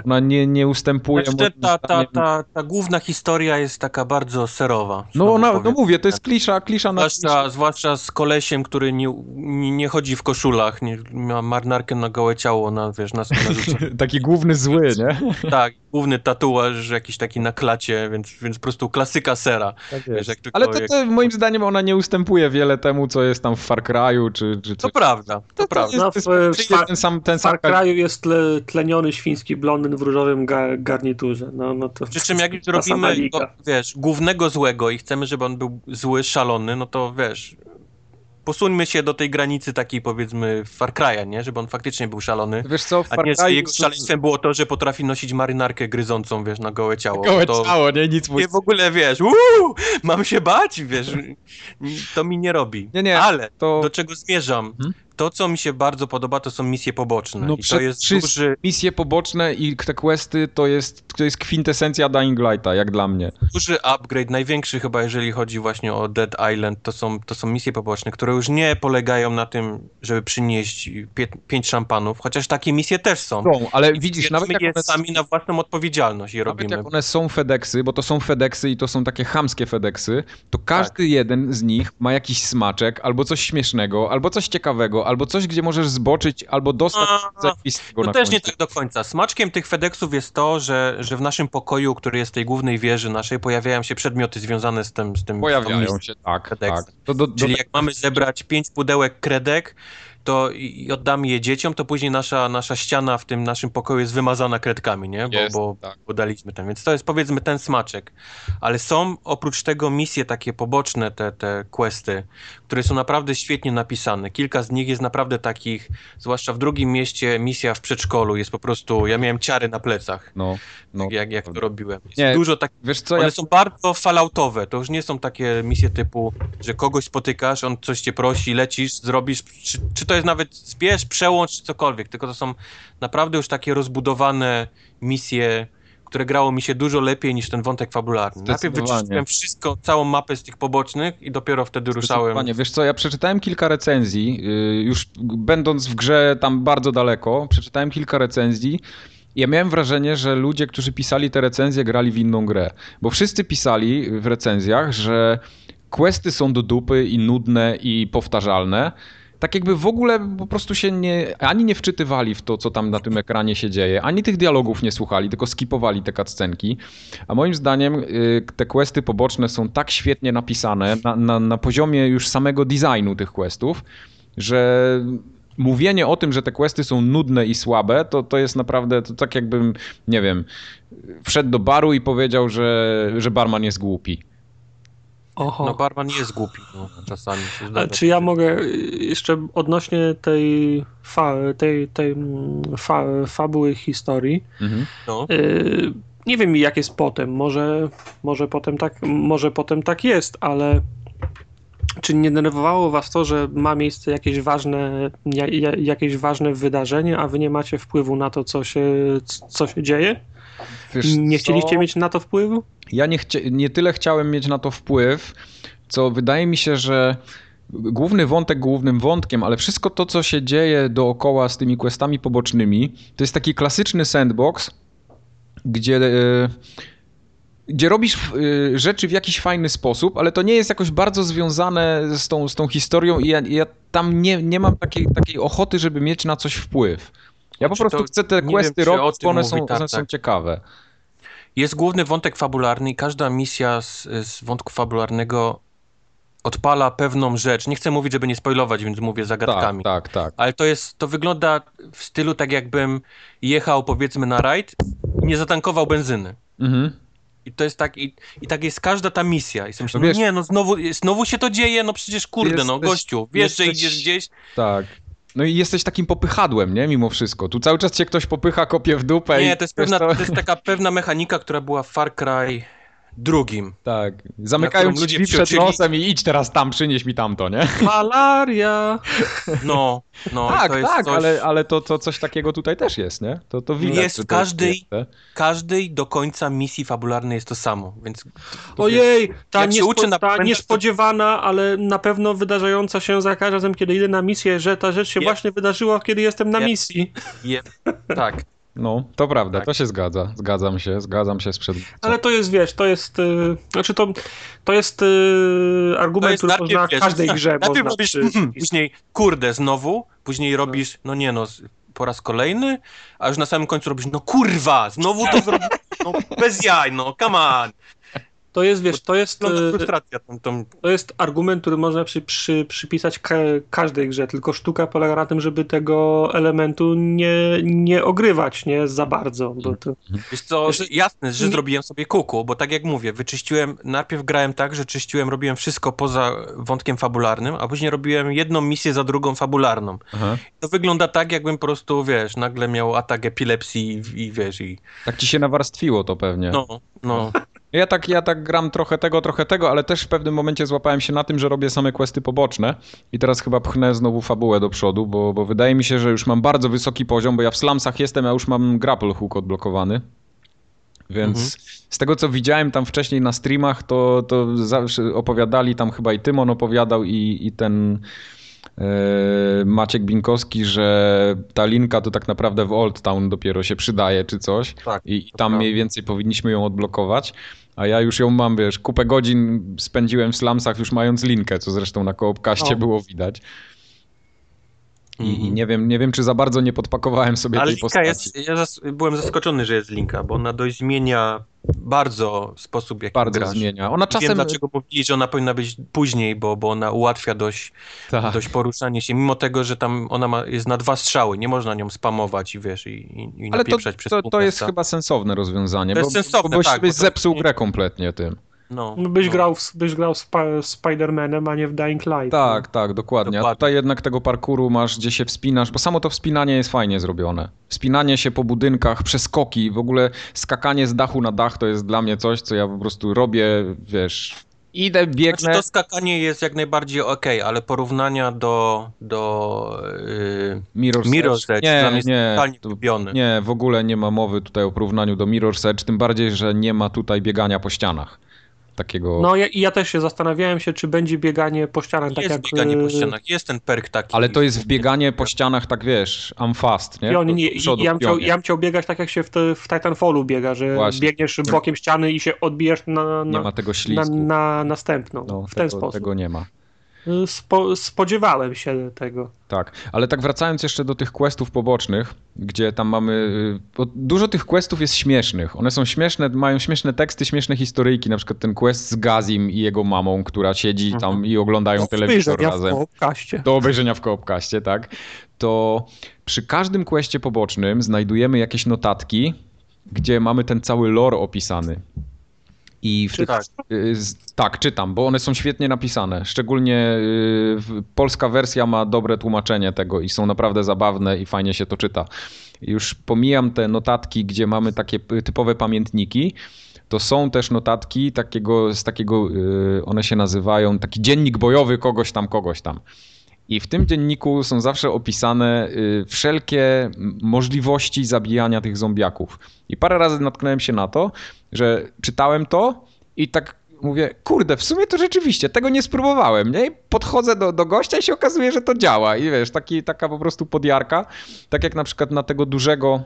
Ona nie, nie ustępuje.
Znaczy, te-
moim
ta, ta,
zdaniem.
ta, ta główna historia jest taka bardzo serowa.
No,
znowu
ona, no
powiem.
mówię, to jest klisza, klisza na kliszę.
Zwłaszcza, zwłaszcza z kolesiem, który nie, nie, nie chodzi w koszulach, nie, ma marynarkę na gołe ciało, na, wiesz, na, na
[LAUGHS]
rzucie.
Taki główny zły, nie?
Tak, główny tatuaż jakiś taki na klacie, więc, więc po prostu klasyka sera. Wiesz, jak tylko,
Ale to,
jak-
to moim zdaniem ona nie ustępuje wiele temu, co jest tam w Far Cry'u, czy, czy
To
coś.
prawda, to, prawda.
No,
jest,
w-
to jest
w Far-
ten sam, ten
W
sam
Far Cry'u jest tle, tleniony świński blondyn w różowym ga, garniturze. No, no to
Przy czym jak już
ta sama
robimy,
liga.
go, wiesz, głównego złego i chcemy, żeby on był zły, szalony, no to wiesz, posuńmy się do tej granicy takiej powiedzmy Far Cry'a, nie? Żeby on faktycznie był szalony.
Wiesz co, w
A
Far
nie, że
Cry'u
jego szaleństwem było to, że potrafi nosić marynarkę gryzącą, wiesz, na gołe ciało.
Gołe
to
ciało, nie? Nic mu...
Nie w ogóle, wiesz, uuu, mam się bać, wiesz, to mi nie robi.
Nie, nie.
Ale
To
do czego zmierzam?
Hmm?
To, co mi się bardzo podoba, to są misje poboczne.
No
I to
przed-
jest
przy-
duży,
misje poboczne i te questy to jest, to jest kwintesencja Dying Light'a, jak dla mnie.
duży upgrade, największy chyba, jeżeli chodzi właśnie o Dead Island, to są, to są misje poboczne, które już nie polegają na tym, żeby przynieść pie, pięć szampanów, chociaż takie misje też są.
Są, ale No, widzisz, nawet
my
jak
je
one,
sami na własną odpowiedzialność je
nawet
robimy.
jak one są FedExy, bo to są FedExy i to są takie chamskie FedExy, to każdy jeden z nich ma jakiś smaczek, albo coś śmiesznego, albo coś ciekawego, albo coś, gdzie możesz zboczyć, albo dostać
A,
zajebistego
No
na
też
końcu.
nie tak do końca. Smaczkiem tych FedExów jest to, że, że w naszym pokoju, który jest tej głównej wieży naszej, pojawiają się przedmioty związane z tym. Z tym z tą
Pojawiają
listą.
się, tak,
FedEx.
tak. To do, do,
Czyli jak mamy zebrać pięć pudełek kredek, to i i oddamy je dzieciom, to później nasza, nasza ściana w tym naszym pokoju jest wymazana kredkami, nie? Bo,
Jest,
bo,
tak.
bo daliśmy tam. Więc to jest powiedzmy ten smaczek. Ale są oprócz tego misje takie poboczne, te, te questy, które są naprawdę świetnie napisane. Kilka z nich jest naprawdę takich, zwłaszcza w drugim mieście misja w przedszkolu jest po prostu, ja miałem ciary na plecach,
No, no.
jak, jak to robiłem. Jest
Nie,
dużo tak- takich
Wiesz co,
one
ja
są bardzo falautowe. To już nie są takie misje typu, że kogoś spotykasz, on coś cię prosi, lecisz, zrobisz. Czy, czy to jest nawet zbierz, przełącz, czy cokolwiek. Tylko to są naprawdę już takie rozbudowane misje, które grało mi się dużo lepiej niż ten wątek fabularny. Najpierw
Zdecydowanie.
wyczyściłem wszystko, całą mapę z tych pobocznych i dopiero wtedy ruszałem.
Panie, wiesz co, ja przeczytałem kilka recenzji, yy, już będąc w grze tam bardzo daleko, przeczytałem kilka recenzji. i Ja miałem wrażenie, że ludzie, którzy pisali te recenzje, grali w inną grę. Bo wszyscy pisali w recenzjach, że questy są do dupy i nudne i powtarzalne. Tak jakby w ogóle po prostu się nie, ani nie wczytywali w to, co tam na tym ekranie się dzieje, ani tych dialogów nie słuchali, tylko skipowali te cutscenki. A moim zdaniem y, te questy poboczne są tak świetnie napisane na, na, na poziomie już samego designu tych questów, że mówienie o tym, że te questy są nudne i słabe, to, to jest naprawdę to tak jakbym, nie wiem, wszedł do baru i powiedział, że, że barman jest głupi.
Oho.
No barman jest głupi no, czasami. się
A
zdarza.
czy ja mogę y, jeszcze odnośnie tej, fa, tej, tej mm, fa, fabuły historii?
Mhm.
No.
y, nie wiem jak jest potem, może, może, potem tak, może potem tak jest, ale czy nie denerwowało was to, że ma miejsce jakieś ważne, ja- ja- jakieś ważne wydarzenie, a wy nie macie wpływu na to, co się, c- co się dzieje?
Wiesz
Nie
co?
chcieliście mieć na to wpływu?
Ja nie, chcia- nie tyle chciałem mieć na to wpływ, co wydaje mi się, że główny wątek głównym wątkiem, ale wszystko to, co się dzieje dookoła z tymi questami pobocznymi, to jest taki klasyczny sandbox, gdzie, e, gdzie robisz e, rzeczy w jakiś fajny sposób, ale to nie jest jakoś bardzo związane z tą, z tą historią i ja, ja tam nie, nie mam takiej, takiej ochoty, żeby mieć na coś wpływ. Ja po
Znaczy,
prostu
to
chcę te
nie wiem,
questy
czy o
robić,
tym
bo one
mówi
są, one są
Tartak.
ciekawe.
Jest główny wątek fabularny i każda misja z, z wątku fabularnego odpala pewną rzecz. Nie chcę mówić, żeby nie spoilować, więc mówię zagadkami.
Tak, tak, tak.
Ale to jest, to wygląda w stylu tak jakbym jechał powiedzmy na rajd i nie zatankował benzyny.
Mhm.
I to jest tak, i, i tak jest każda ta misja. I sobie myślę,
No wiesz-
no nie, no znowu, znowu się to dzieje, no przecież kurde, no
Jesteś-
gościu, wiesz, że
jesteś-
idziesz gdzieś.
Tak. No i jesteś takim popychadłem, nie? Mimo wszystko. Tu cały czas cię ktoś popycha, kopie w dupę
Nie,
i...
to jest,
wiesz
pewna,
co?
to jest taka pewna mechanika, która była w Far Cry drugim.
Tak. Zamykają
na którą
ci
ludzie
drzwi przed
wsiączyli.
nosem i idź teraz tam, przynieś mi tamto, nie?
Malaria!
No, no, i
tak,
to jest
tak,
coś...
ale, ale to, to coś takiego tutaj też jest, nie? To, to widać.
Jest
że
w
to
każdej-
jest
każdej do końca misji fabularnej jest to samo, więc to wiesz,
Ojej, ta,
jak się uczy
niespo,
na
ta
pamięć, to-
niespodziewana, ale na pewno wydarzająca się za każdym razem, kiedy idę na misję, że ta rzecz się
Ja-
właśnie wydarzyła, kiedy jestem na
Ja-
misji.
je, tak,
No, to prawda,
Tak.
to się zgadza. Zgadzam się, zgadzam się z przedmówcą.
Ale to jest, wiesz, to jest, y, znaczy to, to jest y,
To
argument,
jest
który można w
najpierw,
każdej
wiesz,
grze
najpierw
można
robisz
przy-
hmm, później kurde znowu, później robisz no nie no, z- po raz kolejny, a już na samym końcu robisz no kurwa, znowu to zrobisz, no bez jaj, no come on.
To jest, wiesz, to jest,
No,
y,
frustracja tam, tam
to jest argument, który można przy, przy, przypisać ka każdej grze, tylko sztuka polega na tym, żeby tego elementu nie, nie ogrywać, nie, za bardzo, bo to...
Wiesz co,
Wiesz,
jasne, że
nie-
zrobiłem sobie kuku, bo tak jak mówię, wyczyściłem, najpierw grałem tak, że czyściłem, robiłem wszystko poza wątkiem fabularnym, a później robiłem jedną misję za drugą fabularną.
Aha.
To wygląda tak, jakbym po prostu, wiesz, nagle miał atak epilepsji i, i wiesz, i
Tak ci się nawarstwiło to pewnie.
no, no.
Ja tak, ja tak gram trochę tego, trochę tego, ale też w pewnym momencie złapałem się na tym, że robię same questy poboczne i teraz chyba pchnę znowu fabułę do przodu, bo, bo wydaje mi się, że już mam bardzo wysoki poziom, bo ja w slumsach jestem, a już mam grapple hook odblokowany. Więc
Mhm.
z tego, co widziałem tam wcześniej na streamach, to, to zawsze opowiadali, tam chyba i Tymon opowiadał i, i ten... e, Maciek Binkowski, że ta linka to tak naprawdę w Old Town dopiero się przydaje czy coś.
Tak,
I, i tam
to prawda.
mniej więcej powinniśmy ją odblokować. A ja już ją mam, wiesz, kupę godzin spędziłem w slumsach już mając linkę, co zresztą na koopkaście
O.
było widać. I, I nie wiem, nie wiem, czy za bardzo nie podpakowałem sobie
Mhm. Ale
tej
Linka
postaci.
jest, ja zas, byłem zaskoczony, że jest Linka, bo ona dość zmienia bardzo sposób, jaki
Bardzo
grasz.
zmienia. Ona
Wiem,
czasem...
dlaczego mówili, że ona powinna być później, bo, bo ona ułatwia dość,
Tak.
dość poruszanie się, mimo tego, że tam ona ma, jest na dwa strzały, nie można nią spamować i wiesz, i, i, i
Ale to,
napieprzać przez
to,
pół
to jest
miasta.
chyba sensowne rozwiązanie,
To
bo,
jest sensowne,
bo, bo
tak,
byś
bo to-
zepsuł grę kompletnie tym.
No,
Byś
no.
grał, w- byś grał w Spa- w Spider-Manem, a nie w Dying Light. no.
Tak, tak, dokładnie. A
Dokładnie.
tutaj jednak tego parkuru masz, gdzie się wspinasz, bo samo to wspinanie jest fajnie zrobione. Wspinanie się po budynkach, przeskoki, w ogóle skakanie z dachu na dach to jest dla mnie coś, co ja po prostu robię, wiesz, idę, biegnę.
Znaczy to skakanie jest jak najbardziej okej, ale porównania do, do yy,
Mirror's
Mirror's Edge
Nie,
dla mnie jest
nie,
totalnie
to-
gubiony.
Nie, w ogóle nie ma mowy tutaj o porównaniu do Mirror's Edge, tym bardziej, że nie ma tutaj biegania po ścianach. Takiego...
No ja, i ja też się zastanawiałem się, czy będzie bieganie po ścianach, tak
jest
jak
bieganie
e,
po ścianach, jest ten perk taki.
Ale to jest wbieganie po ścianach, tak wiesz, I'm fast, nie?
Pion,
Do
nie,
przodu
ja,
w
bym chciał,
pionie.
ja bym chciał biegać tak jak się w, te, w Titanfallu biega, że
Właśnie.
biegniesz bokiem ściany i się odbijasz na,
Nie
na,
ma tego ślizgu.
na, na następną.
No,
w ten
tego,
sposób.
Tego nie ma.
Y, Spo, spodziewałem się tego.
Tak, ale tak wracając jeszcze do tych questów pobocznych, gdzie tam mamy. y, Bo dużo tych questów jest śmiesznych. One są śmieszne, mają śmieszne teksty, śmieszne historyjki. Na przykład ten quest z Gazim i jego mamą, która siedzi
Mhm.
tam i oglądają telewizor
Obejrzenia w
razem.
podcaście.
Do obejrzenia w koopkaście, tak? To przy każdym questie pobocznym znajdujemy jakieś notatki, gdzie mamy ten cały lore opisany. I w tych
tak.
Y, z- Tak, czytam, bo one są świetnie napisane. Szczególnie y, w- polska wersja ma dobre tłumaczenie tego i są naprawdę zabawne i fajnie się to czyta. Już pomijam te notatki, gdzie mamy takie p- typowe pamiętniki. To są też notatki takiego, z takiego, y, one się nazywają, taki dziennik bojowy kogoś tam, kogoś tam. I w tym dzienniku są zawsze opisane y, wszelkie m- możliwości zabijania tych zombiaków. I parę razy natknąłem się na to, że czytałem to i tak mówię, kurde, w sumie to rzeczywiście, tego nie spróbowałem, nie? I podchodzę do, do gościa i się okazuje, że to działa. I wiesz, taki, taka po prostu podjarka, tak jak na przykład na tego dużego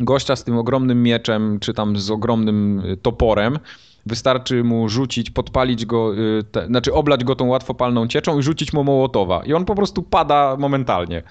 gościa z tym ogromnym mieczem, czy tam z ogromnym y, toporem, Wystarczy mu rzucić, podpalić go, y, te, znaczy oblać go tą łatwopalną cieczą i rzucić mu mołotowa. I on po prostu pada momentalnie.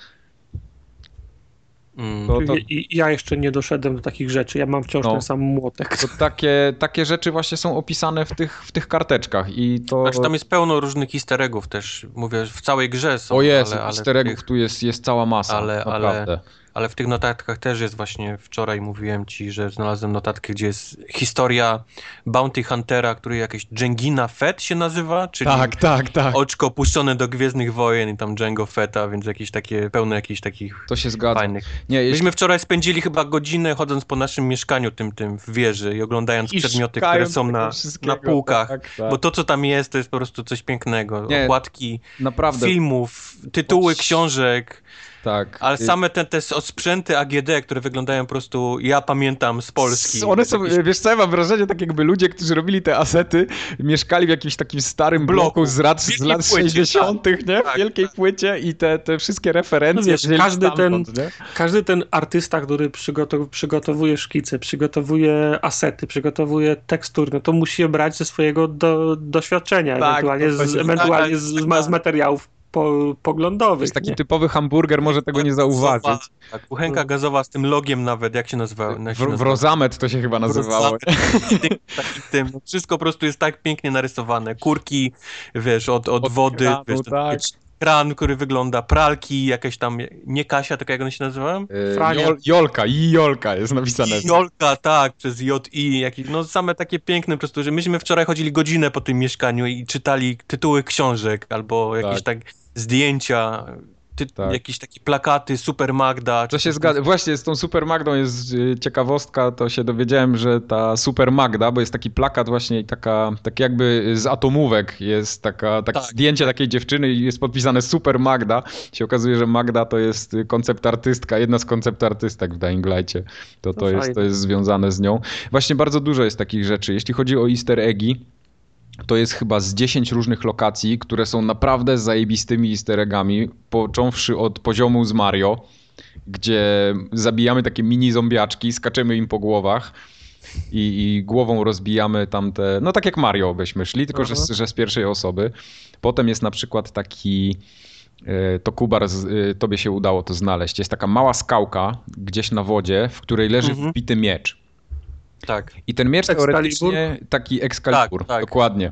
Mm.
No To, to,
I, i ja jeszcze nie doszedłem do takich rzeczy. Ja mam wciąż
No.
ten sam młotek.
to takie, takie rzeczy właśnie są opisane w tych, w tych karteczkach. I to.
Znaczy tam jest pełno różnych easter eggów też, mówię, w całej grze są,
o jest,
ale, ale,
easter
w
eggów
tych,
tu jest, jest cała masa.
ale- ale-
naprawdę.
ale w tych notatkach też jest właśnie, wczoraj mówiłem ci, że znalazłem notatkę, gdzie jest historia Bounty Huntera, który jakiś Dżengina Fett się nazywa, czyli
tak, tak.
oczko puszczone do Gwiezdnych Wojen i tam Django Feta, więc jakieś takie, pełno jakichś takich
To się zgadza.
fajnych.
Nie, jeśli
Myśmy wczoraj spędzili chyba godzinę chodząc po naszym mieszkaniu tym, tym w wieży i oglądając
I
przedmioty,
szukają
które są
tego
na,
wszystkiego,
na półkach.
tak, tak.
Bo to, co tam jest, to jest po prostu coś pięknego.
Nie,
Okładki,
naprawdę
filmów, tytuły
Choć-
książek,
tak.
ale
Y,
same te, te sprzęty AGD, które wyglądają po prostu, ja pamiętam z Polski.
S- One są, e,
Jakieś-
wiesz co, ja mam wrażenie, tak jakby ludzie, którzy robili te asety, mieszkali w jakimś takim starym bloku,
Bloku.
z, lat, z
Wielkiej
lat
płycie,
60., nie?
Tak,
w wielkiej płycie i te, te wszystkie referencje.
No wiesz,
wzięli
każdy
stamtąd, nie?
Każdy ten artysta, który przygotow- przygotowuje szkice, przygotowuje asety, przygotowuje tekstury, no to musi je brać ze swojego do- doświadczenia,
Tak,
ewentualnie,
to- to
z,
się
ewentualnie
zgadza,
z,
tak,
z, ma- z
tak.
materiałów po-
To
poglądowych.
jest taki
nie?
typowy hamburger, może tego nie zauważyć.
Gazowa, Tak, kuchenka gazowa z tym logiem nawet, jak się nazywa? Jak się
W, w
nazywa?
Rozamet to się chyba nazywało.
Z tym, takim tym. no, Wszystko po prostu jest tak pięknie narysowane. Kurki, wiesz, od, od,
Od
wody,
kranu,
wiesz, ten
tak.
kran, który wygląda, pralki, jakieś tam, nie Kasia, tak jak one się nazywają?
Y,
Frania.
Jol, Jolka, i Jolka jest napisane.
Jolka, tak, przez JI, jakieś, no same takie piękne po prostu, że myśmy wczoraj chodzili godzinę po tym mieszkaniu i czytali tytuły książek albo jakieś tak, zdjęcia, ty,
Tak.
jakieś takie plakaty, Super Magda.
To
czy
się
coś
zgadza. Właśnie z tą Super Magdą jest y, ciekawostka, to się dowiedziałem, że ta Super Magda, bo jest taki plakat właśnie i taka, tak jakby z atomówek jest taka, tak,
Tak.
zdjęcie takiej dziewczyny i jest podpisane Super Magda. Się okazuje, że Magda to jest y, koncept artystka, jedna z koncept artystek w Dying Light'cie. To, to,
To
jest,
fajne.
to jest związane z nią. Właśnie bardzo dużo jest takich rzeczy. Jeśli chodzi o easter eggi, to jest chyba z 10 różnych lokacji, które są naprawdę zajebistymi easter eggami, począwszy od poziomu z Mario, gdzie zabijamy takie mini zombiaczki, skaczemy im po głowach i, i głową rozbijamy tamte, no tak jak Mario byśmy szli, tylko że, z- że z pierwszej osoby. Potem jest na przykład taki to Kubar, z- y, tobie się udało to znaleźć. Jest taka mała skałka gdzieś na wodzie, w której leży
Mhm.
wbity miecz.
Tak.
I ten miecz
Excalibur?
teoretycznie, taki Excalibur,
Tak, tak.
dokładnie.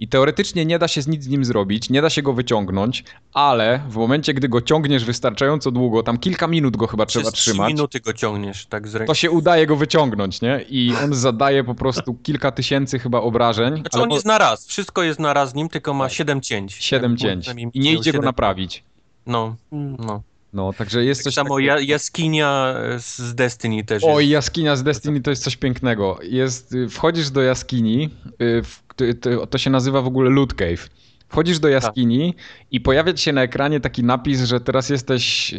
I teoretycznie nie da się z nic z nim zrobić, nie da się go wyciągnąć, ale w momencie, gdy go ciągniesz wystarczająco długo, tam kilka minut go chyba trzeba
Przez trzy
trzymać,
minuty go ciągniesz, tak z ręki.
to się udaje go wyciągnąć, nie? I on zadaje po prostu kilka tysięcy chyba obrażeń,
Znaczy
ale
on jest na raz, wszystko jest na raz nim, tylko ma 7 cięć.
siedem
Tak,
cięć.
przynajmniej
I nie
miał
idzie go
siedem-
naprawić.
No,
Mm.
no.
No, także jest
Tak
coś
samo ja, jaskinia e, z- z Destiny też jest.
Oj, jaskinia z Destiny to jest coś pięknego. Jest, y, wchodzisz do jaskini, y, w, to, to- to się nazywa w ogóle Loot Cave. Wchodzisz do jaskini i pojawia ci się na ekranie taki napis, że teraz jesteś y,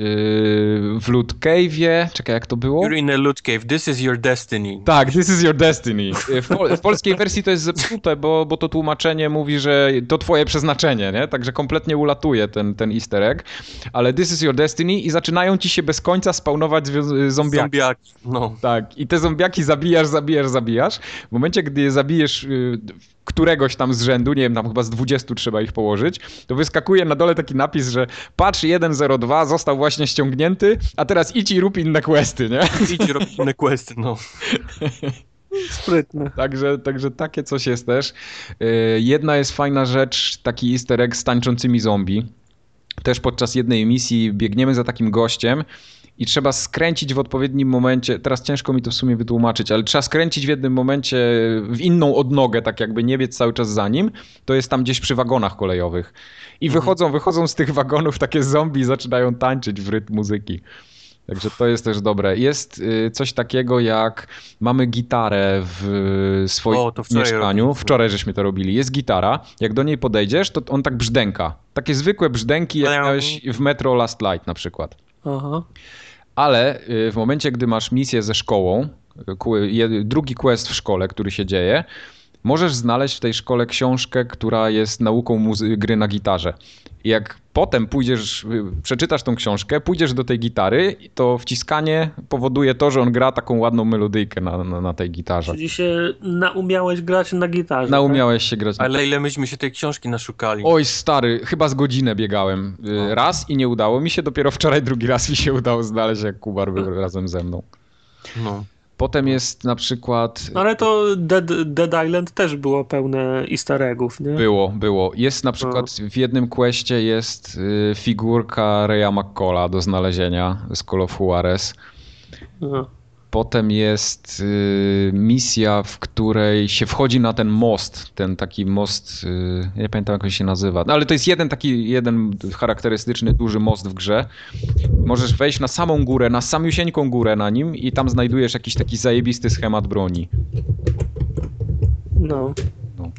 w Loot Cave'ie. Czekaj, jak to było?
You're in a loot cave, this is your destiny.
Tak, this is your destiny. Y, W, pol- w polskiej wersji to jest zepsute, bo, bo to tłumaczenie mówi, że to twoje przeznaczenie, nie? Także kompletnie ulatuje ten, ten easter egg. Ale this is your destiny i zaczynają ci się bez końca spawnować zwią- zombiaki.
Zombiaki. No.
Tak, i te zombiaki zabijasz, zabijasz, zabijasz. W momencie, gdy je zabijesz y, któregoś tam z rzędu, nie wiem, tam chyba z 20 trzeba ich położyć, to wyskakuje na dole taki napis, że patrz 102 został właśnie ściągnięty, a teraz idź i rób inne questy, nie? [LAUGHS]
Idź robić inne questy, no.
Sprytne.
Także, także takie coś jest też. Y, Jedna jest fajna rzecz, taki easter egg z tańczącymi zombie. Też podczas jednej misji biegniemy za takim gościem i trzeba skręcić w odpowiednim momencie, teraz ciężko mi to w sumie wytłumaczyć, ale trzeba skręcić w jednym momencie w inną odnogę, tak jakby nie biec cały czas za nim, to jest tam gdzieś przy wagonach kolejowych. I
Mhm.
wychodzą, wychodzą z tych wagonów takie zombie i zaczynają tańczyć w rytm muzyki. Także to jest też dobre. Jest y, coś takiego jak mamy gitarę w y, swoim
O, to wczoraj
mieszkaniu.
robiliśmy.
Wczoraj żeśmy to robili. Jest gitara. Jak do niej podejdziesz, to on tak brzdęka. Takie zwykłe brzdęki, jak
Ale-
miałeś w Metro Last Light na przykład.
Aha.
Ale y, w momencie, gdy masz misję ze szkołą, y, ku- je- drugi quest w szkole, który się dzieje, możesz znaleźć w tej szkole książkę, która jest nauką muzy- gry na gitarze. I Jak potem pójdziesz, y, przeczytasz tą książkę, pójdziesz do tej gitary, to wciskanie powoduje to, że on gra taką ładną melodyjkę na, na, na tej gitarze.
Czyli się naumiałeś grać na gitarze. tak?
Naumiałeś się grać. na-
Ale ile myśmy się tej książki naszukali.
Oj, stary, chyba z godzinę biegałem y,
No.
raz i nie udało mi się, dopiero wczoraj drugi raz mi się udało znaleźć, jak Kubar był razem ze mną.
No.
Potem jest na przykład...
Tak? Ale to Dead, Dead Island też było pełne easter eggów, nie?
Było, było. Jest na przykład
No.
w jednym questie jest y, figurka Reya McColla do znalezienia z Call of Juarez.
No.
Potem jest y, misja, w której się wchodzi na ten most, ten taki most, y, nie pamiętam jak on się nazywa, no, ale to jest jeden taki, jeden charakterystyczny duży most w grze. Możesz wejść na samą górę, na samiusieńką górę na nim i tam znajdujesz jakiś taki zajebisty schemat broni.
no.
No.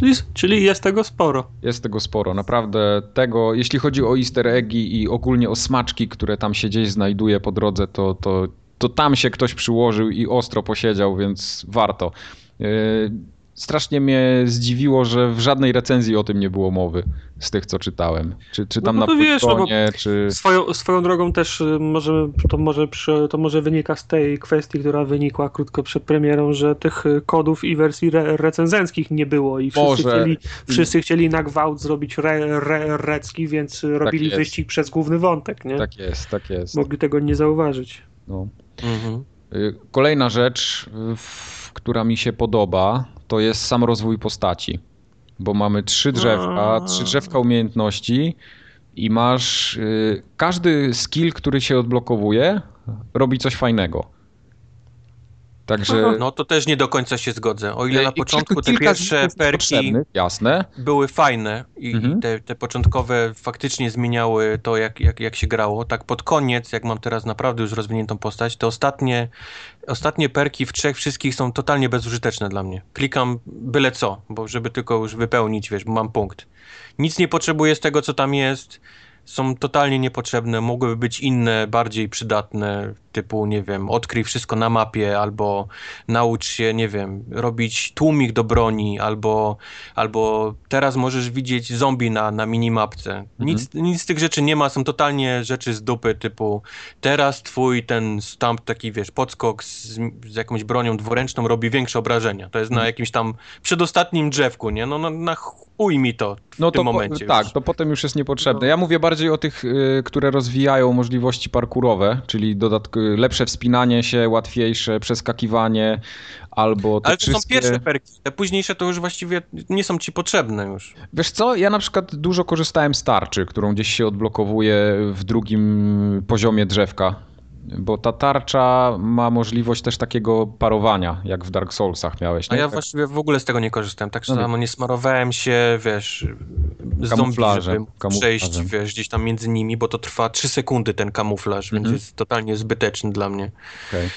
Czyli, czyli jest tego sporo.
Jest tego sporo, naprawdę tego, jeśli chodzi o easter eggi i ogólnie o smaczki, które tam się gdzieś znajduje po drodze, to, to, to tam się ktoś przyłożył i ostro posiedział, więc warto. Yy, strasznie mnie zdziwiło, że w żadnej recenzji o tym nie było mowy z tych, co czytałem. Czy, czy
No
tam
bo
na
to wiesz, no bo-
Pultonie, czy...
Swoją, swoją drogą też y, może, to, może przy, to może wynika z tej kwestii, która wynikła krótko przed premierą, że tych y, kodów i wersji re, recenzenckich nie było i wszyscy
Może.
chcieli, wszyscy chcieli na gwałt zrobić re, re, recki, więc y, robili
Tak jest.
wyścig przez główny wątek, nie?
Tak jest, tak jest.
Mogli tego nie zauważyć.
No.
Mhm.
Y, Kolejna rzecz, y, w- która mi się podoba, to jest sam rozwój postaci. Bo mamy trzy drzewka,
A.
trzy drzewka umiejętności i masz. y, Każdy skill, który się odblokowuje, robi coś fajnego. Także.
No to też nie do końca się zgodzę. O ile
E, I
na
kilku-
początku te
kilka z nich
pierwsze
jest
perki
potrzebnych, Jasne.
były fajne i
Mhm.
te, te początkowe faktycznie zmieniały to, jak, jak, jak się grało. Tak pod koniec, jak mam teraz naprawdę już rozwiniętą postać, te ostatnie, ostatnie perki w trzech wszystkich są totalnie bezużyteczne dla mnie. Klikam byle co, bo żeby tylko już wypełnić, wiesz, bo mam punkt. Nic nie potrzebuję z tego, co tam jest. Są totalnie niepotrzebne, mogłyby być inne, bardziej przydatne. typu, nie wiem, odkryj wszystko na mapie, albo naucz się, nie wiem, robić tłumik do broni, albo, albo teraz możesz widzieć zombie na, na
Mhm.
minimapce. Nic, nic z tych rzeczy nie ma, są totalnie rzeczy z dupy, typu teraz twój ten stamp, taki wiesz, podskok z, z jakąś bronią dwuręczną robi większe obrażenia. To jest
Mhm.
na jakimś tam przedostatnim drzewku, nie? No na, na chuj mi to w
No
tym
to po,
momencie.
tak,
już.
to potem już jest niepotrzebne. Ja mówię bardziej o tych, y, które rozwijają możliwości parkurowe, czyli dodatk- y, lepsze wspinanie się, łatwiejsze przeskakiwanie, albo te
Ale to są
wszystkie...
pierwsze perki, te późniejsze to już właściwie nie są ci potrzebne już.
Wiesz co, ja na przykład dużo korzystałem z tarczy, którą gdzieś się odblokowuje w drugim poziomie drzewka. Bo ta tarcza ma możliwość też takiego parowania, jak w Dark Soulsach miałeś.
A
nie?
ja
Tak-
właściwie w ogóle z tego nie korzystałem, tak
No nie.
samo nie smarowałem się, wiesz, z zombie,
Kamuflażem,
żeby mógł przejść,
kamuflażem.
wiesz, gdzieś tam między nimi, bo to trwa 3 sekundy ten kamuflaż,
Mhm.
więc jest totalnie zbyteczny dla mnie.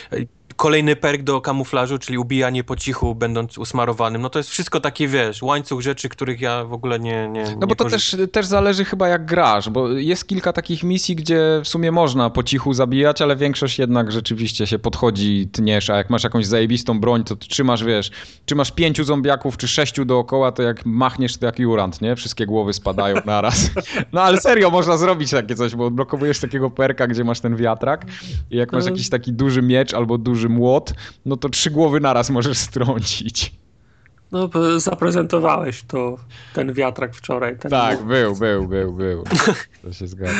Okej.
Kolejny perk do kamuflażu, czyli ubijanie po cichu, będąc usmarowanym, no to jest wszystko takie, wiesz, łańcuch rzeczy, których ja w ogóle nie nie
No bo
nie
to
korzystam.
też, też zależy chyba jak grasz, bo jest kilka takich misji, gdzie w sumie można po cichu zabijać, ale większość jednak rzeczywiście się podchodzi, tniesz, a jak masz jakąś zajebistą broń, to ty trzymasz, wiesz, trzymasz pięciu zombiaków czy sześciu dookoła, to jak machniesz, to jak jurant, nie? Wszystkie głowy spadają naraz. No ale serio, można zrobić takie coś, bo odblokowujesz takiego perka, gdzie masz ten wiatrak i jak masz
Mm.
jakiś taki duży miecz albo duży młot, no to trzy głowy naraz możesz strącić.
No, bo zaprezentowałeś to, ten wiatrak wczoraj. Ten
Tak, był, był, był, był. To się zgadza. y-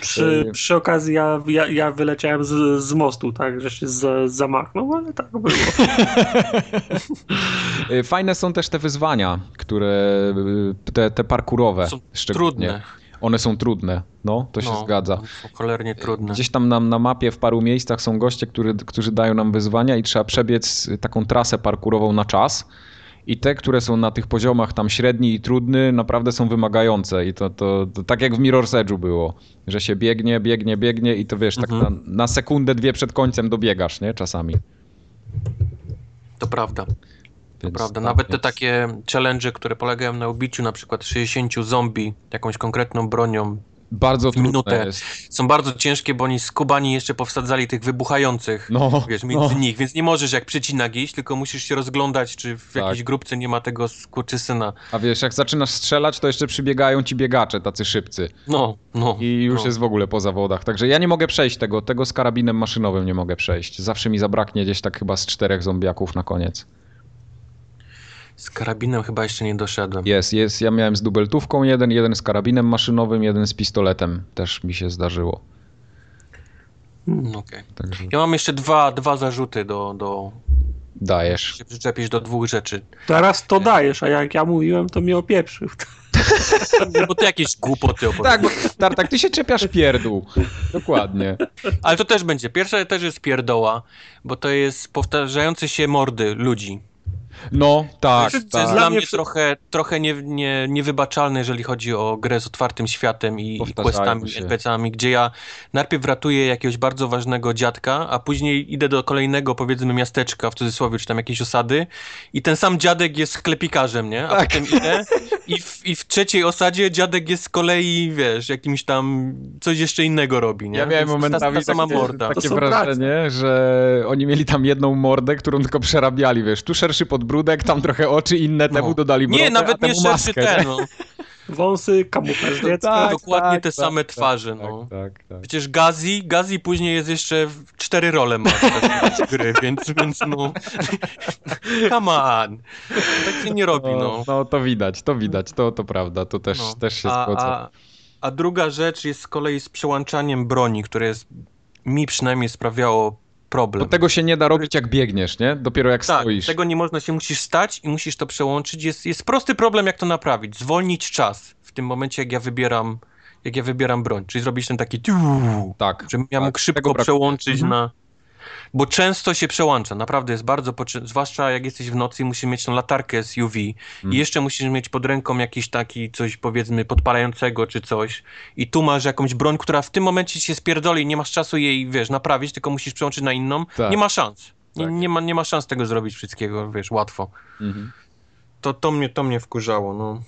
Przy, przy okazji ja, ja, ja wyleciałem z, z mostu, tak, że się z, zamachnął, ale tak było.
Y, Fajne są też te wyzwania, które y, te, te parkurowe.
Są
szczególnie.
trudne.
One są trudne, no, to się
No,
zgadza.
są Cholernie trudne.
Gdzieś tam nam na mapie w paru miejscach są goście, który, którzy dają nam wyzwania i trzeba przebiec y, taką trasę parkurową na czas. I te, które są na tych poziomach tam średni i trudny, naprawdę są wymagające. I to, to, to tak jak w Mirror's Edge'u było, że się biegnie, biegnie, biegnie i to wiesz, tak
Mhm.
na, na sekundę, dwie przed końcem dobiegasz, nie? Czasami.
To prawda.
Więc
Prawda,
tak,
nawet te
więc-
takie challenge, które polegają na ubiciu na przykład 60 zombie jakąś konkretną bronią,
Bardzo trudne
minutę.
jest.
są bardzo ciężkie, bo oni skubani jeszcze powsadzali tych wybuchających,
No,
wiesz,
no.
między nich, więc nie możesz jak przycinak iść, tylko musisz się rozglądać, czy w
Tak.
jakiejś grupce nie ma tego skurczysyna.
A wiesz, jak zaczynasz strzelać, to jeszcze przybiegają ci biegacze, tacy szybcy.
No, no.
I już
no.
jest w ogóle po zawodach. Także ja nie mogę przejść tego. Tego z karabinem maszynowym nie mogę przejść. Zawsze mi zabraknie gdzieś tak chyba z czterech zombiaków na koniec.
Z karabinem chyba jeszcze nie doszedłem.
Jest, jest. Ja miałem z dubeltówką jeden, jeden z karabinem maszynowym, jeden z pistoletem. Też mi się zdarzyło.
Hmm.
Mm, okej.
Także
Ja mam jeszcze dwa, dwa zarzuty do, do...
dajesz.
się przyczepić do dwóch
[LAUGHS]
rzeczy.
Teraz to dajesz, a jak ja mówiłem, to mnie opieprzył. [LAUGHS]
No Bo to jakieś głupoty opowiadasz.
Tak, bo, Tartak, ty się czepiasz pierdół. Dokładnie.
Ale to też będzie. Pierwsza też jest pierdoła, bo to jest powtarzające się mordy ludzi.
No, tak,
to jest, to jest
tak.
dla
Dla
mnie
mnie w-
trochę, trochę nie, nie, niewybaczalne, jeżeli chodzi o grę z otwartym światem i, i
Powtarzają
questami,
się.
NPC-ami, gdzie ja najpierw ratuję jakiegoś bardzo ważnego dziadka, a później idę do kolejnego, powiedzmy, miasteczka, w cudzysłowie, czy tam jakiejś osady i ten sam dziadek jest sklepikarzem, nie? A
Tak.
potem idę i w, i w trzeciej osadzie dziadek jest z kolei, wiesz, jakimś tam coś jeszcze innego robi, nie?
Ja miałem
Więc ta-
momentami
ta sama
takie,
morda.
takie
To są prace.
wrażenie, że oni mieli tam jedną mordę, którą tylko przerabiali, wiesz, tu szerszy podbródek, tam trochę oczy inne, temu
No.
dodali brodę,
Nie,
a
nawet
temu
nie szerszy
maskę.
ten, no.
Wąsy, kamuflaż dziecka.
[LAUGHS] Tak,
dokładnie
tak,
te
tak,
same
tak,
twarze,
tak,
no.
Tak, tak.
Przecież Gazi, Gazi później jest jeszcze w- cztery role ma w
[LAUGHS]
trakcie gry, więc, więc no. [LAUGHS] Come on. Tak się nie robi, no.
no to widać, to widać, to, to prawda, to też,
no.
też się
a,
zgodzę.
a, a druga rzecz jest z kolei z przełączaniem broni, które jest mi przynajmniej sprawiało
Bo
problem.
tego się nie da robić jak biegniesz, nie? Dopiero jak
Tak,
stoisz.
tego nie można się musisz stać i musisz to przełączyć. Jest, jest prosty problem, jak to naprawić. Zwolnić czas w tym momencie, jak ja wybieram, jak ja wybieram broń. Czyli zrobić ten taki tiu,
Tak,
żebym ja
tak,
mógł
tego
szybko
brakuje.
przełączyć
Mhm.
na. Bo często się przełącza, naprawdę jest bardzo. Poczy... Zwłaszcza jak jesteś w nocy i musisz mieć tą latarkę z UV
Mhm.
i jeszcze musisz mieć pod ręką jakiś taki coś powiedzmy podpalającego czy coś. I tu masz jakąś broń, która w tym momencie ci się spierdoli, nie masz czasu jej, wiesz, naprawić, tylko musisz przełączyć na inną.
Tak.
Nie ma szans. Nie,
Tak.
nie, ma, nie ma szans tego zrobić wszystkiego, wiesz, łatwo.
Mhm.
To, to, mnie, to mnie wkurzało, no.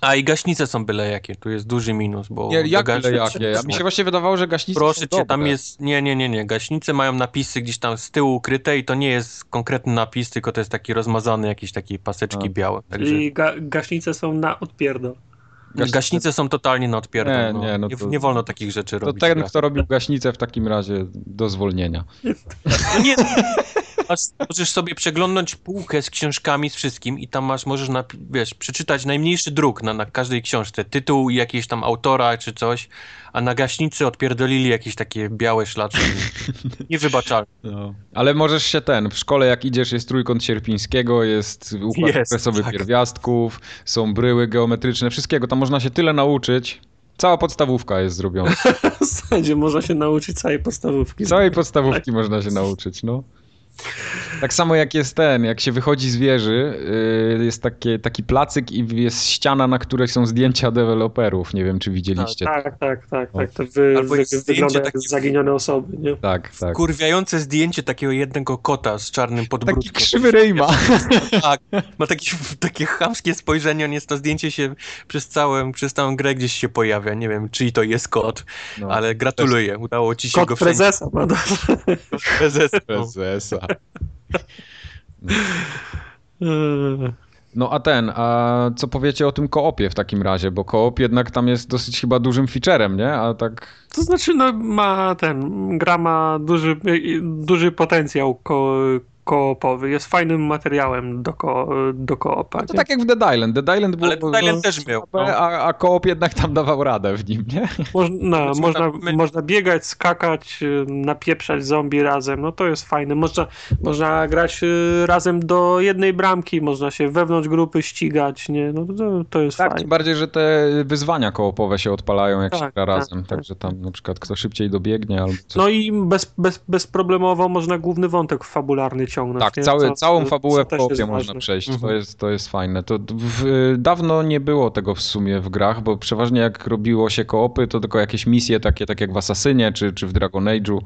A i gaśnice są byle jakie, tu jest duży minus, bo...
Nie,
do
jak
gaśnic-
byle jakie? Ja mi się właśnie wydawało, że gaśnice
Proszę
są
cię, tam
dobre.
jest. Nie, nie, nie, nie. Gaśnice mają napisy gdzieś tam z tyłu ukryte i to nie jest konkretny napis, tylko to jest taki rozmazany jakieś takie paseczki
A.
białe. Także
I ga, gaśnice są na odpierdol. [LAUGHS]
gaśnice-
gaśnice są totalnie na odpierdol.
Nie,
no.
nie,
Nie,
no
nie,
to-
wolno takich rzeczy
To tak
robić.
ten,
gra.
kto robił gaśnicę w takim razie do zwolnienia.
No nie, [LAUGHS] masz, możesz sobie przeglądnąć półkę z książkami, z wszystkim i tam masz, możesz, napi- wiesz, przeczytać najmniejszy druk na, na każdej książce, tytuł i jakiegoś tam autora czy coś, a na gaśnicy odpierdolili jakieś takie białe szlaczki.
[LAUGHS]
Niewybaczalne.
Ale możesz się ten, w szkole jak idziesz jest trójkąt sierpińskiego, jest układ
Jest,
kresowy
tak.
pierwiastków, są bryły geometryczne, wszystkiego, tam można się tyle nauczyć. Cała podstawówka jest zrobiona.
W zasadzie można się nauczyć całej podstawówki.
Całej podstawówki można się nauczyć, no. Tak samo jak jest ten, jak się wychodzi z wieży, yy, jest takie, taki placyk i jest ściana, na której są zdjęcia deweloperów. Nie wiem, czy widzieliście. Tak,
Tak, tak, tak, tak. To wy,
Albo
wy,
jest zdjęcie
wygląda jak
takie-
zaginione osoby, nie?
tak.
kurwiające zdjęcie takiego jednego kota z czarnym
Taki
podbródkiem.
krzywy [LAUGHS] ryjma.
Tak, ma takie, [LAUGHS] takie chamskie spojrzenie, on jest, to zdjęcie się przez całą, przez całą grę gdzieś się pojawia, nie wiem czyj to jest kot,
No.
ale gratuluję, udało ci się
Kot
go wszędzie.
prezesa, ma
Prezes. no.
Prezesa.
Eee,
No a ten, a co powiecie o tym koopie w takim razie? Bo koop jednak tam jest dosyć chyba dużym featurem, nie? A tak.
[LAUGHS] To znaczy, no ma ten, gra ma duży, i- duży potencjał ko, koopowy, jest fajnym materiałem do, ko, do koopa.
To
nie?
tak jak w Dead Island. Dead Island było.
Ale Thailand też miał.
no, a, a koop jednak tam dawał radę w nim, nie?
Można,
Znaczy,
można,
tam my-
można biegać, skakać, y, napieprzać zombie razem, no to jest fajne. Można, można grać y, razem do jednej bramki, można się wewnątrz grupy ścigać, nie? No to, to jest
Tak, tym
fajne.
bardziej, że te wyzwania koopowe się odpalają, jak
Tak,
się gra
tak,
razem.
tak.
Także tam na przykład kto szybciej dobiegnie albo coś.
No i bez, bez, bezproblemowo można główny wątek fabularny ciągnąć.
tak,
nie?
cały,
Co-
całą
co-
fabułę
co
w
no, też jest
kopie można
ważne.
przejść. To,
Mhm.
jest, to jest fajne. To w, dawno nie było tego w sumie w grach, bo przeważnie jak robiło się koopy, to tylko jakieś misje takie, tak jak w Assassinie czy, czy w Dragon Age'u.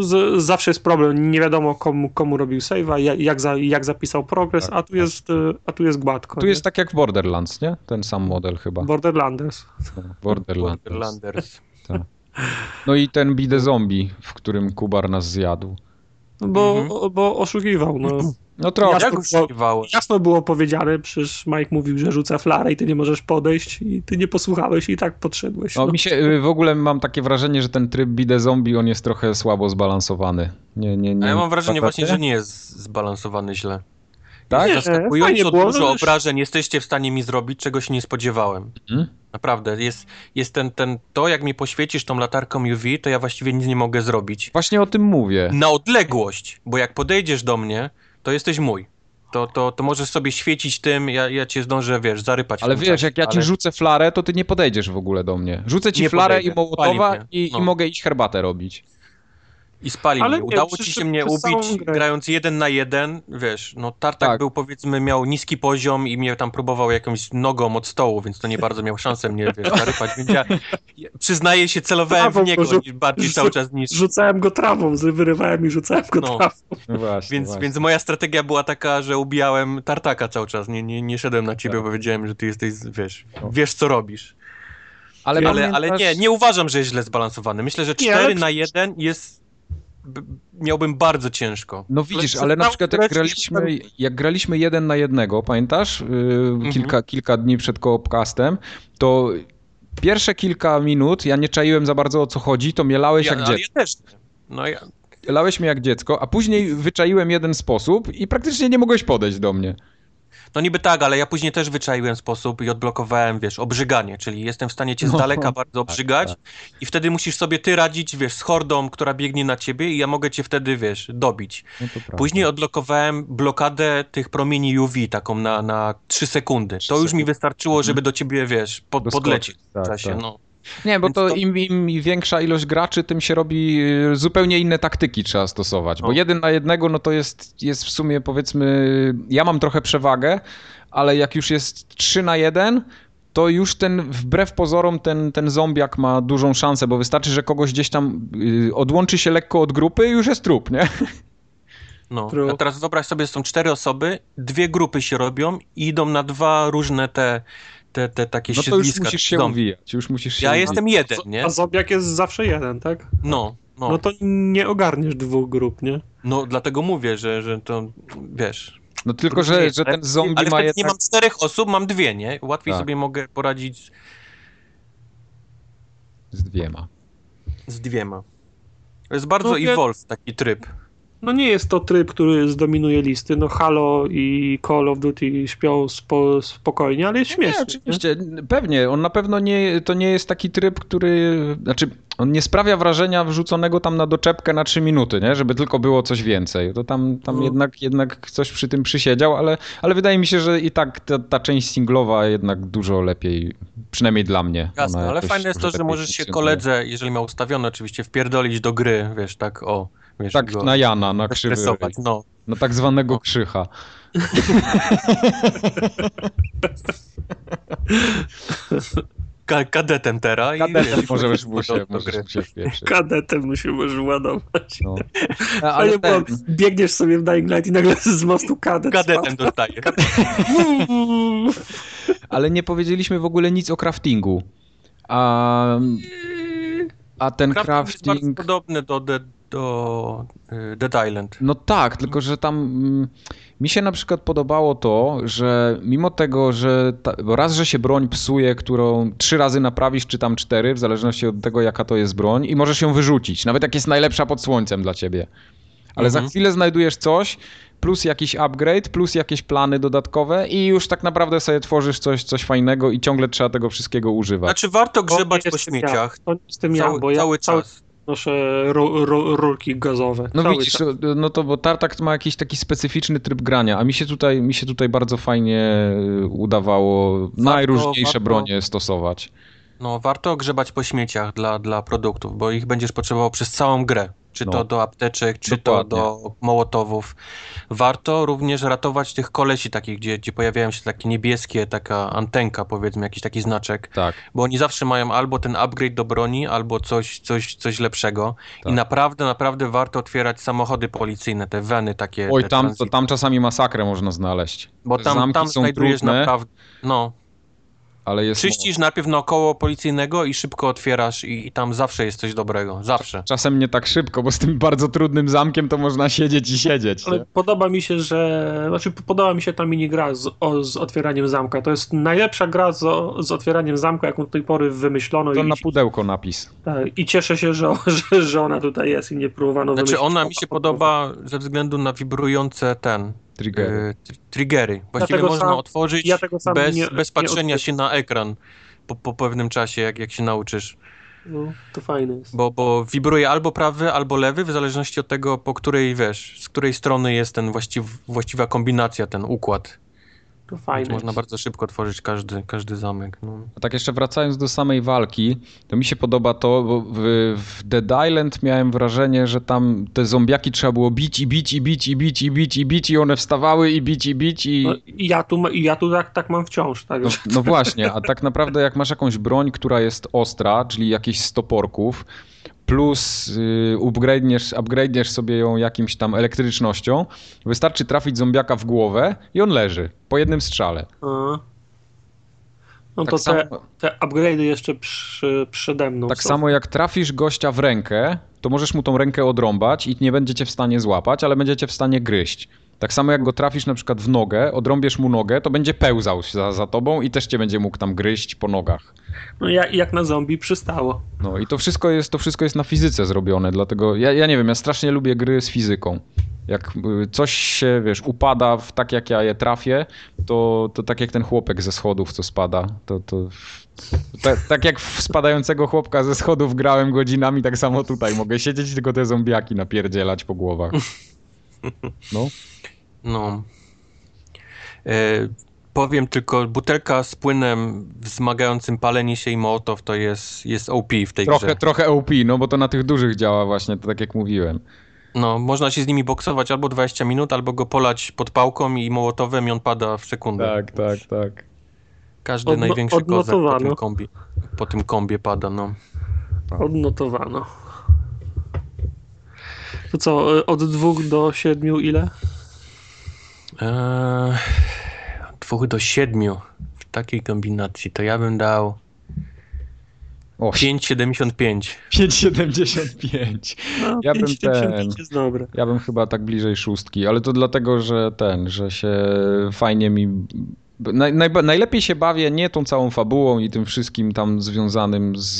Z, zawsze jest problem, nie wiadomo komu, komu robił save'a, jak, jak, za, jak zapisał progres,
Tak,
a, tu
tak.
jest, y, a tu jest gładko.
Tu
nie?
jest tak jak w Borderlands, nie? Ten sam model chyba.
Borderlanders.
Borderlands.
Borderlanders.
No i ten Bide Zombie, w którym Kubar nas zjadł.
No Bo,
Mhm.
bo
[LAUGHS]
oszukiwał, no.
No trochę.
Ja-
Jak używało?
Jasno było powiedziane, przecież Mike mówił, że rzuca flarę i ty nie możesz podejść i ty nie posłuchałeś i tak podszedłeś.
No, mi się, y, w ogóle mam takie wrażenie, że ten tryb Bide Zombie, on jest trochę słabo zbalansowany. Nie, nie, nie.
A ja mam wrażenie
Pamiętacie?
właśnie, że nie jest zbalansowany źle.
Tak?
Nie, fajnie
Zaskakująco
było,
dużo
no wiesz.
obrażeń jesteście w stanie mi zrobić, czego się nie spodziewałem.
Mhm.
Naprawdę, jest, jest ten, ten, to jak mi poświecisz tą latarką UV, to ja właściwie nic nie mogę zrobić.
Właśnie o tym mówię.
na odległość, bo jak podejdziesz do mnie, to jesteś mój. To, to, to możesz sobie świecić tym, ja, ja cię zdążę, wiesz, zarypać. w
Ale
tym
wiesz,
czasie,
jak ja ci
ale
rzucę flarę, to ty nie podejdziesz w ogóle do mnie. Rzucę ci
Nie
flarę
podejdę.
i mołotowa
Pali mnie.
i,
No.
i mogę iść herbatę robić.
I spali
Ale
mnie.
nie,
Udało
przecież
ci
to-
się mnie
przez całą
ubić,
grę.
grając jeden na jeden, wiesz, no Tartak
Tak.
był, powiedzmy, miał niski poziom i mnie tam próbował jakąś nogą od stołu, więc to nie bardzo miał szansę mnie, wiesz, zarypać, więc ja, ja przyznaję się, celowałem
Brawo,
w niego
Boże.
niż- bardziej cały czas niż...
Rzucałem go trawą, z- wyrywałem i rzucałem go
No.
trawą.
No właśnie,
Więc,
właśnie.
więc moja strategia była taka, że ubijałem tartaka cały czas. Nie, nie, nie szedłem na ciebie,
Tak.
bo wiedziałem, że ty jesteś, wiesz,
No.
wiesz co robisz.
ale,
Ale, ale
pamiętasz-
nie, nie uważam, że jest źle zbalansowany. Myślę, że
Nie, ale
4
przy-
na 1 jest. b- miałbym bardzo ciężko.
No widzisz,
Ale
ale na
przestał
przykład
grać
jak
i
graliśmy, jak graliśmy jeden na jednego, pamiętasz? Yy,
Mhm.
Kilka, kilka dni przed koopcastem, to pierwsze kilka minut ja nie czaiłem za bardzo o co chodzi, to mielałeś
Ja,
jak
ale
dziecko.
ja też. nie. No ja,
Mielałeś mnie jak dziecko, a później wyczaiłem jeden sposób i praktycznie nie mogłeś podejść do mnie.
no niby tak, ale ja później też wyczaiłem sposób i odblokowałem, wiesz, obrzyganie, czyli jestem w stanie cię z
No.
daleka bardzo obrzygać
tak.
i wtedy musisz sobie ty radzić, wiesz, z hordą, która biegnie na ciebie i ja mogę cię wtedy, wiesz, dobić.
No to prawda.
Później odblokowałem blokadę tych promieni UV, taką na, na 3 sekundy.
Trzy
To już mi
sekundy.
wystarczyło, żeby do ciebie, wiesz, pod,
Doskoczyć,
podlecieć w
tak,
czasie.
tak.
No.
Nie, bo
Więc
to
to-
im, im większa ilość graczy, tym się robi y, zupełnie inne taktyki trzeba stosować. Bo
O.
jeden na jednego, no to jest, jest w sumie powiedzmy, ja mam trochę przewagę, ale jak już jest 3 na 1, to już ten, wbrew pozorom, ten, ten zombiak ma dużą szansę, bo wystarczy, że kogoś gdzieś tam y, odłączy się lekko od grupy i już jest trup, nie?
No.
True.
A teraz wyobraź sobie, są cztery osoby, dwie grupy się robią i idą na dwa różne te, te, te takie
No to już
siedliska.
musisz się
dom.
uwijać, już musisz się
Ja
uwijać.
jestem jeden, nie?
A zombiak jest zawsze jeden, tak?
No, no.
No to nie ogarniesz dwóch grup, nie?
No dlatego mówię, że, że to, wiesz...
No tylko, że, że ten zombie
Ale
ma
wtedy nie
jednak...
mam czterech osób, mam dwie, nie? Łatwiej
Tak.
sobie mogę poradzić
Z dwiema.
z dwiema. To jest bardzo
No, wie-
evolve taki tryb.
No nie jest to tryb, który zdominuje listy. No Halo i Call of Duty śpią spo, spokojnie, ale jest śmieszny.
Nie, oczywiście, pewnie. On na pewno nie, to nie jest taki tryb, który, znaczy, on nie sprawia wrażenia wrzuconego tam na doczepkę na 3 minuty, nie? Żeby tylko było coś więcej. To tam, tam
No.
jednak, jednak coś przy tym przysiedział, ale, ale wydaje mi się, że i tak ta, ta część singlowa jednak dużo lepiej, przynajmniej dla mnie. ona
Jasne, ale
No, jakoś tak
fajne jest to,
dużo
że
lepiej
możesz się
funkcjonuje.
koledze, jeżeli ma ustawione oczywiście, wpierdolić do gry, wiesz, tak o, wiesz,
Tak,
go
na Jana, na krzywy,
zestresować, no.
na tak zwanego krzycha.
Ka kadetem teraz i
Kadetem
wiesz,
możesz
wchodzisz
mu się,
do, do
możesz
gry.
mu się wpieprzyć.
Kadetem mu się może ładować.
No.
Ale
Ale ten,
biegniesz sobie w Dying Light i nagle z mostu
[LAUGHS]
kadet No,
Kadetem dostaje.
spadł.
Ale nie powiedzieliśmy w ogóle nic o craftingu. A, a ten
Crafting jest bardzo
crafting.
podobny do, do, do y, Dead Island.
No tak, tylko że tam mm, mi się na przykład podobało to, że mimo tego, że ta, bo raz, że się broń psuje, którą trzy razy naprawisz, czy tam cztery, w zależności od tego, jaka to jest broń, i możesz ją wyrzucić, nawet jak jest najlepsza pod słońcem dla ciebie. Ale za
Mhm.
chwilę znajdujesz coś, plus jakiś upgrade, plus jakieś plany dodatkowe, i już tak naprawdę sobie tworzysz coś, coś fajnego, i ciągle trzeba tego wszystkiego używać.
Znaczy warto grzebać
To
po
jestem ja.
śmieciach
To jestem ja,
cały,
bo ja
cały czas.
noszę ru, ru, rurki gazowe.
No
cały
widzisz,
czas.
no to bo Tartak ma jakiś taki specyficzny tryb grania, a mi się tutaj, mi się tutaj bardzo fajnie y, udawało najróżniejsze
warto-
bronie stosować.
No, warto grzebać po śmieciach dla, dla produktów, bo ich będziesz potrzebował przez całą grę. Czy
No.
to do apteczek, czy
Dokładnie.
to do mołotowów. Warto również ratować tych kolesi takich, gdzie, gdzie pojawiają się takie niebieskie, taka antenka powiedzmy, jakiś taki znaczek,
Tak.
bo oni zawsze mają albo ten upgrade do broni, albo coś, coś, coś lepszego.
Tak.
I naprawdę, naprawdę warto otwierać samochody policyjne, te weny takie.
Oj,
te
tam,
transit-
tam czasami masakrę można znaleźć,
bo tam,
zamki
tam
są
znajdujesz
trudne.
naprawdę... No,
ale jest.
Czyścisz najpierw naokoło policyjnego i szybko otwierasz i, i tam zawsze jest coś dobrego, zawsze.
Czasem nie tak szybko, bo z tym [LAUGHS] bardzo trudnym zamkiem to można siedzieć i siedzieć.
Ale
nie?
podoba mi się, że. Znaczy, podoba mi się ta minigra z, o, z otwieraniem zamka. To jest najlepsza gra z, o- z otwieraniem zamka, jaką do tej pory wymyślono.
To
i,
na pudełko napis.
tak, I cieszę się, że, [LAUGHS] że, że ona tutaj jest i nie próbowano
Znaczy
wymyślić.
ona mi się podoba ze względu na wibrujące ten,
Trigger.
y, tr- triggery. Właściwie
tego
można
sam-
otworzyć
ja tego sam
bez,
nie-
bez
nie
patrzenia
odkryłem.
się na ekran po, po pewnym czasie, jak, jak się nauczysz.
No, to fajne jest.
Bo, bo wibruje albo prawy, albo lewy, w zależności od tego, po której, wiesz, z której strony jest ten właściw, właściwa kombinacja, ten układ.
To
Więc
fajne.
można bardzo szybko otworzyć każdy, każdy zamek. No.
A tak jeszcze wracając do samej walki, to mi się podoba to, bo w, w Dead Island miałem wrażenie, że tam te zombiaki trzeba było bić i bić i bić i bić i bić i bić i one wstawały i bić i bić i...
No, i ja tu, ma- i ja tu tak, tak mam wciąż. Tak,
No,
że-
no właśnie, a tak naprawdę jak masz jakąś broń, która jest ostra, czyli jakieś 100 porków, plus yy, upgrade'niesz, upgrade'niesz sobie ją jakimś tam elektrycznością, wystarczy trafić zombiaka w głowę i on leży po jednym strzale.
A. No
Tak
to
samo-
te, te upgrade'y jeszcze przy, przede mną
Tak
są.
samo jak trafisz gościa w rękę, to możesz mu tą rękę odrąbać i nie będziecie w stanie złapać, ale będziecie w stanie gryźć. Tak samo jak go trafisz na przykład w nogę, odrąbiesz mu nogę, to będzie pełzał za, za tobą i też cię będzie mógł tam gryźć po nogach.
No, ja, jak na zombie przystało.
No i to wszystko jest, to wszystko jest na fizyce zrobione, dlatego ja, ja nie wiem, ja strasznie lubię gry z fizyką. Jak y, coś się, wiesz, upada w tak jak ja je trafię, to, to tak jak ten chłopek ze schodów, co spada, to, to ta, tak jak w spadającego chłopka ze schodów grałem godzinami, tak samo tutaj mogę siedzieć i tylko te zombiaki napierdzielać po głowach. No,
No. E, powiem tylko, butelka z płynem wzmagającym palenie się i mołotow to jest, jest OP w tej
trochę,
grze.
trochę OP, no bo to na tych dużych działa właśnie, to tak jak mówiłem.
No, można się z nimi boksować albo 20 minut, albo go polać pod pałką i mołotowem i on pada w sekundę.
Tak, tak, tak.
Każdy
Odno-
największy kozak po
odnotowano.
tym, kombi, po tym kombie pada, no.
Odnotowano. To co, y, od dwóch do siedmiu ile?
Eee, dwóch do E, siedmiu. W takiej kombinacji to ja bym dał
O,
5,75.
5,75.
No,
Ja bym
5,75
ten-
jest dobre.
Ja bym chyba tak bliżej szóstki, ale to dlatego, że ten, że się fajnie mi. Naj, najba- najlepiej się bawię nie tą całą fabułą i tym wszystkim tam związanym z,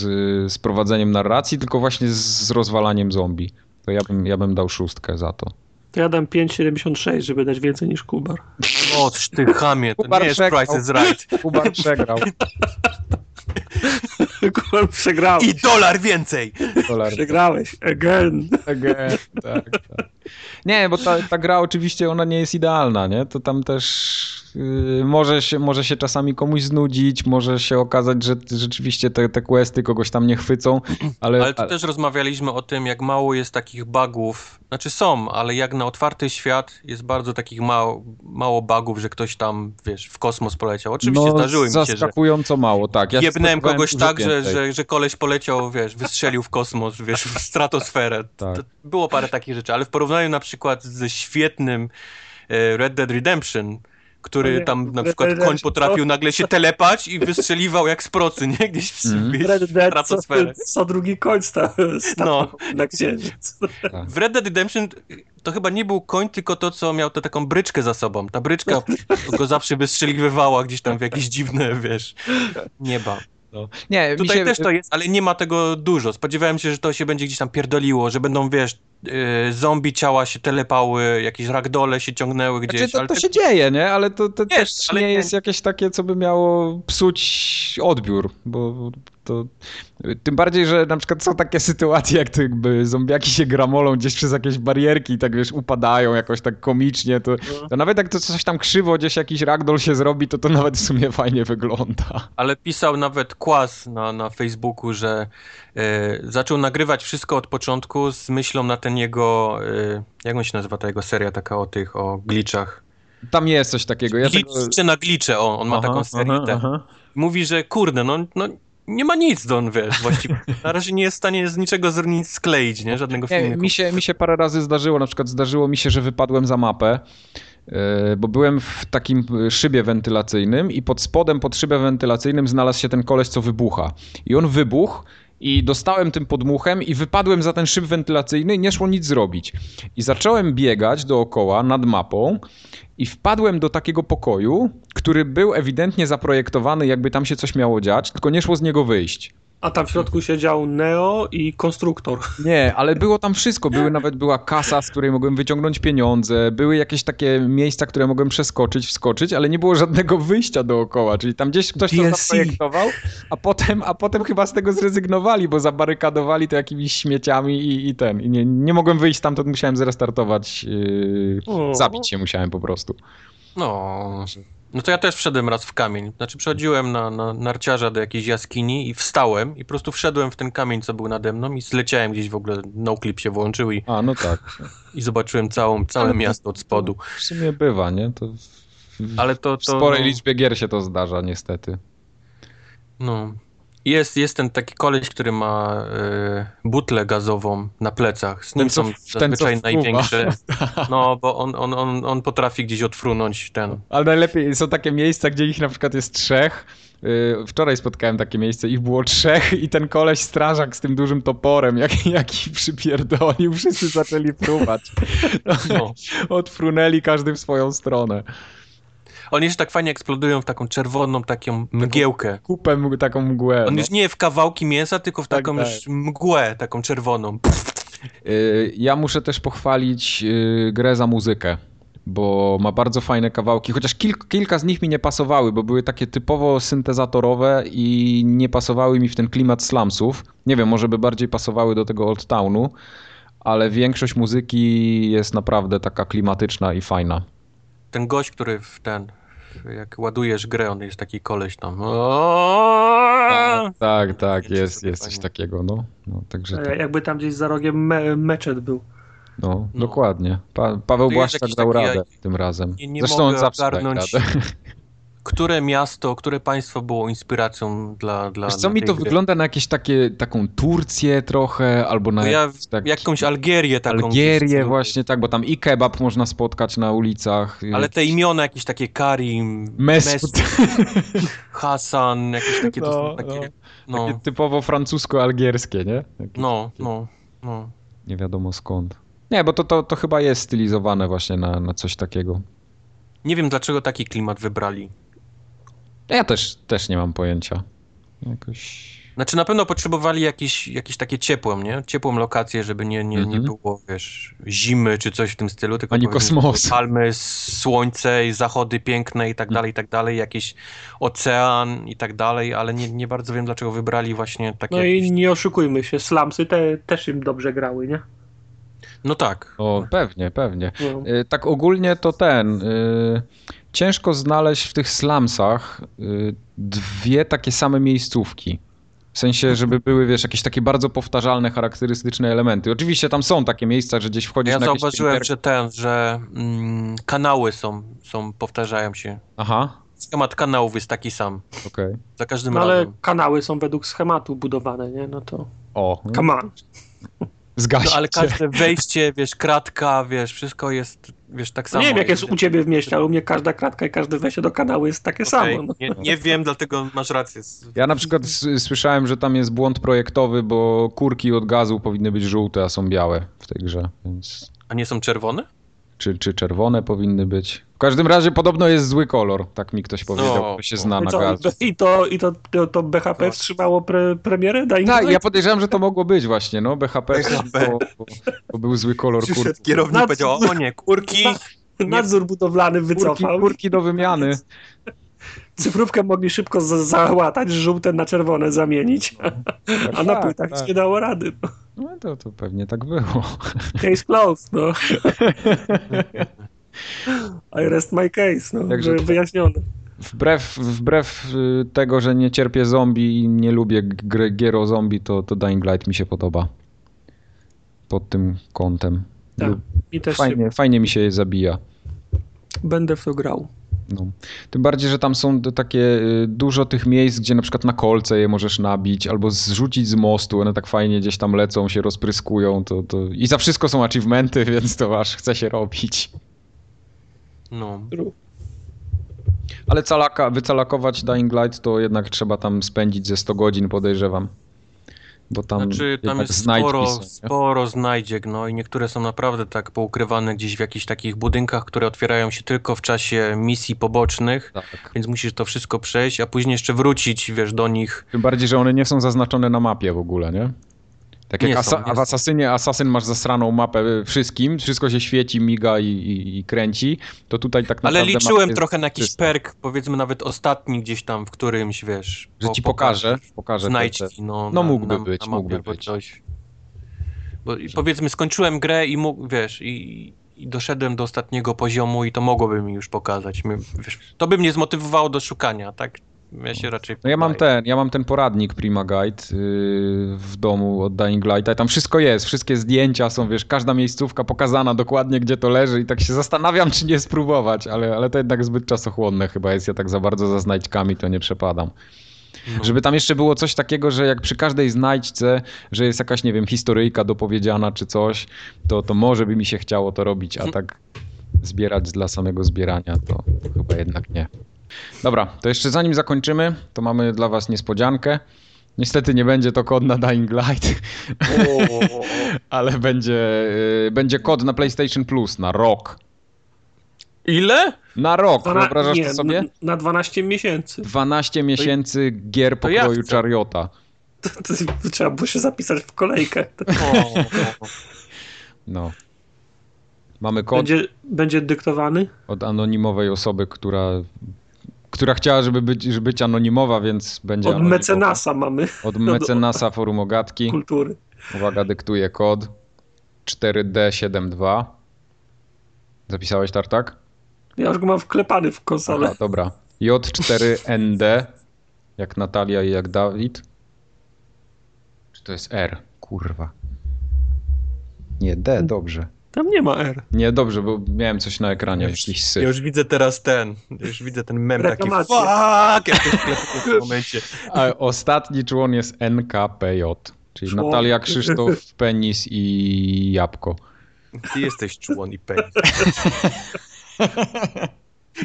z prowadzeniem narracji, tylko właśnie z, z rozwalaniem zombie. To ja bym, ja bym dał szóstkę za to.
To ja dam 5,76, żeby dać więcej niż Kubar.
O, ty chamie, to
Kubar
nie jest
czekał.
Price is Right.
Kuba przegrał
[LAUGHS] Kubar, przegrałeś.
I dolar więcej!
dolar.
Przegrałeś. Again.
Again, tak, tak. Nie, bo ta, ta gra oczywiście ona nie jest idealna, nie? To tam też yy, może, się, może się czasami komuś znudzić, może się okazać, że t- rzeczywiście te, te questy kogoś tam nie
[CLEARS THROAT]
chwycą, ale,
Ale tu też rozmawialiśmy o tym, jak mało jest takich bugów. Znaczy są, ale jak na otwarty świat jest bardzo takich mało, mało bugów, że ktoś tam, wiesz, w kosmos poleciał. Oczywiście zdarzyły mi się, że
no, zaskakująco mało, tak. Ja
jebnąłem
spodziewałem
kogoś
się
tak, że,
więcej.
że, że koleś poleciał, wiesz, wystrzelił w kosmos, wiesz, w stratosferę.
[LAUGHS] Tak.
To było parę takich rzeczy, ale w porównaniu na przykład ze świetnym e, Red Dead Redemption, który
Ojej,
tam na
Red
przykład
Dead
koń
Redemption,
potrafił nagle się telepać i wystrzeliwał jak z procy, nie? Gdzieś w,
Mhm.
gdzieś
Red
w
Dead, co,
stratosferę.
co drugi koń stał, stał
No.
na księżyc.
Tak. W Red Dead Redemption to chyba nie był koń, tylko to, co miał to taką bryczkę za sobą. Ta
[LAUGHS]
bryczka go zawsze wystrzeliwywała gdzieś tam w jakieś dziwne, wiesz, nieba.
Nie, mi
Tutaj
się,
też to jest, ale nie ma tego dużo. Spodziewałem się, że to się będzie gdzieś tam pierdoliło, że będą, wiesz, yy, zombie ciała się telepały, jakieś ragdole się ciągnęły gdzieś.
Znaczy, to,
ale
to
te-
się dzieje, nie? Ale to, to
Wiesz,
też
ale
nie
nie-
jest jakieś takie, co by miało psuć odbiór, bo to... Tym bardziej, że na przykład są takie [LAUGHS] sytuacje, jak jakby zombiaki się gramolą gdzieś przez jakieś barierki i tak, wiesz, upadają jakoś tak komicznie, to,
No.
to nawet jak to coś tam krzywo, gdzieś jakiś ragdoll się zrobi, to to nawet w sumie fajnie wygląda.
Ale pisał nawet Kłas na, na Facebooku, że e, zaczął nagrywać wszystko od początku z myślą na ten jego, e, jak on się nazywa ta jego seria taka o tych, o glitchach.
Tam jest coś takiego. Ja tego...
Glitch czy na glicze, o, on ma
Aha,
taką serię.
aha,
te-
aha.
Mówi, że kurde, no, no nie ma nic, Don, wiesz, właściwie. Na razie nie jest w stanie z niczego z nic skleić, nie? Żadnego
Nie,
filmiku.
mi się, mi się parę razy zdarzyło, na przykład zdarzyło mi się, że wypadłem za mapę, e, bo byłem w takim e, szybie wentylacyjnym i pod spodem, pod szybę wentylacyjnym znalazł się ten koleś, co wybucha. I on wybuchł i dostałem tym podmuchem i wypadłem za ten szyb wentylacyjny i nie szło nic zrobić. I zacząłem biegać dookoła nad mapą i wpadłem do takiego pokoju, który był ewidentnie zaprojektowany, jakby tam się coś miało dziać, tylko nie szło z niego wyjść.
A tam w środku siedział Neo i konstruktor.
Nie, ale było tam wszystko. Były nawet była kasa, z której mogłem wyciągnąć pieniądze, były jakieś takie miejsca, które mogłem przeskoczyć, wskoczyć, ale nie było żadnego wyjścia dookoła. Czyli tam gdzieś ktoś to
DLC.
zaprojektował, a potem, a potem chyba z tego zrezygnowali, bo zabarykadowali to jakimiś śmieciami i, i ten. I nie, nie mogłem wyjść stamtąd, musiałem zrestartować. Yy,
O.
zabić się musiałem po prostu.
No. No to ja też wszedłem raz w kamień. Znaczy przechodziłem na, na narciarza do jakiejś jaskini i wstałem i po prostu wszedłem w ten kamień, co był nade mną i zleciałem gdzieś w ogóle, noclip się włączył i,
A, no tak.
i zobaczyłem całą, całe
Ale to-
miasto od spodu.
W sumie bywa, nie? To w, w,
Ale to...
w
to
sporej
no,
liczbie gier się to zdarza, niestety.
no. Jest, jest ten taki koleś, który ma e, butlę gazową na plecach. Z
Ten,
nim
co
są
w- ten, co
zazwyczaj
wpływa. [LAUGHS]
największe... No, bo on, on, on, on potrafi gdzieś odfrunąć ten...
Ale najlepiej są takie miejsca, gdzie ich na przykład jest trzech. Yy, Wczoraj spotkałem takie miejsce, ich było trzech i ten koleś strażak z tym dużym toporem, jak, jak ich przypierdolił, wszyscy zaczęli fruwać.
No.
Odfrunęli każdy w swoją stronę.
On jeszcze tak fajnie eksplodują w taką czerwoną taką mgiełkę.
Kupę, m- taką mgłę.
On
no.
już nie w kawałki mięsa, tylko w
Tak,
taką
tak.
już mgłę, taką czerwoną. Pff,
Yy, Ja muszę też pochwalić yy, grę za muzykę, bo ma bardzo fajne kawałki, chociaż kilk, kilka z nich mi nie pasowały, bo były takie typowo syntezatorowe i nie pasowały mi w ten klimat slumsów. Nie wiem, może by bardziej pasowały do tego Old Townu, ale większość muzyki jest naprawdę taka klimatyczna i fajna.
Ten gość, który w ten, jak ładujesz grę, on jest taki koleś tam.
Tak, tak,
Wiecie,
jest,
co
jest
fajnie.
coś takiego, no. no także
E,
tak,
Jakby tam gdzieś za rogiem me meczet był.
no,
no.
dokładnie. Pa, Paweł
jest
Błaszczak
jakiś
dał
taki-
radę tym razem.
nie- nie
Zresztą on
mogę
zawsze daje
ogarnąć-
radę.
które miasto, które państwo było inspiracją dla. dla
Wiesz co,
dla
mi
tej
to
gry?
wygląda na jakieś takie, taką Turcję trochę, albo na
No ja
jakieś tak-
Jakąś Algierię taką.
Algierię
gdzieś-
właśnie, tak, bo tam i kebab można spotkać na ulicach.
Ale te imiona jakieś takie Karim,
[LAUGHS] Mesut,
Mesut, Hasan, jakieś takie. to są
No,
takie
takie
no,
typowo francusko-algierskie, nie? Jakieś
no, no, no.
Nie wiadomo skąd. Nie, bo to, to, to chyba jest stylizowane właśnie na, na coś takiego.
Nie wiem dlaczego taki klimat wybrali.
Ja też, też nie mam pojęcia. Jakoś...
Znaczy na pewno potrzebowali jakieś, jakieś takie ciepłą, nie? Ciepłą lokację, żeby nie, nie, nie
Mhm.
było, wiesz, zimy czy coś w tym stylu, tylko
Ani
powiedzmy,
kosmosu. Mhm.
palmy, słońce i zachody piękne i tak dalej, i tak dalej, jakiś ocean i tak dalej, ale nie, nie bardzo wiem dlaczego wybrali właśnie takie...
No
jakieś...
i nie oszukujmy się, slumsy te, też im dobrze grały, nie?
no tak.
O, pewnie, pewnie.
No.
Y, Tak ogólnie to ten. y, Ciężko znaleźć w tych slumsach y, dwie takie same miejscówki. W sensie, żeby były, wiesz, jakieś takie bardzo powtarzalne, charakterystyczne elementy. Oczywiście tam są takie miejsca, że gdzieś wchodzisz
Ja
na jakieś
zauważyłem,
pięterko-
że ten, że mm, kanały są, są, powtarzają się.
Aha,
Schemat kanałów jest taki sam,
okej.
za każdym
No, ale
razem.
kanały są według schematu budowane, nie? No to
O,
come on.
zgasił
No, ale
cię.
każde wejście, wiesz, kratka, wiesz, wszystko jest, wiesz, tak
No
samo.
nie wiem jak jest u ciebie w mieście, ale u mnie każda kratka i każde wejście do kanału jest takie
Okej,
samo. No.
Nie, nie wiem, dlatego masz rację. S-
Ja na przykład s- słyszałem, że tam jest błąd projektowy, bo kurki od gazu powinny być żółte, a są białe w tej grze, więc...
A nie są czerwone?
Czy, czy czerwone powinny być? W każdym razie podobno jest zły kolor, tak mi ktoś powiedział,
No.
kto się zna
I
na
Znaczy, co,
gazu.
i to- I to, i to, to, to BHP
Zobacz.
wstrzymało pre, premierę? Daj
Tak, ja podejrzewam, że to mogło być właśnie, no, BHP,
BHP.
Bo, bo, bo był zły kolor kurki.
Kierownik
Nad-
powiedział, o nie, kurki.
[LAUGHS] Nadzór budowlany
Kurki,
wycofał.
kurki do wymiany.
Cyfrówkę mogli szybko za- załatać, żółte na czerwone zamienić, a na płytach
tak.
nie dało rady. No.
No to, to pewnie tak było.
Case closed, no. I rest my case, no.
Także-
Wy- Wyjaśnione.
Wbrew, wbrew y, tego, że nie cierpię zombie i nie lubię gry, gier o zombie, to, to Dying Light mi się podoba. Pod tym kątem.
Tak,
Lub-
I też się
Fajnie, fajnie mi się je zabija.
będę w to grał.
No. Tym bardziej, że tam są te takie y, dużo tych miejsc, gdzie na przykład na kolce je możesz nabić albo zrzucić z mostu. One tak fajnie gdzieś tam lecą, się rozpryskują. To, to... I za wszystko są achievementy, [LAUGHS] więc to aż chce się robić.
[LAUGHS] No.
Ale calaka, wycalakować Dying Light to jednak trzeba tam spędzić ze 100 godzin, podejrzewam. Bo tam,
Znaczy, tam
jednak
jest
znajdki
sporo,
są, nie?
sporo znajdziek, no i niektóre są naprawdę tak poukrywane gdzieś w jakichś takich budynkach, które otwierają się tylko w czasie misji pobocznych,
Tak.
więc musisz to wszystko przejść, a później jeszcze wrócić, wiesz, do nich
Tym bardziej, że one nie są zaznaczone na mapie w ogóle, nie? Tak jak
Nie
asa-
są, nie
w
są.
Asasynie, Asasyn masz zasraną mapę y, wszystkim, wszystko się świeci, miga i, i, i kręci, to tutaj tak naprawdę...
Ale
mapa
liczyłem
jest
trochę na jakiś
czysta.
perk, powiedzmy nawet ostatni gdzieś tam, w którymś, wiesz...
Że
po-
ci
pokaż-
pokażę, pokażę te- te-
Znajdźki, no.
No mógłby być,
mapie
mógłby
albo
być.
Coś. Bo i powiedzmy skończyłem grę i mógł, wiesz, i, i doszedłem do ostatniego poziomu i to mogłoby mi już pokazać. My- Wiesz, to by mnie zmotywowało do szukania, tak? Ja się raczej...
No ja mam
poddaję.
ten, ja mam ten poradnik Prima Guide yy, w domu od Dying Lighta i tam wszystko jest, wszystkie zdjęcia są, wiesz, każda miejscówka pokazana dokładnie, gdzie to leży i tak się zastanawiam, [LAUGHS] czy nie spróbować, ale, ale to jednak zbyt czasochłonne chyba jest, ja tak za bardzo za znajdźkami to nie przepadam.
No.
Żeby tam jeszcze było coś takiego, że jak przy każdej znajdźce, że jest jakaś, nie wiem, historyjka dopowiedziana czy coś, to, to może by mi się chciało to robić,
Mhm.
a tak zbierać dla samego zbierania to, to chyba jednak nie. Dobra, to jeszcze zanim zakończymy, to mamy dla was niespodziankę. Niestety nie będzie to kod na Dying Light, [LAUGHS]
No.
ale będzie, y, będzie kod na PlayStation Plus na rok.
Ile?
Na rok,
Dwana-
wyobrażasz
nie,
to sobie?
no-
n- Na 12 miesięcy.
12 miesięcy gier
to ja
pokroju
chcę.
Chariota.
[LAUGHS] To, to, to trzeba było się zapisać w kolejkę.
O,
No. Mamy kod.
Będzie, będzie dyktowany?
od anonimowej osoby, która, która chciała, żeby być, żeby być anonimowa, więc będzie
Od
anonimowa.
mecenasa No mamy
Od mecenasa forum Ogatki.
kultury.
Uwaga, dyktuje kod 4D72. Zapisałeś tartak?
Ja już go mam wklepany w
Dobra,
konsolę.
dobra. J4ND, jak Natalia i jak Dawid. Czy to jest R? Kurwa. Nie, D, dobrze.
Tam nie ma R.
Nie, dobrze, bo miałem coś na ekranie,
Ja już-
jakiś syf.
Ja już widzę teraz ten, już widzę ten mem taki
Reklamacja.
fuck, jak to sklepuje w tym momencie.
A ostatni człon jest NKPJ, czyli
Człon.
Natalia, Krzysztof, Penis i Jabłko.
Ty jesteś człon i penis.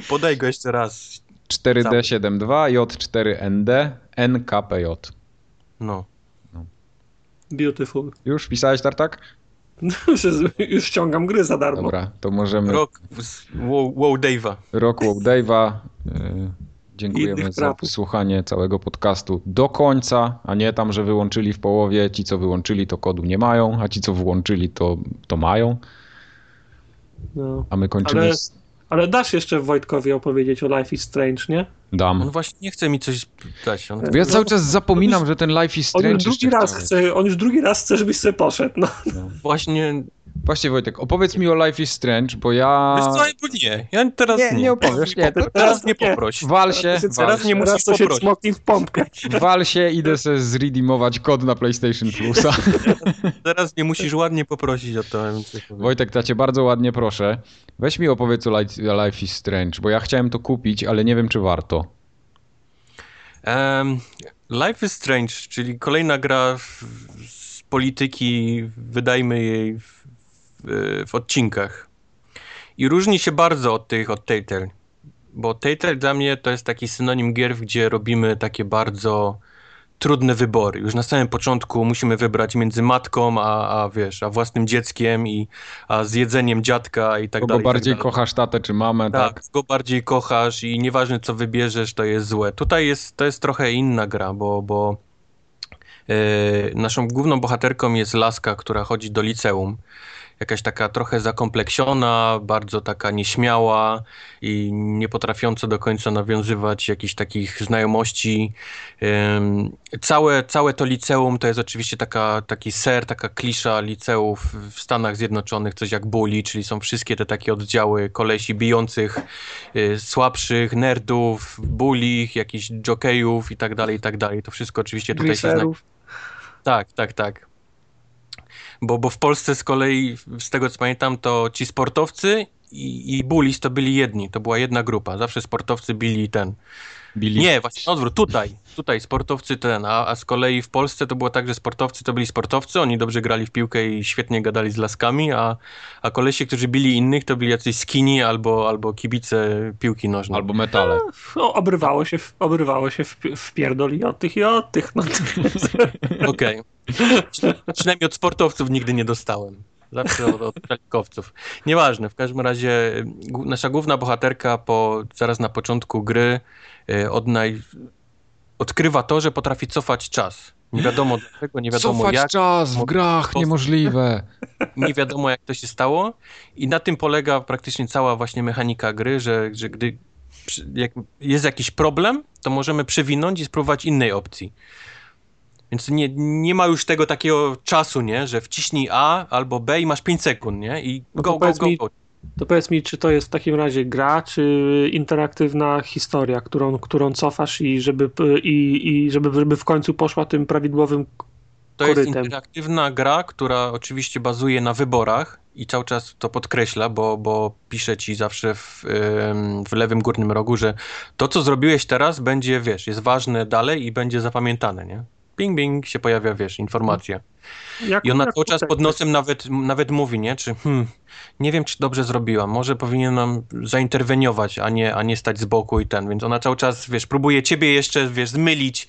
Podaj go jeszcze raz.
4D72, J4ND, NKPJ.
No.
Beautiful. [LAUGHS]
Już pisałeś tartak?
Już, już ściągam gry za darmo.
Dobra, to możemy. Rok,
Rok z wow, wow Dave'a.
Wow Dave'a. y,
Innych
Dziękujemy za
trapów.
słuchanie całego podcastu do końca, a nie tam, że wyłączyli w połowie. Ci, co wyłączyli, to kodu nie mają, a ci, co włączyli, to, to mają.
No.
A my kończymy
Ale-
z...
Ale dasz jeszcze Wojtkowi opowiedzieć o Life is Strange, nie?
Dam.
On
Mhm.
właśnie nie chce mi coś dać. On...
Ja cały czas zapominam, że ten Life is
On
Strange
już drugi
jeszcze
raz
chciałem.
chce, on już drugi raz chce, żebyś sobie poszedł. No.
Właśnie.
Właśnie Wojtek, opowiedz mi o Life is Strange, bo ja...
Wiesz co, bo nie. Ja teraz nie.
opowiesz, nie. To
Teraz nie
Nie.
poproś.
wal się,
Teraz
wal
nie
się,
musisz
Teraz to się
poprosić.
smoknij w pompkę.
wal się, idę se zredeemować kod na PlayStation [LAUGHS] Plusa.
Teraz nie musisz ładnie poprosić o to. ja bym coś powiedział.
Wojtek, ja cię bardzo ładnie proszę, weź mi opowiedz o Life, o Life is Strange, bo ja chciałem to kupić, ale nie wiem, czy warto.
Em, Life is Strange, czyli kolejna gra w, z polityki, wydajmy jej w, w, w odcinkach. I różni się bardzo od tych, od Telltale. Bo Telltale dla mnie to jest taki synonim gier, gdzie robimy takie bardzo trudne wybory. Już na samym początku musimy wybrać między matką, a, a wiesz, a własnym dzieckiem i a z jedzeniem dziadka i tak
Kogo
dalej. i
bardziej
tak dalej.
kochasz tatę czy mamę, tak?
Tak, go bardziej kochasz i nieważne co wybierzesz, to jest złe. Tutaj jest, to jest trochę inna gra, bo, bo e, naszą główną bohaterką jest laska, która chodzi do liceum. Jakaś taka trochę zakompleksiona, bardzo taka nieśmiała i nie potrafiąca do końca nawiązywać jakichś takich znajomości. Ym, Całe, całe to liceum to jest oczywiście taka, taki ser, taka klisza liceów w Stanach Zjednoczonych, coś jak bully, czyli są wszystkie te takie oddziały kolesi bijących y, słabszych, nerdów, bully, jakichś jokejów i tak dalej, i tak dalej. To wszystko oczywiście tutaj się zna...
Glicerów.
Tak, tak, tak. Bo, bo w Polsce z kolei, z tego co pamiętam, to ci sportowcy i, i bullies to byli jedni, to była jedna grupa. Zawsze sportowcy bili ten,
Billy.
nie, właśnie na odwrót, tutaj, tutaj sportowcy ten, a, a z kolei w Polsce to było tak, że sportowcy to byli sportowcy, oni dobrze grali w piłkę i świetnie gadali z laskami, a, a kolesi, którzy bili innych, to byli jacyś skini albo, albo kibice piłki nożnej.
Albo metale.
O, No, obrywało się, w, obrywało się w, w pierdol i od tych i od tych. No,
Okej. Przy- Przynajmniej od sportowców nigdy nie dostałem. Zawsze od, od przelikowców. Nieważne, w każdym razie y, gó- nasza główna bohaterka po, zaraz na początku gry y, odnaj... odkrywa to, że potrafi cofać czas. Nie wiadomo dlaczego, nie wiadomo
Cofać
jak.
czas w grach, niemożliwe.
nie wiadomo jak to się stało i na tym polega praktycznie cała właśnie mechanika gry, że, że gdy przy- jak jest jakiś problem, to możemy przewinąć i spróbować innej opcji. Więc nie, nie ma już tego takiego czasu, nie? Że wciśnij A albo B i masz 5 sekund, nie? I
No to
go, go,
powiedz
go,
mi-
go.
To powiedz mi, czy to jest w takim razie gra, czy interaktywna historia, którą, którą cofasz i żeby, p- i, i żeby, żeby w końcu poszła tym prawidłowym
To jest
korytem.
interaktywna gra, która oczywiście bazuje na wyborach i cały czas to podkreśla, bo, bo pisze ci zawsze w, ym, w lewym górnym rogu, że to, co zrobiłeś teraz, będzie, wiesz, jest ważne dalej i będzie zapamiętane, nie? Bing, bing, się pojawia, wiesz, informacja.
Jak
I ona
jak
cały czas
No, tutaj-
pod nosem nawet, nawet mówi, nie? Czy hmm, nie wiem, czy dobrze zrobiłam. Może powinienem zainterweniować, a nie, a nie stać z boku i ten. Więc ona cały czas, wiesz, próbuje ciebie jeszcze, wiesz, zmylić.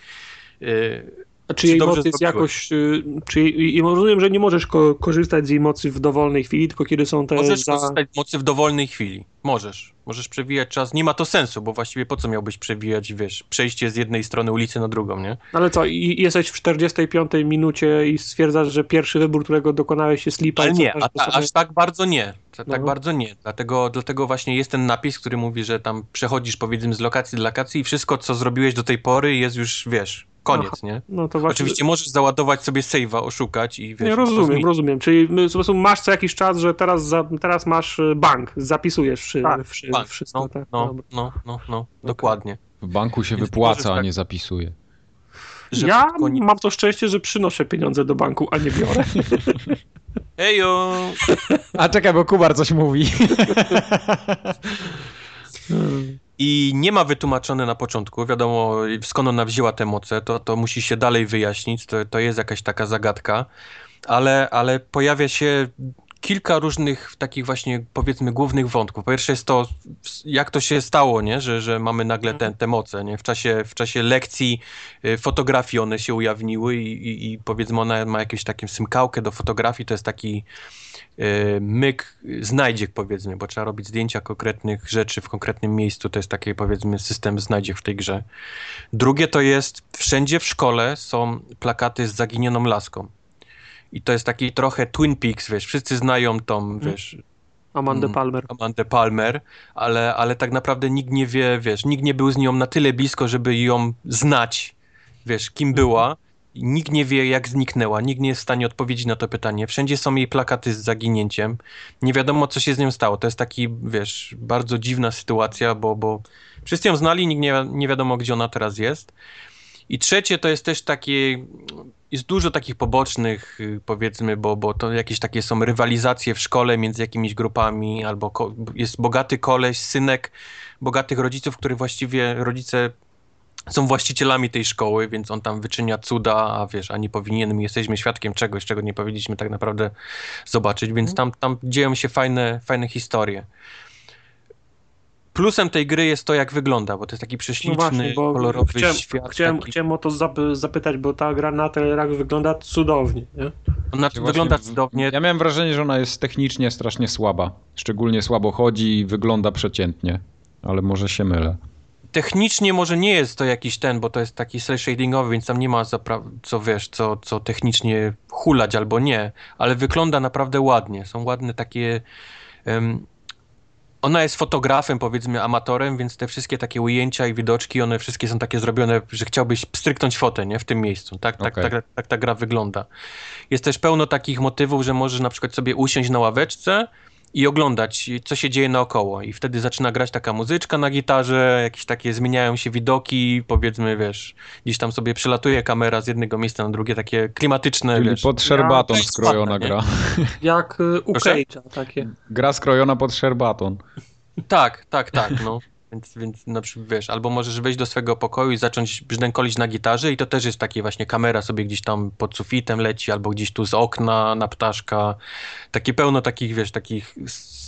Yy,
A czy
czy
jej
dobrze
moc jest
zrobiłeś?
jakoś. y, Czy, i, i rozumiem, że nie możesz ko korzystać z jej mocy w dowolnej chwili, tylko kiedy są te.
możesz
E, za...
korzystać z mocy w dowolnej chwili. Możesz. Możesz przewijać czas. Nie ma to sensu, bo właściwie po co miałbyś przewijać, wiesz, przejście z jednej strony ulicy na drugą, nie?
Ale co, i i jesteś w 45 minucie i stwierdzasz, że pierwszy wybór, którego dokonałeś, jest lipa.
Ale
i
nie,
cofasz
a,
to
ta,
sobie-
aż tak bardzo nie. Ta, tak
No.
bardzo nie. Dlatego, dlatego właśnie jest ten napis, który mówi, że tam przechodzisz powiedzmy z lokacji do lokacji i wszystko, co zrobiłeś do tej pory jest już, wiesz, koniec,
Aha.
nie?
No to właśnie.
Oczywiście możesz załadować sobie save'a, oszukać i wiesz...
Nie, rozumiem,
rozmi-
rozumiem. Czyli my- po prostu masz co jakiś czas, że teraz, za, teraz masz y, bank, zapisujesz wszy,
Tak,
wszy,
bank,
wszystko.
No,
tak,
no,
dobra.
no, no, no, dokładnie.
W banku się
Więc możesz
wypłaca, a
tak-
nie zapisuje.
Że
ja
pod koniec- [LAUGHS]
mam to szczęście, że przynoszę pieniądze do banku, a nie biorę.
Ejo!
A czekaj, bo Kubar coś mówi.
Hmm. I nie ma wytłumaczone na początku, wiadomo skąd ona wzięła te moce, to, to musi się dalej wyjaśnić, to, to jest jakaś taka zagadka, ale, ale pojawia się kilka różnych takich właśnie powiedzmy głównych wątków. Po pierwsze jest to, jak to się stało, nie? Że, że mamy nagle te, te moce. Nie? W, czasie, w czasie lekcji y, fotografii one się ujawniły i, i, i powiedzmy ona ma jakąś taką smykałkę do fotografii, to jest taki y, myk y, znajdziek powiedzmy, bo trzeba robić zdjęcia konkretnych rzeczy w konkretnym miejscu. To jest taki powiedzmy system znajdziek w tej grze. Drugie to jest, wszędzie w szkole są plakaty z zaginioną laską. I to jest taki trochę Twin Peaks, wiesz, wszyscy znają tą, wiesz,
Amanda
Mm.
Palmer. No
Amandę Palmer, ale, ale tak naprawdę nikt nie wie, wiesz, nikt nie był z nią na tyle blisko, żeby ją znać, wiesz, kim była. Nikt nie wie, jak zniknęła, nikt nie jest w stanie odpowiedzieć na to pytanie. Wszędzie są jej plakaty z zaginięciem. Nie wiadomo, co się z nią stało. To jest taki, wiesz, bardzo dziwna sytuacja, bo, bo wszyscy ją znali, nikt nie, nie wiadomo, gdzie ona teraz jest. I trzecie to jest też takie, jest dużo takich pobocznych, y, powiedzmy, bo, bo to jakieś takie są rywalizacje w szkole między jakimiś grupami, albo ko- jest bogaty koleś, synek bogatych rodziców, który właściwie rodzice są właścicielami tej szkoły, więc on tam wyczynia cuda, a wiesz, a nie powinien, my jesteśmy świadkiem czegoś, czego nie powinniśmy tak naprawdę zobaczyć,
Mhm.
więc tam, tam dzieją się fajne, fajne historie. Plusem tej gry jest to, jak wygląda, bo to jest taki
No
prześliczny,
właśnie, bo
kolorowy
chciałem,
świat.
chciałem,
taki...
chciałem o to zap- zapytać, bo ta gra na telerach wygląda cudownie. Nie?
Ona
Właśnie
znaczy, wygląda
w-
cudownie,
Ja miałem wrażenie, że ona jest technicznie strasznie słaba. Szczególnie słabo chodzi i wygląda przeciętnie. Ale może się mylę.
technicznie może nie jest to jakiś ten, bo to jest taki cel shadingowy, więc tam nie ma zapra- co wiesz, co, co technicznie hulać albo nie, ale wygląda naprawdę ładnie. Są ładne takie. em, ona jest fotografem, powiedzmy, amatorem, więc te wszystkie takie ujęcia i widoczki, one wszystkie są takie zrobione, że chciałbyś pstryknąć fotę, nie? W tym miejscu. Tak, tak,
Okej.
tak, tak, tak ta gra wygląda. Jest też pełno takich motywów, że możesz na przykład sobie usiąść na ławeczce i oglądać, co się dzieje naokoło. I wtedy zaczyna grać taka muzyczka na gitarze, jakieś takie zmieniają się widoki, powiedzmy, wiesz, gdzieś tam sobie przelatuje kamera z jednego miejsca na drugie, takie klimatyczne,
Czyli
Tak, wiesz. no,
pod szerbatą
to jest
skrojona
spadne, nie?
gra.
Jak y, u
Proszę?
Cage'a takie.
Gra skrojona pod szerbatą.
Tak, tak, tak, no. [LAUGHS] Więc, więc na przykład, wiesz, albo możesz wejść do swojego pokoju i zacząć brzdękolić na gitarze i to też jest takie właśnie, kamera sobie gdzieś tam pod sufitem leci, albo gdzieś tu z okna na ptaszka. Takie pełno takich, wiesz, takich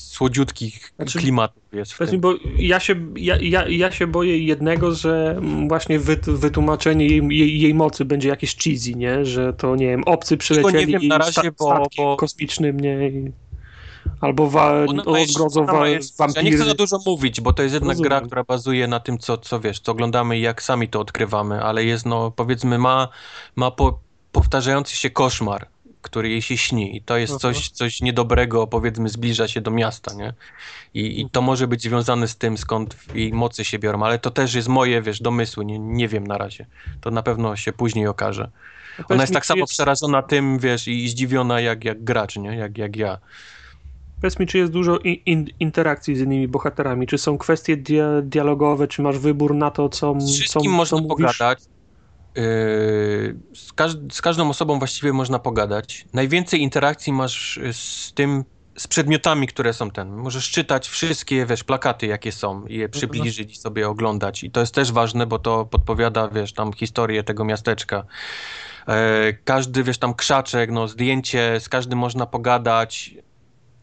słodziutkich
Znaczy,
klimatów jest w
Powiedz
tym.
mi, bo ja się, ja, ja, ja się boję jednego, że mm, właśnie wyt, wytłumaczenie jej, jej, jej mocy będzie jakieś cheesy, nie? Że to, nie wiem, obcy przylecieli
wiem na
i
razie, bo-
statkiem
bo-
kosmicznym, nie? I- Albo wa,
Ona ma jeszcze-
odgrodzą
ona
wa,
ma jeszcze- Ja nie
wampiry.
chcę za dużo mówić, bo to jest jednak
Rozumiem.
gra, która bazuje na tym, co, co wiesz, co oglądamy i jak sami to odkrywamy, ale jest, no powiedzmy, ma, ma po, powtarzający się koszmar, który jej się śni i to jest
Aha.
coś, coś niedobrego, powiedzmy, zbliża się do miasta, nie? I, I to może być związane z tym, skąd jej mocy się biorą, ale to też jest moje, wiesz, domysły, nie, nie wiem na razie. To na pewno się później okaże.
Powiedz
Ona jest
mi,
tak
czy
samo przerażona tym, wiesz, i, i zdziwiona jak, jak gracz, nie? Jak, jak ja.
Powiedz mi, czy jest dużo in, in, interakcji z innymi bohaterami? Czy są kwestie dia, dialogowe? Czy masz wybór na to, co, m-
Z
co,
wszystkim
co
można
mówisz?
pogadać. Yy, Z, każ z każdą osobą właściwie można pogadać. Najwięcej interakcji masz y, z tym, z przedmiotami, które są ten. Możesz czytać wszystkie, wiesz, plakaty, jakie są i je przybliżyć i sobie oglądać. I to jest też ważne, bo to podpowiada, wiesz, tam historię tego miasteczka. E, Każdy, wiesz, tam krzaczek, no, zdjęcie, z każdym można pogadać.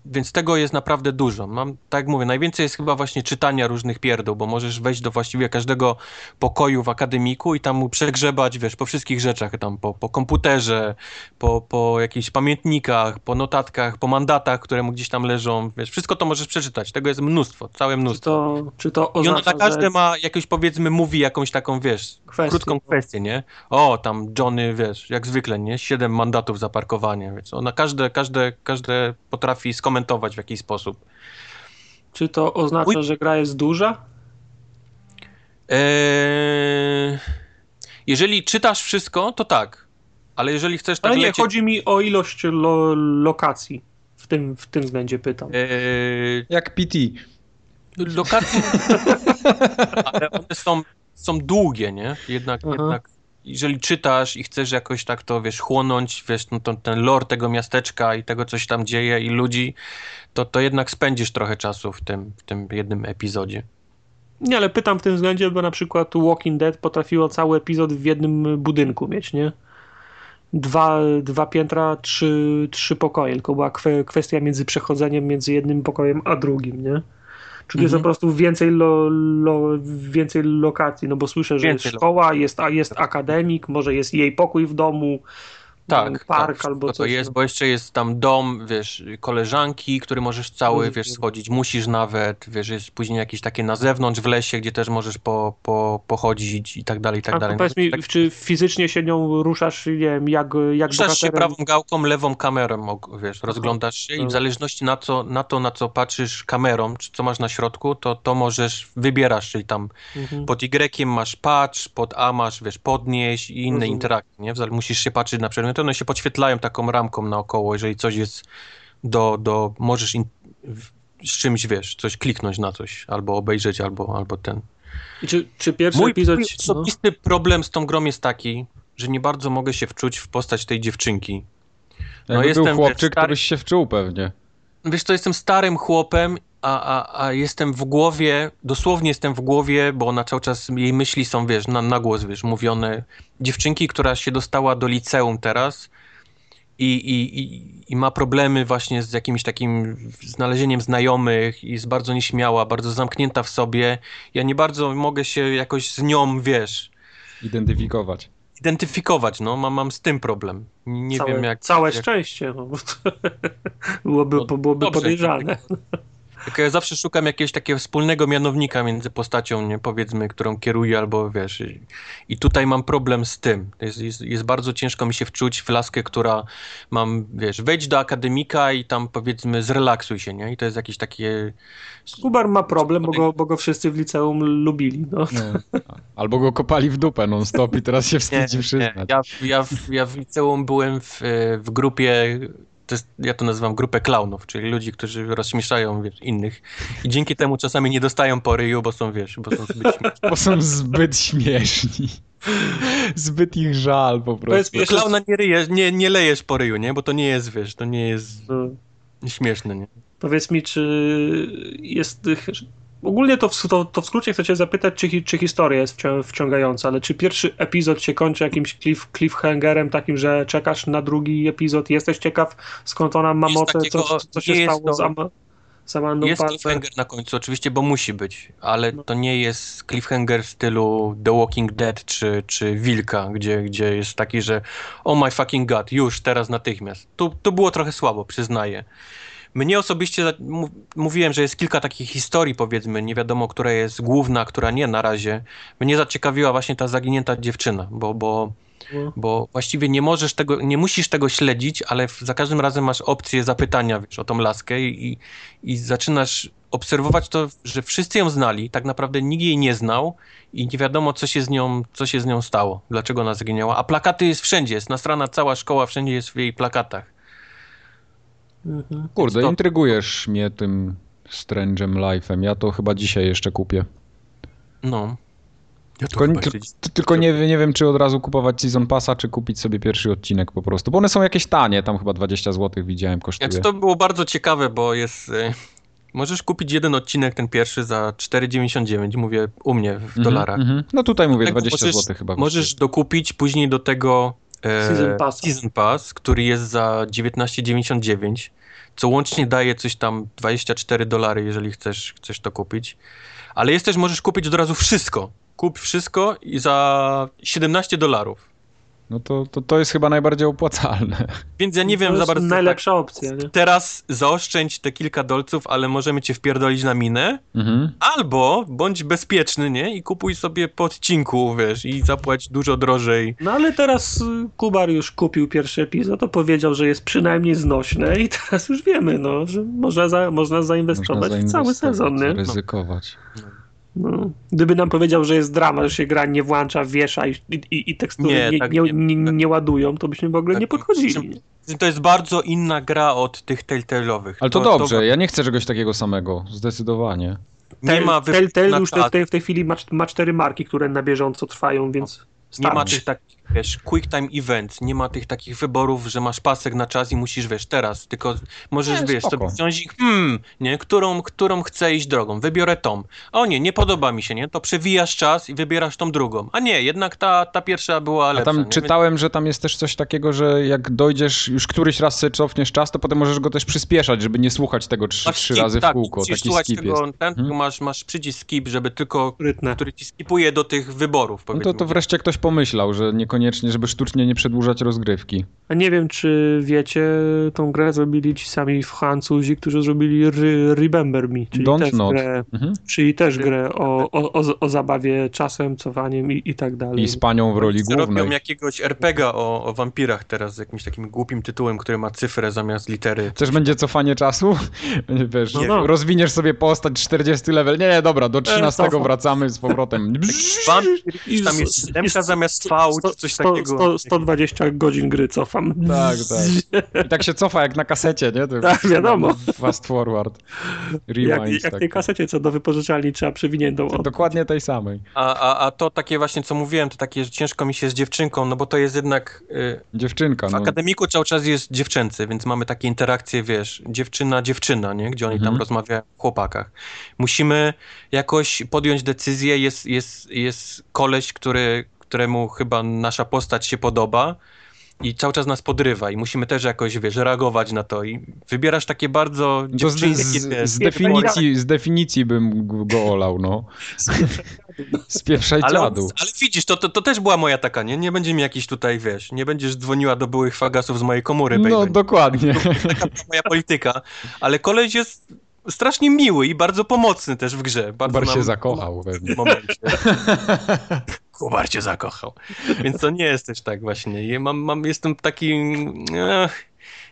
Więc tego jest naprawdę dużo. Mam, tak jak mówię, najwięcej jest chyba właśnie czytania różnych pierdół, bo możesz wejść do właściwie każdego pokoju w akademiku i tam mu przegrzebać, wiesz, po wszystkich rzeczach, tam po, po komputerze, po, po jakichś pamiętnikach, po notatkach, po mandatach, które mu gdzieś tam leżą, wiesz, wszystko to możesz przeczytać. Tego jest mnóstwo, całe
Czy
mnóstwo.
to, czy to
I ona
oznacza,
na każde
że
ma jakąś, powiedzmy, mówi jakąś taką, wiesz,
kwestię,
krótką kwestię, nie? O, tam Johnny, wiesz, jak zwykle, nie? Siedem mandatów za parkowanie, więc ona każde, każde, każde potrafi skomentować w jakiś sposób.
Czy to oznacza,
Mój-
że gra jest duża?
Eee... Jeżeli czytasz wszystko, to tak. Ale jeżeli chcesz tak
Ale nie,
lecieć...
chodzi mi o ilość lo, lokacji. W tym, w tym względzie pytam.
Eee...
Jak PT.
[LAUGHS] Lokacje... Ale one są, są długie, nie? Jednak,
Aha.
jednak jeżeli czytasz i chcesz jakoś tak to, wiesz, chłonąć, wiesz, no, to, ten lore tego miasteczka i tego, co się tam dzieje i ludzi, to, to jednak spędzisz trochę czasu w tym, w tym jednym epizodzie.
Nie, ale pytam w tym względzie, bo na przykład Walking Dead potrafiło cały epizod w jednym budynku mieć, nie? Dwa, dwa piętra, trzy, trzy pokoje, tylko była kwe, kwestia między przechodzeniem między jednym pokojem a drugim, nie? Czy to jest
Mhm.
po prostu więcej, lo, lo, więcej lokacji? No bo słyszę, że
Więcej
jest szkoła, jest, a jest akademik, może jest jej pokój w domu, ten
Tak,
park
tak,
albo
to,
coś. no.
to jest, bo jeszcze jest tam dom, wiesz, koleżanki, który możesz cały,
Mhm.
wiesz, schodzić, musisz nawet, wiesz, jest później jakieś takie na zewnątrz w lesie, gdzie też możesz po, po, pochodzić i tak dalej, i tak
A to
dalej.
powiedz mi,
tak,
czy fizycznie się nią ruszasz, nie wiem, jak, jak
Ruszasz się
Tak bohaterem?
prawą gałką, lewą kamerą, og- wiesz, rozglądasz się i
Mhm.
w zależności na, co, na to, na co patrzysz kamerą, czy co masz na środku, to, to możesz, wybierasz, czyli tam
Mhm.
pod Y masz patrz, pod A masz, wiesz, podnieś i inne
Rozumiem.
interakcje, nie? W zale- Musisz się patrzeć na przedmioty, one się podświetlają taką ramką naokoło, jeżeli coś jest do, do możesz in, w, z czymś, wiesz, coś kliknąć na coś, albo obejrzeć, albo, albo ten.
I Czy, czy pierwszy
Mój
epizod... No.
osobisty problem z tą grą jest taki, że nie bardzo mogę się wczuć w postać tej dziewczynki. No,
Jakby
jestem,
był
wiesz,
chłopczyk,
stary.
któryś się wczuł pewnie.
Wiesz co, jestem starym chłopem, a, a, a jestem w głowie, dosłownie jestem w głowie, bo ona cały czas, jej myśli są, wiesz, na, na głos, wiesz, mówione. Dziewczynki, która się dostała do liceum teraz i, i, i, i ma problemy właśnie z jakimś takim znalezieniem znajomych i jest bardzo nieśmiała, bardzo zamknięta w sobie. Ja nie bardzo mogę się jakoś z nią, wiesz,
Identyfikować.
identyfikować, no, mam, mam z tym problem. Nie
całe,
wiem, jak...
Całe
jak...
szczęście. No. [LAUGHS] byłoby
No
byłoby
dobrze,
podejrzane.
Tylko ja zawsze szukam jakiegoś takiego wspólnego mianownika między postacią, nie powiedzmy, którą kieruję, albo wiesz. I, i tutaj mam problem z tym. Jest, jest, jest bardzo ciężko mi się wczuć w laskę, która mam, wiesz, wejdź do akademika i tam powiedzmy, zrelaksuj się, nie? I to jest jakieś takie.
Kubar ma problem, bo go, bo go wszyscy w liceum lubili. No.
Albo go kopali w dupę non-stop i teraz się wstydzi przyznać.
Ja, ja, w- ja w liceum byłem w, e, w grupie. To jest, ja to nazywam grupę klaunów, czyli ludzi, którzy rozśmieszają wiesz, innych. I dzięki temu czasami nie dostają po ryju, bo są, wiesz, bo są zbyt śmieszni.
Bo są zbyt śmieszni. Zbyt ich żal po prostu.
Do klauna nie, ryjesz, nie, nie lejesz po ryju, nie? Bo to nie jest, wiesz, to nie jest
No.
śmieszne, nie?
Powiedz mi, czy jest... Ogólnie to w, to, to w skrócie chcę cię zapytać, czy, hi- czy historia jest wcią- wciągająca, ale czy pierwszy epizod się kończy jakimś cliff, cliffhangerem takim, że czekasz na drugi epizod, jesteś ciekaw skąd ona ma
Jest
mocę,
takiego-
co, co się
nie jest
stało
to-
z, Am- z Amandą
jest
Parker?
cliffhanger na końcu, oczywiście, bo musi być, ale
No.
to nie jest cliffhanger w stylu The Walking Dead czy, czy Wilka, gdzie, gdzie jest taki, że oh my fucking god, już, teraz natychmiast. Tu, tu było trochę słabo, przyznaję. Mnie osobiście, za- mu- mówiłem, że jest kilka takich historii, powiedzmy, nie wiadomo, która jest główna, która nie na razie. Mnie zaciekawiła właśnie ta zaginięta dziewczyna, bo, bo
No.
bo właściwie nie możesz tego, nie musisz tego śledzić, ale w, za każdym razem masz opcję zapytania wiesz, o tą laskę i, i, i zaczynasz obserwować to, że wszyscy ją znali, tak naprawdę nikt jej nie znał i nie wiadomo, co się z nią, co się z nią stało, dlaczego ona zginęła. A plakaty jest wszędzie, jest nastrana cała szkoła, wszędzie jest w jej plakatach.
Mhm.
Kurde,
to-
intrygujesz mnie tym Strange'em Life'em. Ja to chyba dzisiaj jeszcze kupię.
No. Ja
Tylko, ty, ty, tylko nie, nie wiem, czy od razu kupować Season Passa, czy kupić sobie pierwszy odcinek po prostu. Bo one są jakieś tanie, tam chyba 20 zł widziałem kosztuje.
Znaczy, to było bardzo ciekawe, bo jest. Y, możesz kupić jeden odcinek, ten pierwszy, za 4,99, mówię u mnie w
Mhm,
dolarach.
mhm. No tutaj mówię,
Tak, bo
20
możesz-
zł chyba.
Możesz dokupić później do tego e,
Season Passa.
Season Pass, który jest za 19,99, co łącznie daje coś tam 24 dolary, jeżeli chcesz, chcesz to kupić. Ale jest też, możesz kupić od razu wszystko. Kup wszystko i za 17 dolarów.
No to, to, to jest chyba najbardziej opłacalne.
Więc ja nie
No to
wiem za
jest
bardzo.
Najlepsza opcja, nie?
Tak, teraz zaoszczędź te kilka dolców, ale możemy cię wpierdolić na minę.
Mhm.
Albo bądź bezpieczny, nie? I kupuj sobie po odcinku, wiesz, i zapłać dużo drożej.
No ale teraz y, Kubar już kupił pierwszy epizod, to powiedział, że jest przynajmniej znośne i [LAUGHS] teraz już wiemy, no, że można, za, można zainwestować w cały
zainwestować,
sezon, nie?
Ryzykować.
No. Gdyby nam powiedział, że jest drama, że się gra nie włącza, wiesza i, i, i tekstury nie,
Nie,
nie,
tak
nie,
nie-
nie, ładują, to byśmy w ogóle
Tak,
nie
no,
podchodzili.
czym- To jest bardzo inna gra od tych Telltale'owych. No,
Ale to, dobrze, ja nie chcę czegoś takiego samego, zdecydowanie.
nie ma
Tel, tel,
na
już te,
czat.
te, w tej chwili ma, ma cztery marki, które na bieżąco trwają, więc
No, Nie ma
Starczy.
tych takich, wiesz, quick time event, nie ma tych takich wyborów, że masz pasek na czas i musisz, wiesz, teraz, tylko możesz,
Nie,
wiesz,
spoko.
sobie wziąć ich, hmm, nie, którą, którą chcę iść drogą, wybiorę tą. O nie, nie podoba mi się, nie, to przewijasz czas i wybierasz tą drugą. A nie, jednak ta, ta pierwsza była
A
lepsza.
tam
nie?
czytałem, że tam jest też coś takiego, że jak dojdziesz, już któryś raz sobie cofniesz czas, to potem możesz go też przyspieszać, żeby nie słuchać tego trzy,
Masz
trzy
skip,
razy w
tak,
kółko.
musisz
Taki
słuchać
skip
tego,
jest.
Ten,
Mhm.
masz, masz przycisk skip, żeby tylko,
Sprytne.
który ci skipuje do tych wyborów,
No
powiedzmy.
to, to wreszcie ktoś pomyślał, że niekoniecznie, żeby sztucznie nie przedłużać rozgrywki.
A nie wiem, czy wiecie, tą grę zrobili ci sami Francuzi, którzy zrobili Re- Remember Me, czyli
Don't
też
not.
grę,
Mhm.
czyli też grę o, o, o, o zabawie czasem, cofaniem i, i tak dalej.
I z panią w roli głównej.
Robią jakiegoś RPGa o, o wampirach teraz z jakimś takim głupim tytułem, który ma cyfrę zamiast litery.
Też będzie cofanie czasu? [LAUGHS] Będzie, Wiesz,
No, no.
rozwiniesz sobie postać 40 level. Nie, nie, dobra, do 13
cofam.
wracamy z
[LAUGHS]
powrotem.
Wampir,
I
tam
z-
jest
z-
siódemka
z-
zamiast V, czy coś takiego.
100, 120 godzin gry cofam.
Tak, I tak się cofa jak na kasecie, nie? To-
Tak, wiadomo.
Fast forward.
[LAUGHS] Jak,
Rewind.
jak
tak.
tej kasecie, co do wypożyczalni trzeba przywiniętą. od-
Dokładnie tej samej.
A, a, a to takie właśnie, co mówiłem, to takie, że ciężko mi się z dziewczynką, no bo to jest jednak... Y,
Dziewczynka.
w
No.
akademiku cały czas jest dziewczęcy, więc mamy takie interakcje, wiesz, dziewczyna, dziewczyna, nie? Gdzie oni
Mhm.
tam rozmawiają o chłopakach. Musimy jakoś podjąć decyzję, jest, jest, jest koleś, który, któremu chyba nasza postać się podoba i cały czas nas podrywa i musimy też jakoś, wiesz, reagować na to i wybierasz takie bardzo
To z,
dziewczynki,
z, z,
takie-
definicji, z definicji bym g- go olał,
[LAUGHS]
no. Spieprzaj
ale,
dziadu.
ale widzisz, to, to, to też była moja taka, nie? Nie będzie mi jakiś tutaj, wiesz, nie będziesz dzwoniła do byłych fagasów z mojej komory,
No,
baby.
dokładnie.
taka była moja polityka, ale koleś jest strasznie miły i bardzo pomocny też w grze. Bardzo
[LAUGHS] Bar
nam- No.
się zakochał we
w
mnie.
tym momencie. [LAUGHS] Kubar się zakochał. Więc to nie jest też tak właśnie. Ja mam, mam, jestem taki... Ech,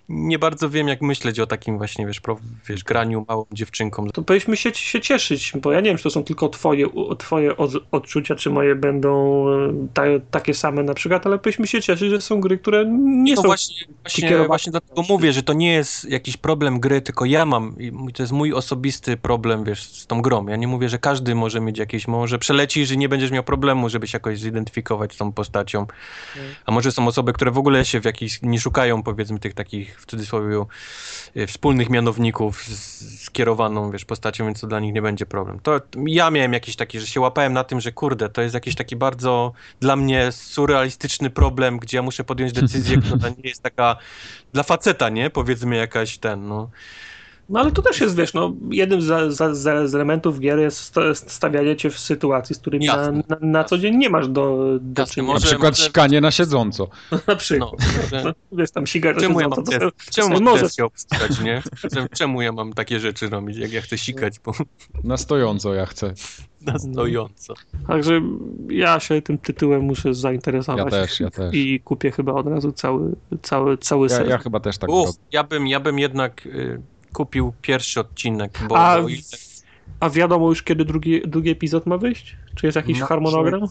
nie bardzo wiem, jak myśleć o takim właśnie, wiesz, pro, wiesz graniu małą dziewczynką.
To powinniśmy się, się cieszyć, bo ja nie wiem, czy to są tylko twoje, u- twoje od, odczucia, czy moje będą e, ta, takie same na przykład, ale powinniśmy się cieszyć, że są gry, które nie
No
są...
właśnie, właśnie,
kierowane-
właśnie dlatego mówię, że to nie jest jakiś problem gry, tylko ja mam, i mój- to jest mój osobisty problem, wiesz, z tą grą. Ja nie mówię, że każdy może mieć jakieś, może przelecisz i nie będziesz miał problemu, żeby się jakoś zidentyfikować z tą postacią.
Mm.
A może są osoby, które w ogóle się w jakiś, nie szukają powiedzmy tych takich, w cudzysłowie, y, wspólnych mianowników z- skierowaną, wiesz, postacią, więc to dla nich nie będzie problem. To ja miałem jakiś taki, że się łapałem na tym, że kurde, to jest jakiś taki bardzo dla mnie surrealistyczny problem, gdzie ja muszę podjąć decyzję, która nie jest taka dla faceta, nie? Powiedzmy jakaś ten, no.
No ale to też jest, wiesz, no, jednym z, z, z, z elementów gier jest sta- stawianie cię w sytuacji, z którymi na,
Jasne.
na, na co dzień nie masz do, do
Jasne,
Na
czynienia.
może-
przykład
może-
sikanie na siedząco.
[LAUGHS] Na przykład.
no że,
No, wiesz, tam sigar
czemu ja
to,
mam
to,
te,
to,
czemu mam
może-
deskę obstrać, nie? Czemu- Czemu ja mam takie rzeczy robić, jak ja chcę sikać po,
Na stojąco ja chcę.
na stojąco?
Także ja się tym tytułem muszę zainteresować.
Ja też, ja też.
I kupię chyba od razu cały, cały, cały
Ja,
set.
ja chyba też tak
Uff,
robię.
ja bym, ja bym jednak y, kupił pierwszy odcinek, bo,
A,
bo ile-
a wiadomo już, kiedy drugi, drugi epizod ma wyjść? Czy jest jakiś
Marzec-
harmonogram?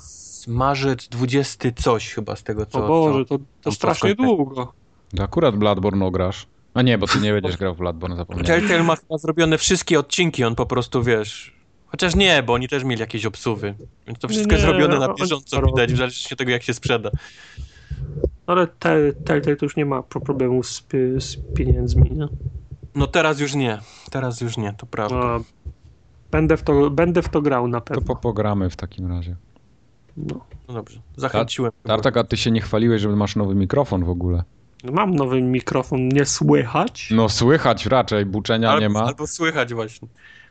Marzec 20 coś chyba z tego co.
o Boże,
co.
to, to tak.
to
strasznie
skończy.
długo.
To akurat Bloodborne grasz. A nie, bo ty nie będziesz grał w Bloodborne, zapomniałem.
Telltale ma chyba zrobione wszystkie odcinki, on po prostu wiesz. Chociaż nie, bo oni też mieli jakieś obsuwy. Więc to wszystko
Nie,
jest robione na
oni
bieżąco
to robią.
widać, w zależności od tego jak się sprzeda.
No ale Tel- Telltale to już nie ma pro- problemu z, pi- z pieniędzmi. Nie?
No teraz już nie. Teraz już nie, to prawda.
A, będę, w to, będę w to grał na
To
pewno.
po- pogramy w takim razie.
No.
No dobrze. Zachęciłem.
Tartak, a ty się nie chwaliłeś, że masz nowy mikrofon w ogóle.
Mam nowy mikrofon, nie słychać.
No słychać raczej, buczenia
albo,
nie ma.
albo słychać właśnie.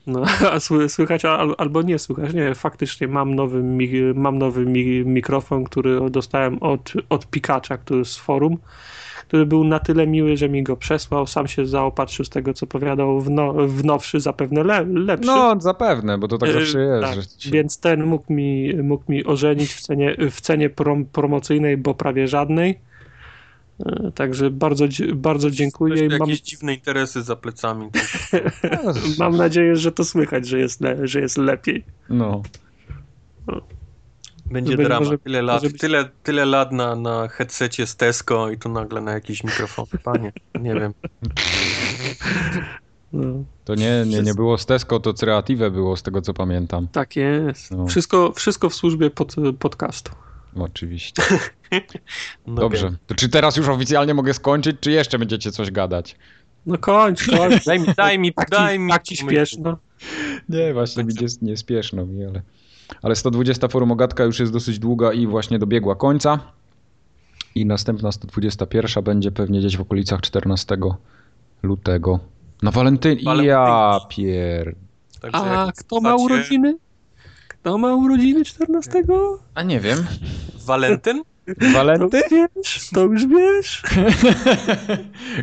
No, [LAUGHS] a sły- słychać al, albo nie słychać. Nie, faktycznie mam nowy, mi, mam nowy mi, mikrofon, który dostałem od, od Pikacza, który z forum, który był na tyle miły, że mi go przesłał. Sam się zaopatrzył z tego, co powiadał, w, no, w nowszy, zapewne le, lepszy.
No zapewne, bo to tak
Yy,
zawsze jest.
tak,
że ci się-
Więc ten mógł mi, mógł mi ożenić w cenie, w cenie prom, promocyjnej, bo prawie żadnej. E, Także bardzo, dzie- bardzo
Ktoś
dziękuję. i
tu
Mam,
jakieś dziwne interesy za plecami.
mam nadzieję, że to słychać, że jest, le, że jest lepiej.
No.
Będzie
Żeby-
drama.
może-
tyle lat,
może być-
tyle, tyle lat na, na headsetie z Tesco i tu nagle na jakiś mikrofon. Panie, nie wiem.
No.
To nie, nie, nie było z Tesco, to Creative było z tego co pamiętam.
Tak jest.
No.
Wszystko, wszystko w służbie pod, podcastu.
[LAUGHS]
Oczywiście.
No
Dobrze. To czy teraz już oficjalnie mogę skończyć, czy jeszcze będziecie coś gadać?
No kończ,
[LAUGHS]
kończ.
Daj mi, daj mi,
[LAUGHS] Tak ci,
daj mi.
tak ci śpiesz, no.
Nie, właśnie mi jest niespieszno mi, ale... Ale 120 forumogatka już jest dosyć długa i właśnie dobiegła końca. I następna 121 będzie pewnie gdzieś w okolicach 14 lutego. Na Walentyn...
Walentynki.
Ja pier...
Także
A
jak
kto ma
chcecie-
urodziny? Kto ma urodziny 14?
A nie [LAUGHS] wiem.
Walentyn?
[LAUGHS]
To
Walenty?
już wiesz, to już wiesz.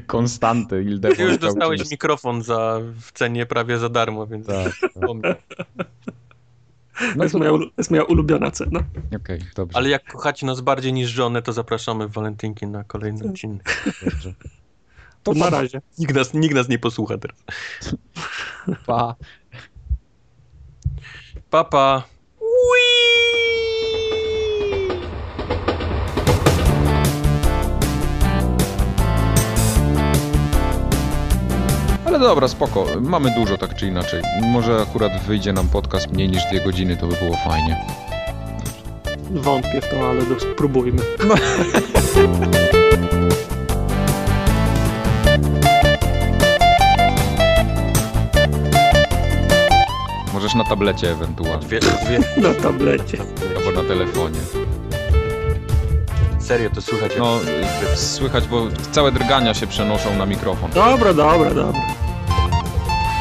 Konstanty,
Ty
Ildefons.
już dostałeś mikrofon za, w cenie prawie za darmo, więc [LAUGHS]
Tak, tak.
zapomnij.
To
No [LAUGHS]
jest
to...
moja, ulu- to jest moja ulubiona cena.
Okej, dobrze.
Ale jak kochacie nas bardziej niż żonę, to zapraszamy w walentynki na kolejny odcinek.
dobrze.
To na razie.
Nikt nas, nikt nas nie posłucha teraz.
Pa.
Papa. Pa.
Ale dobra, spoko. Mamy dużo tak czy inaczej. Może akurat wyjdzie nam podcast mniej niż dwie godziny, to by było fajnie.
Wątpię w to, ale do- spróbujmy.
Możesz na tablecie ewentualnie,
Dwie, dwie.
Na tablecie.
albo na telefonie.
Serio, to słychać. jak-
No, y, słychać, bo całe drgania się przenoszą na mikrofon.
Dobra, dobra, dobra.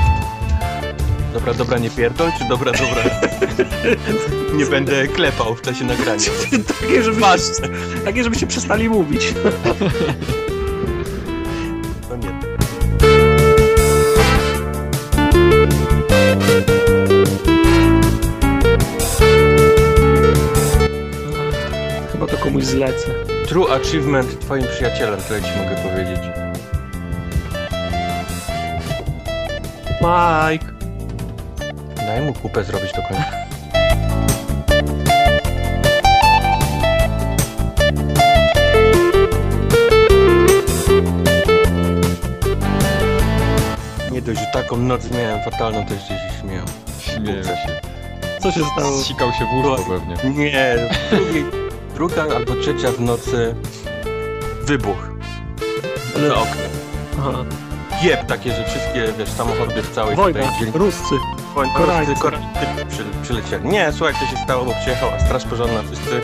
[LAUGHS]
Dobra, dobra, nie pierdol, czy dobra,
[LAUGHS]
dobra? nie będę klepał w czasie nagrania.
Takie, żeby,
Patrzcie.
takie, żebyście przestali mówić. [LAUGHS]
To nie.
Chyba to komuś zlecę.
True achievement twoim przyjacielem, tyle ci mogę powiedzieć.
Mike.
Daj mu kupę zrobić do końca. Nie dość, że taką noc miałem fatalną, to jeszcze się śmiałem.
Śmieję się.
Co się stało?
Zsikał się w łóżko pewnie.
Nie, drugi, druga albo trzecia w nocy wybuch
Ale-
za oknem.
Aha.
Jeb takie, że wszystkie, wiesz, samochody w całej
Wojna,
tej dzielnicy-
Ruscy.
Koń-
Korańcy.
Korańcy, korańcy przy, przylecieli. Nie, słuchaj, co się stało, bo przyjechała straż pożarna, wszyscy.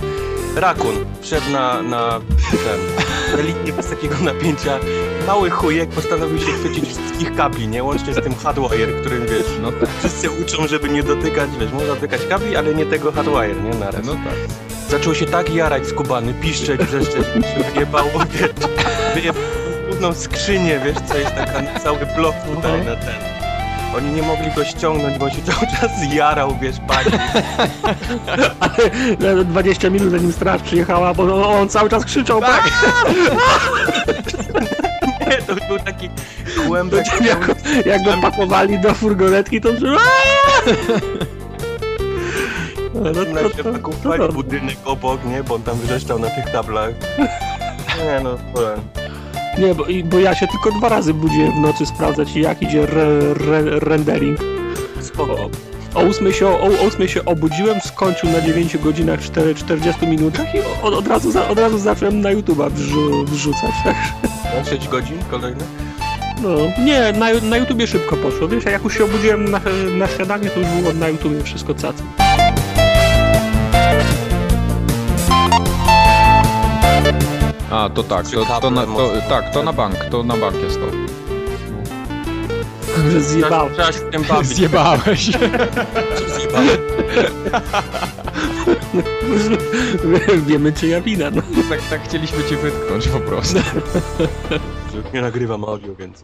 Rakun wszedł na, na
[LAUGHS]
ten, na linię bez takiego napięcia. Mały chujek postanowił się chwycić wszystkich kabli, nie? Łącznie z tym hardwire, którym, wiesz,
No tak,
wszyscy uczą, żeby nie dotykać, wiesz, można dotykać kabli, ale nie tego hardwire, nie? Naraz.
no tak.
Zaczął się tak jarać skubany, piszczeć, wrzeszczeć, że wyjebało, wiesz, wyjebało główną skrzynię, wiesz, co jest taka na cały blok tutaj
No.
na ten. Oni nie mogli go ściągnąć, bo on się cały czas jarał, wiesz, pani.
[LAUGHS] Ale 20 minut zanim straż przyjechała, bo no, on cały czas krzyczał. Tak.
Nie, to już był taki kłębek.
Jak, jak go pakowali do furgonetki, to... No, to,
Na się
to, to, to,
pakowali
to,
budynek obok, nie, bo on tam wrzeszczał na tych tablach. Nie no, powiem.
Nie, bo, i- bo ja się tylko dwa razy budziłem w nocy sprawdzać, jak idzie re, re, rendering.
Spoko.
O 8 się, o, o 8 się obudziłem, skończył na 9 godzinach 4, 40 minutach i od, od, razu, za, od razu zacząłem na YouTube'a wrzu, wrzucać. tak? Także,
Na 6 godzin kolejne?
no. Nie, na, na YouTubie szybko poszło. Wiesz, jak już się obudziłem na, na śniadanie, to już było na YouTubie wszystko cacy.
A, to tak, to, to, na, to, tak, to na bank, to na bank jest to.
Także zjebałem.
Trzeba się tym
[LAUGHS]
bawić.
Zjebałeś.
Zjebałem.
[LAUGHS] Wiemy, czyja wina. No.
tak, tak chcieliśmy cię wytknąć po prostu.
Nie nagrywam audio, więc...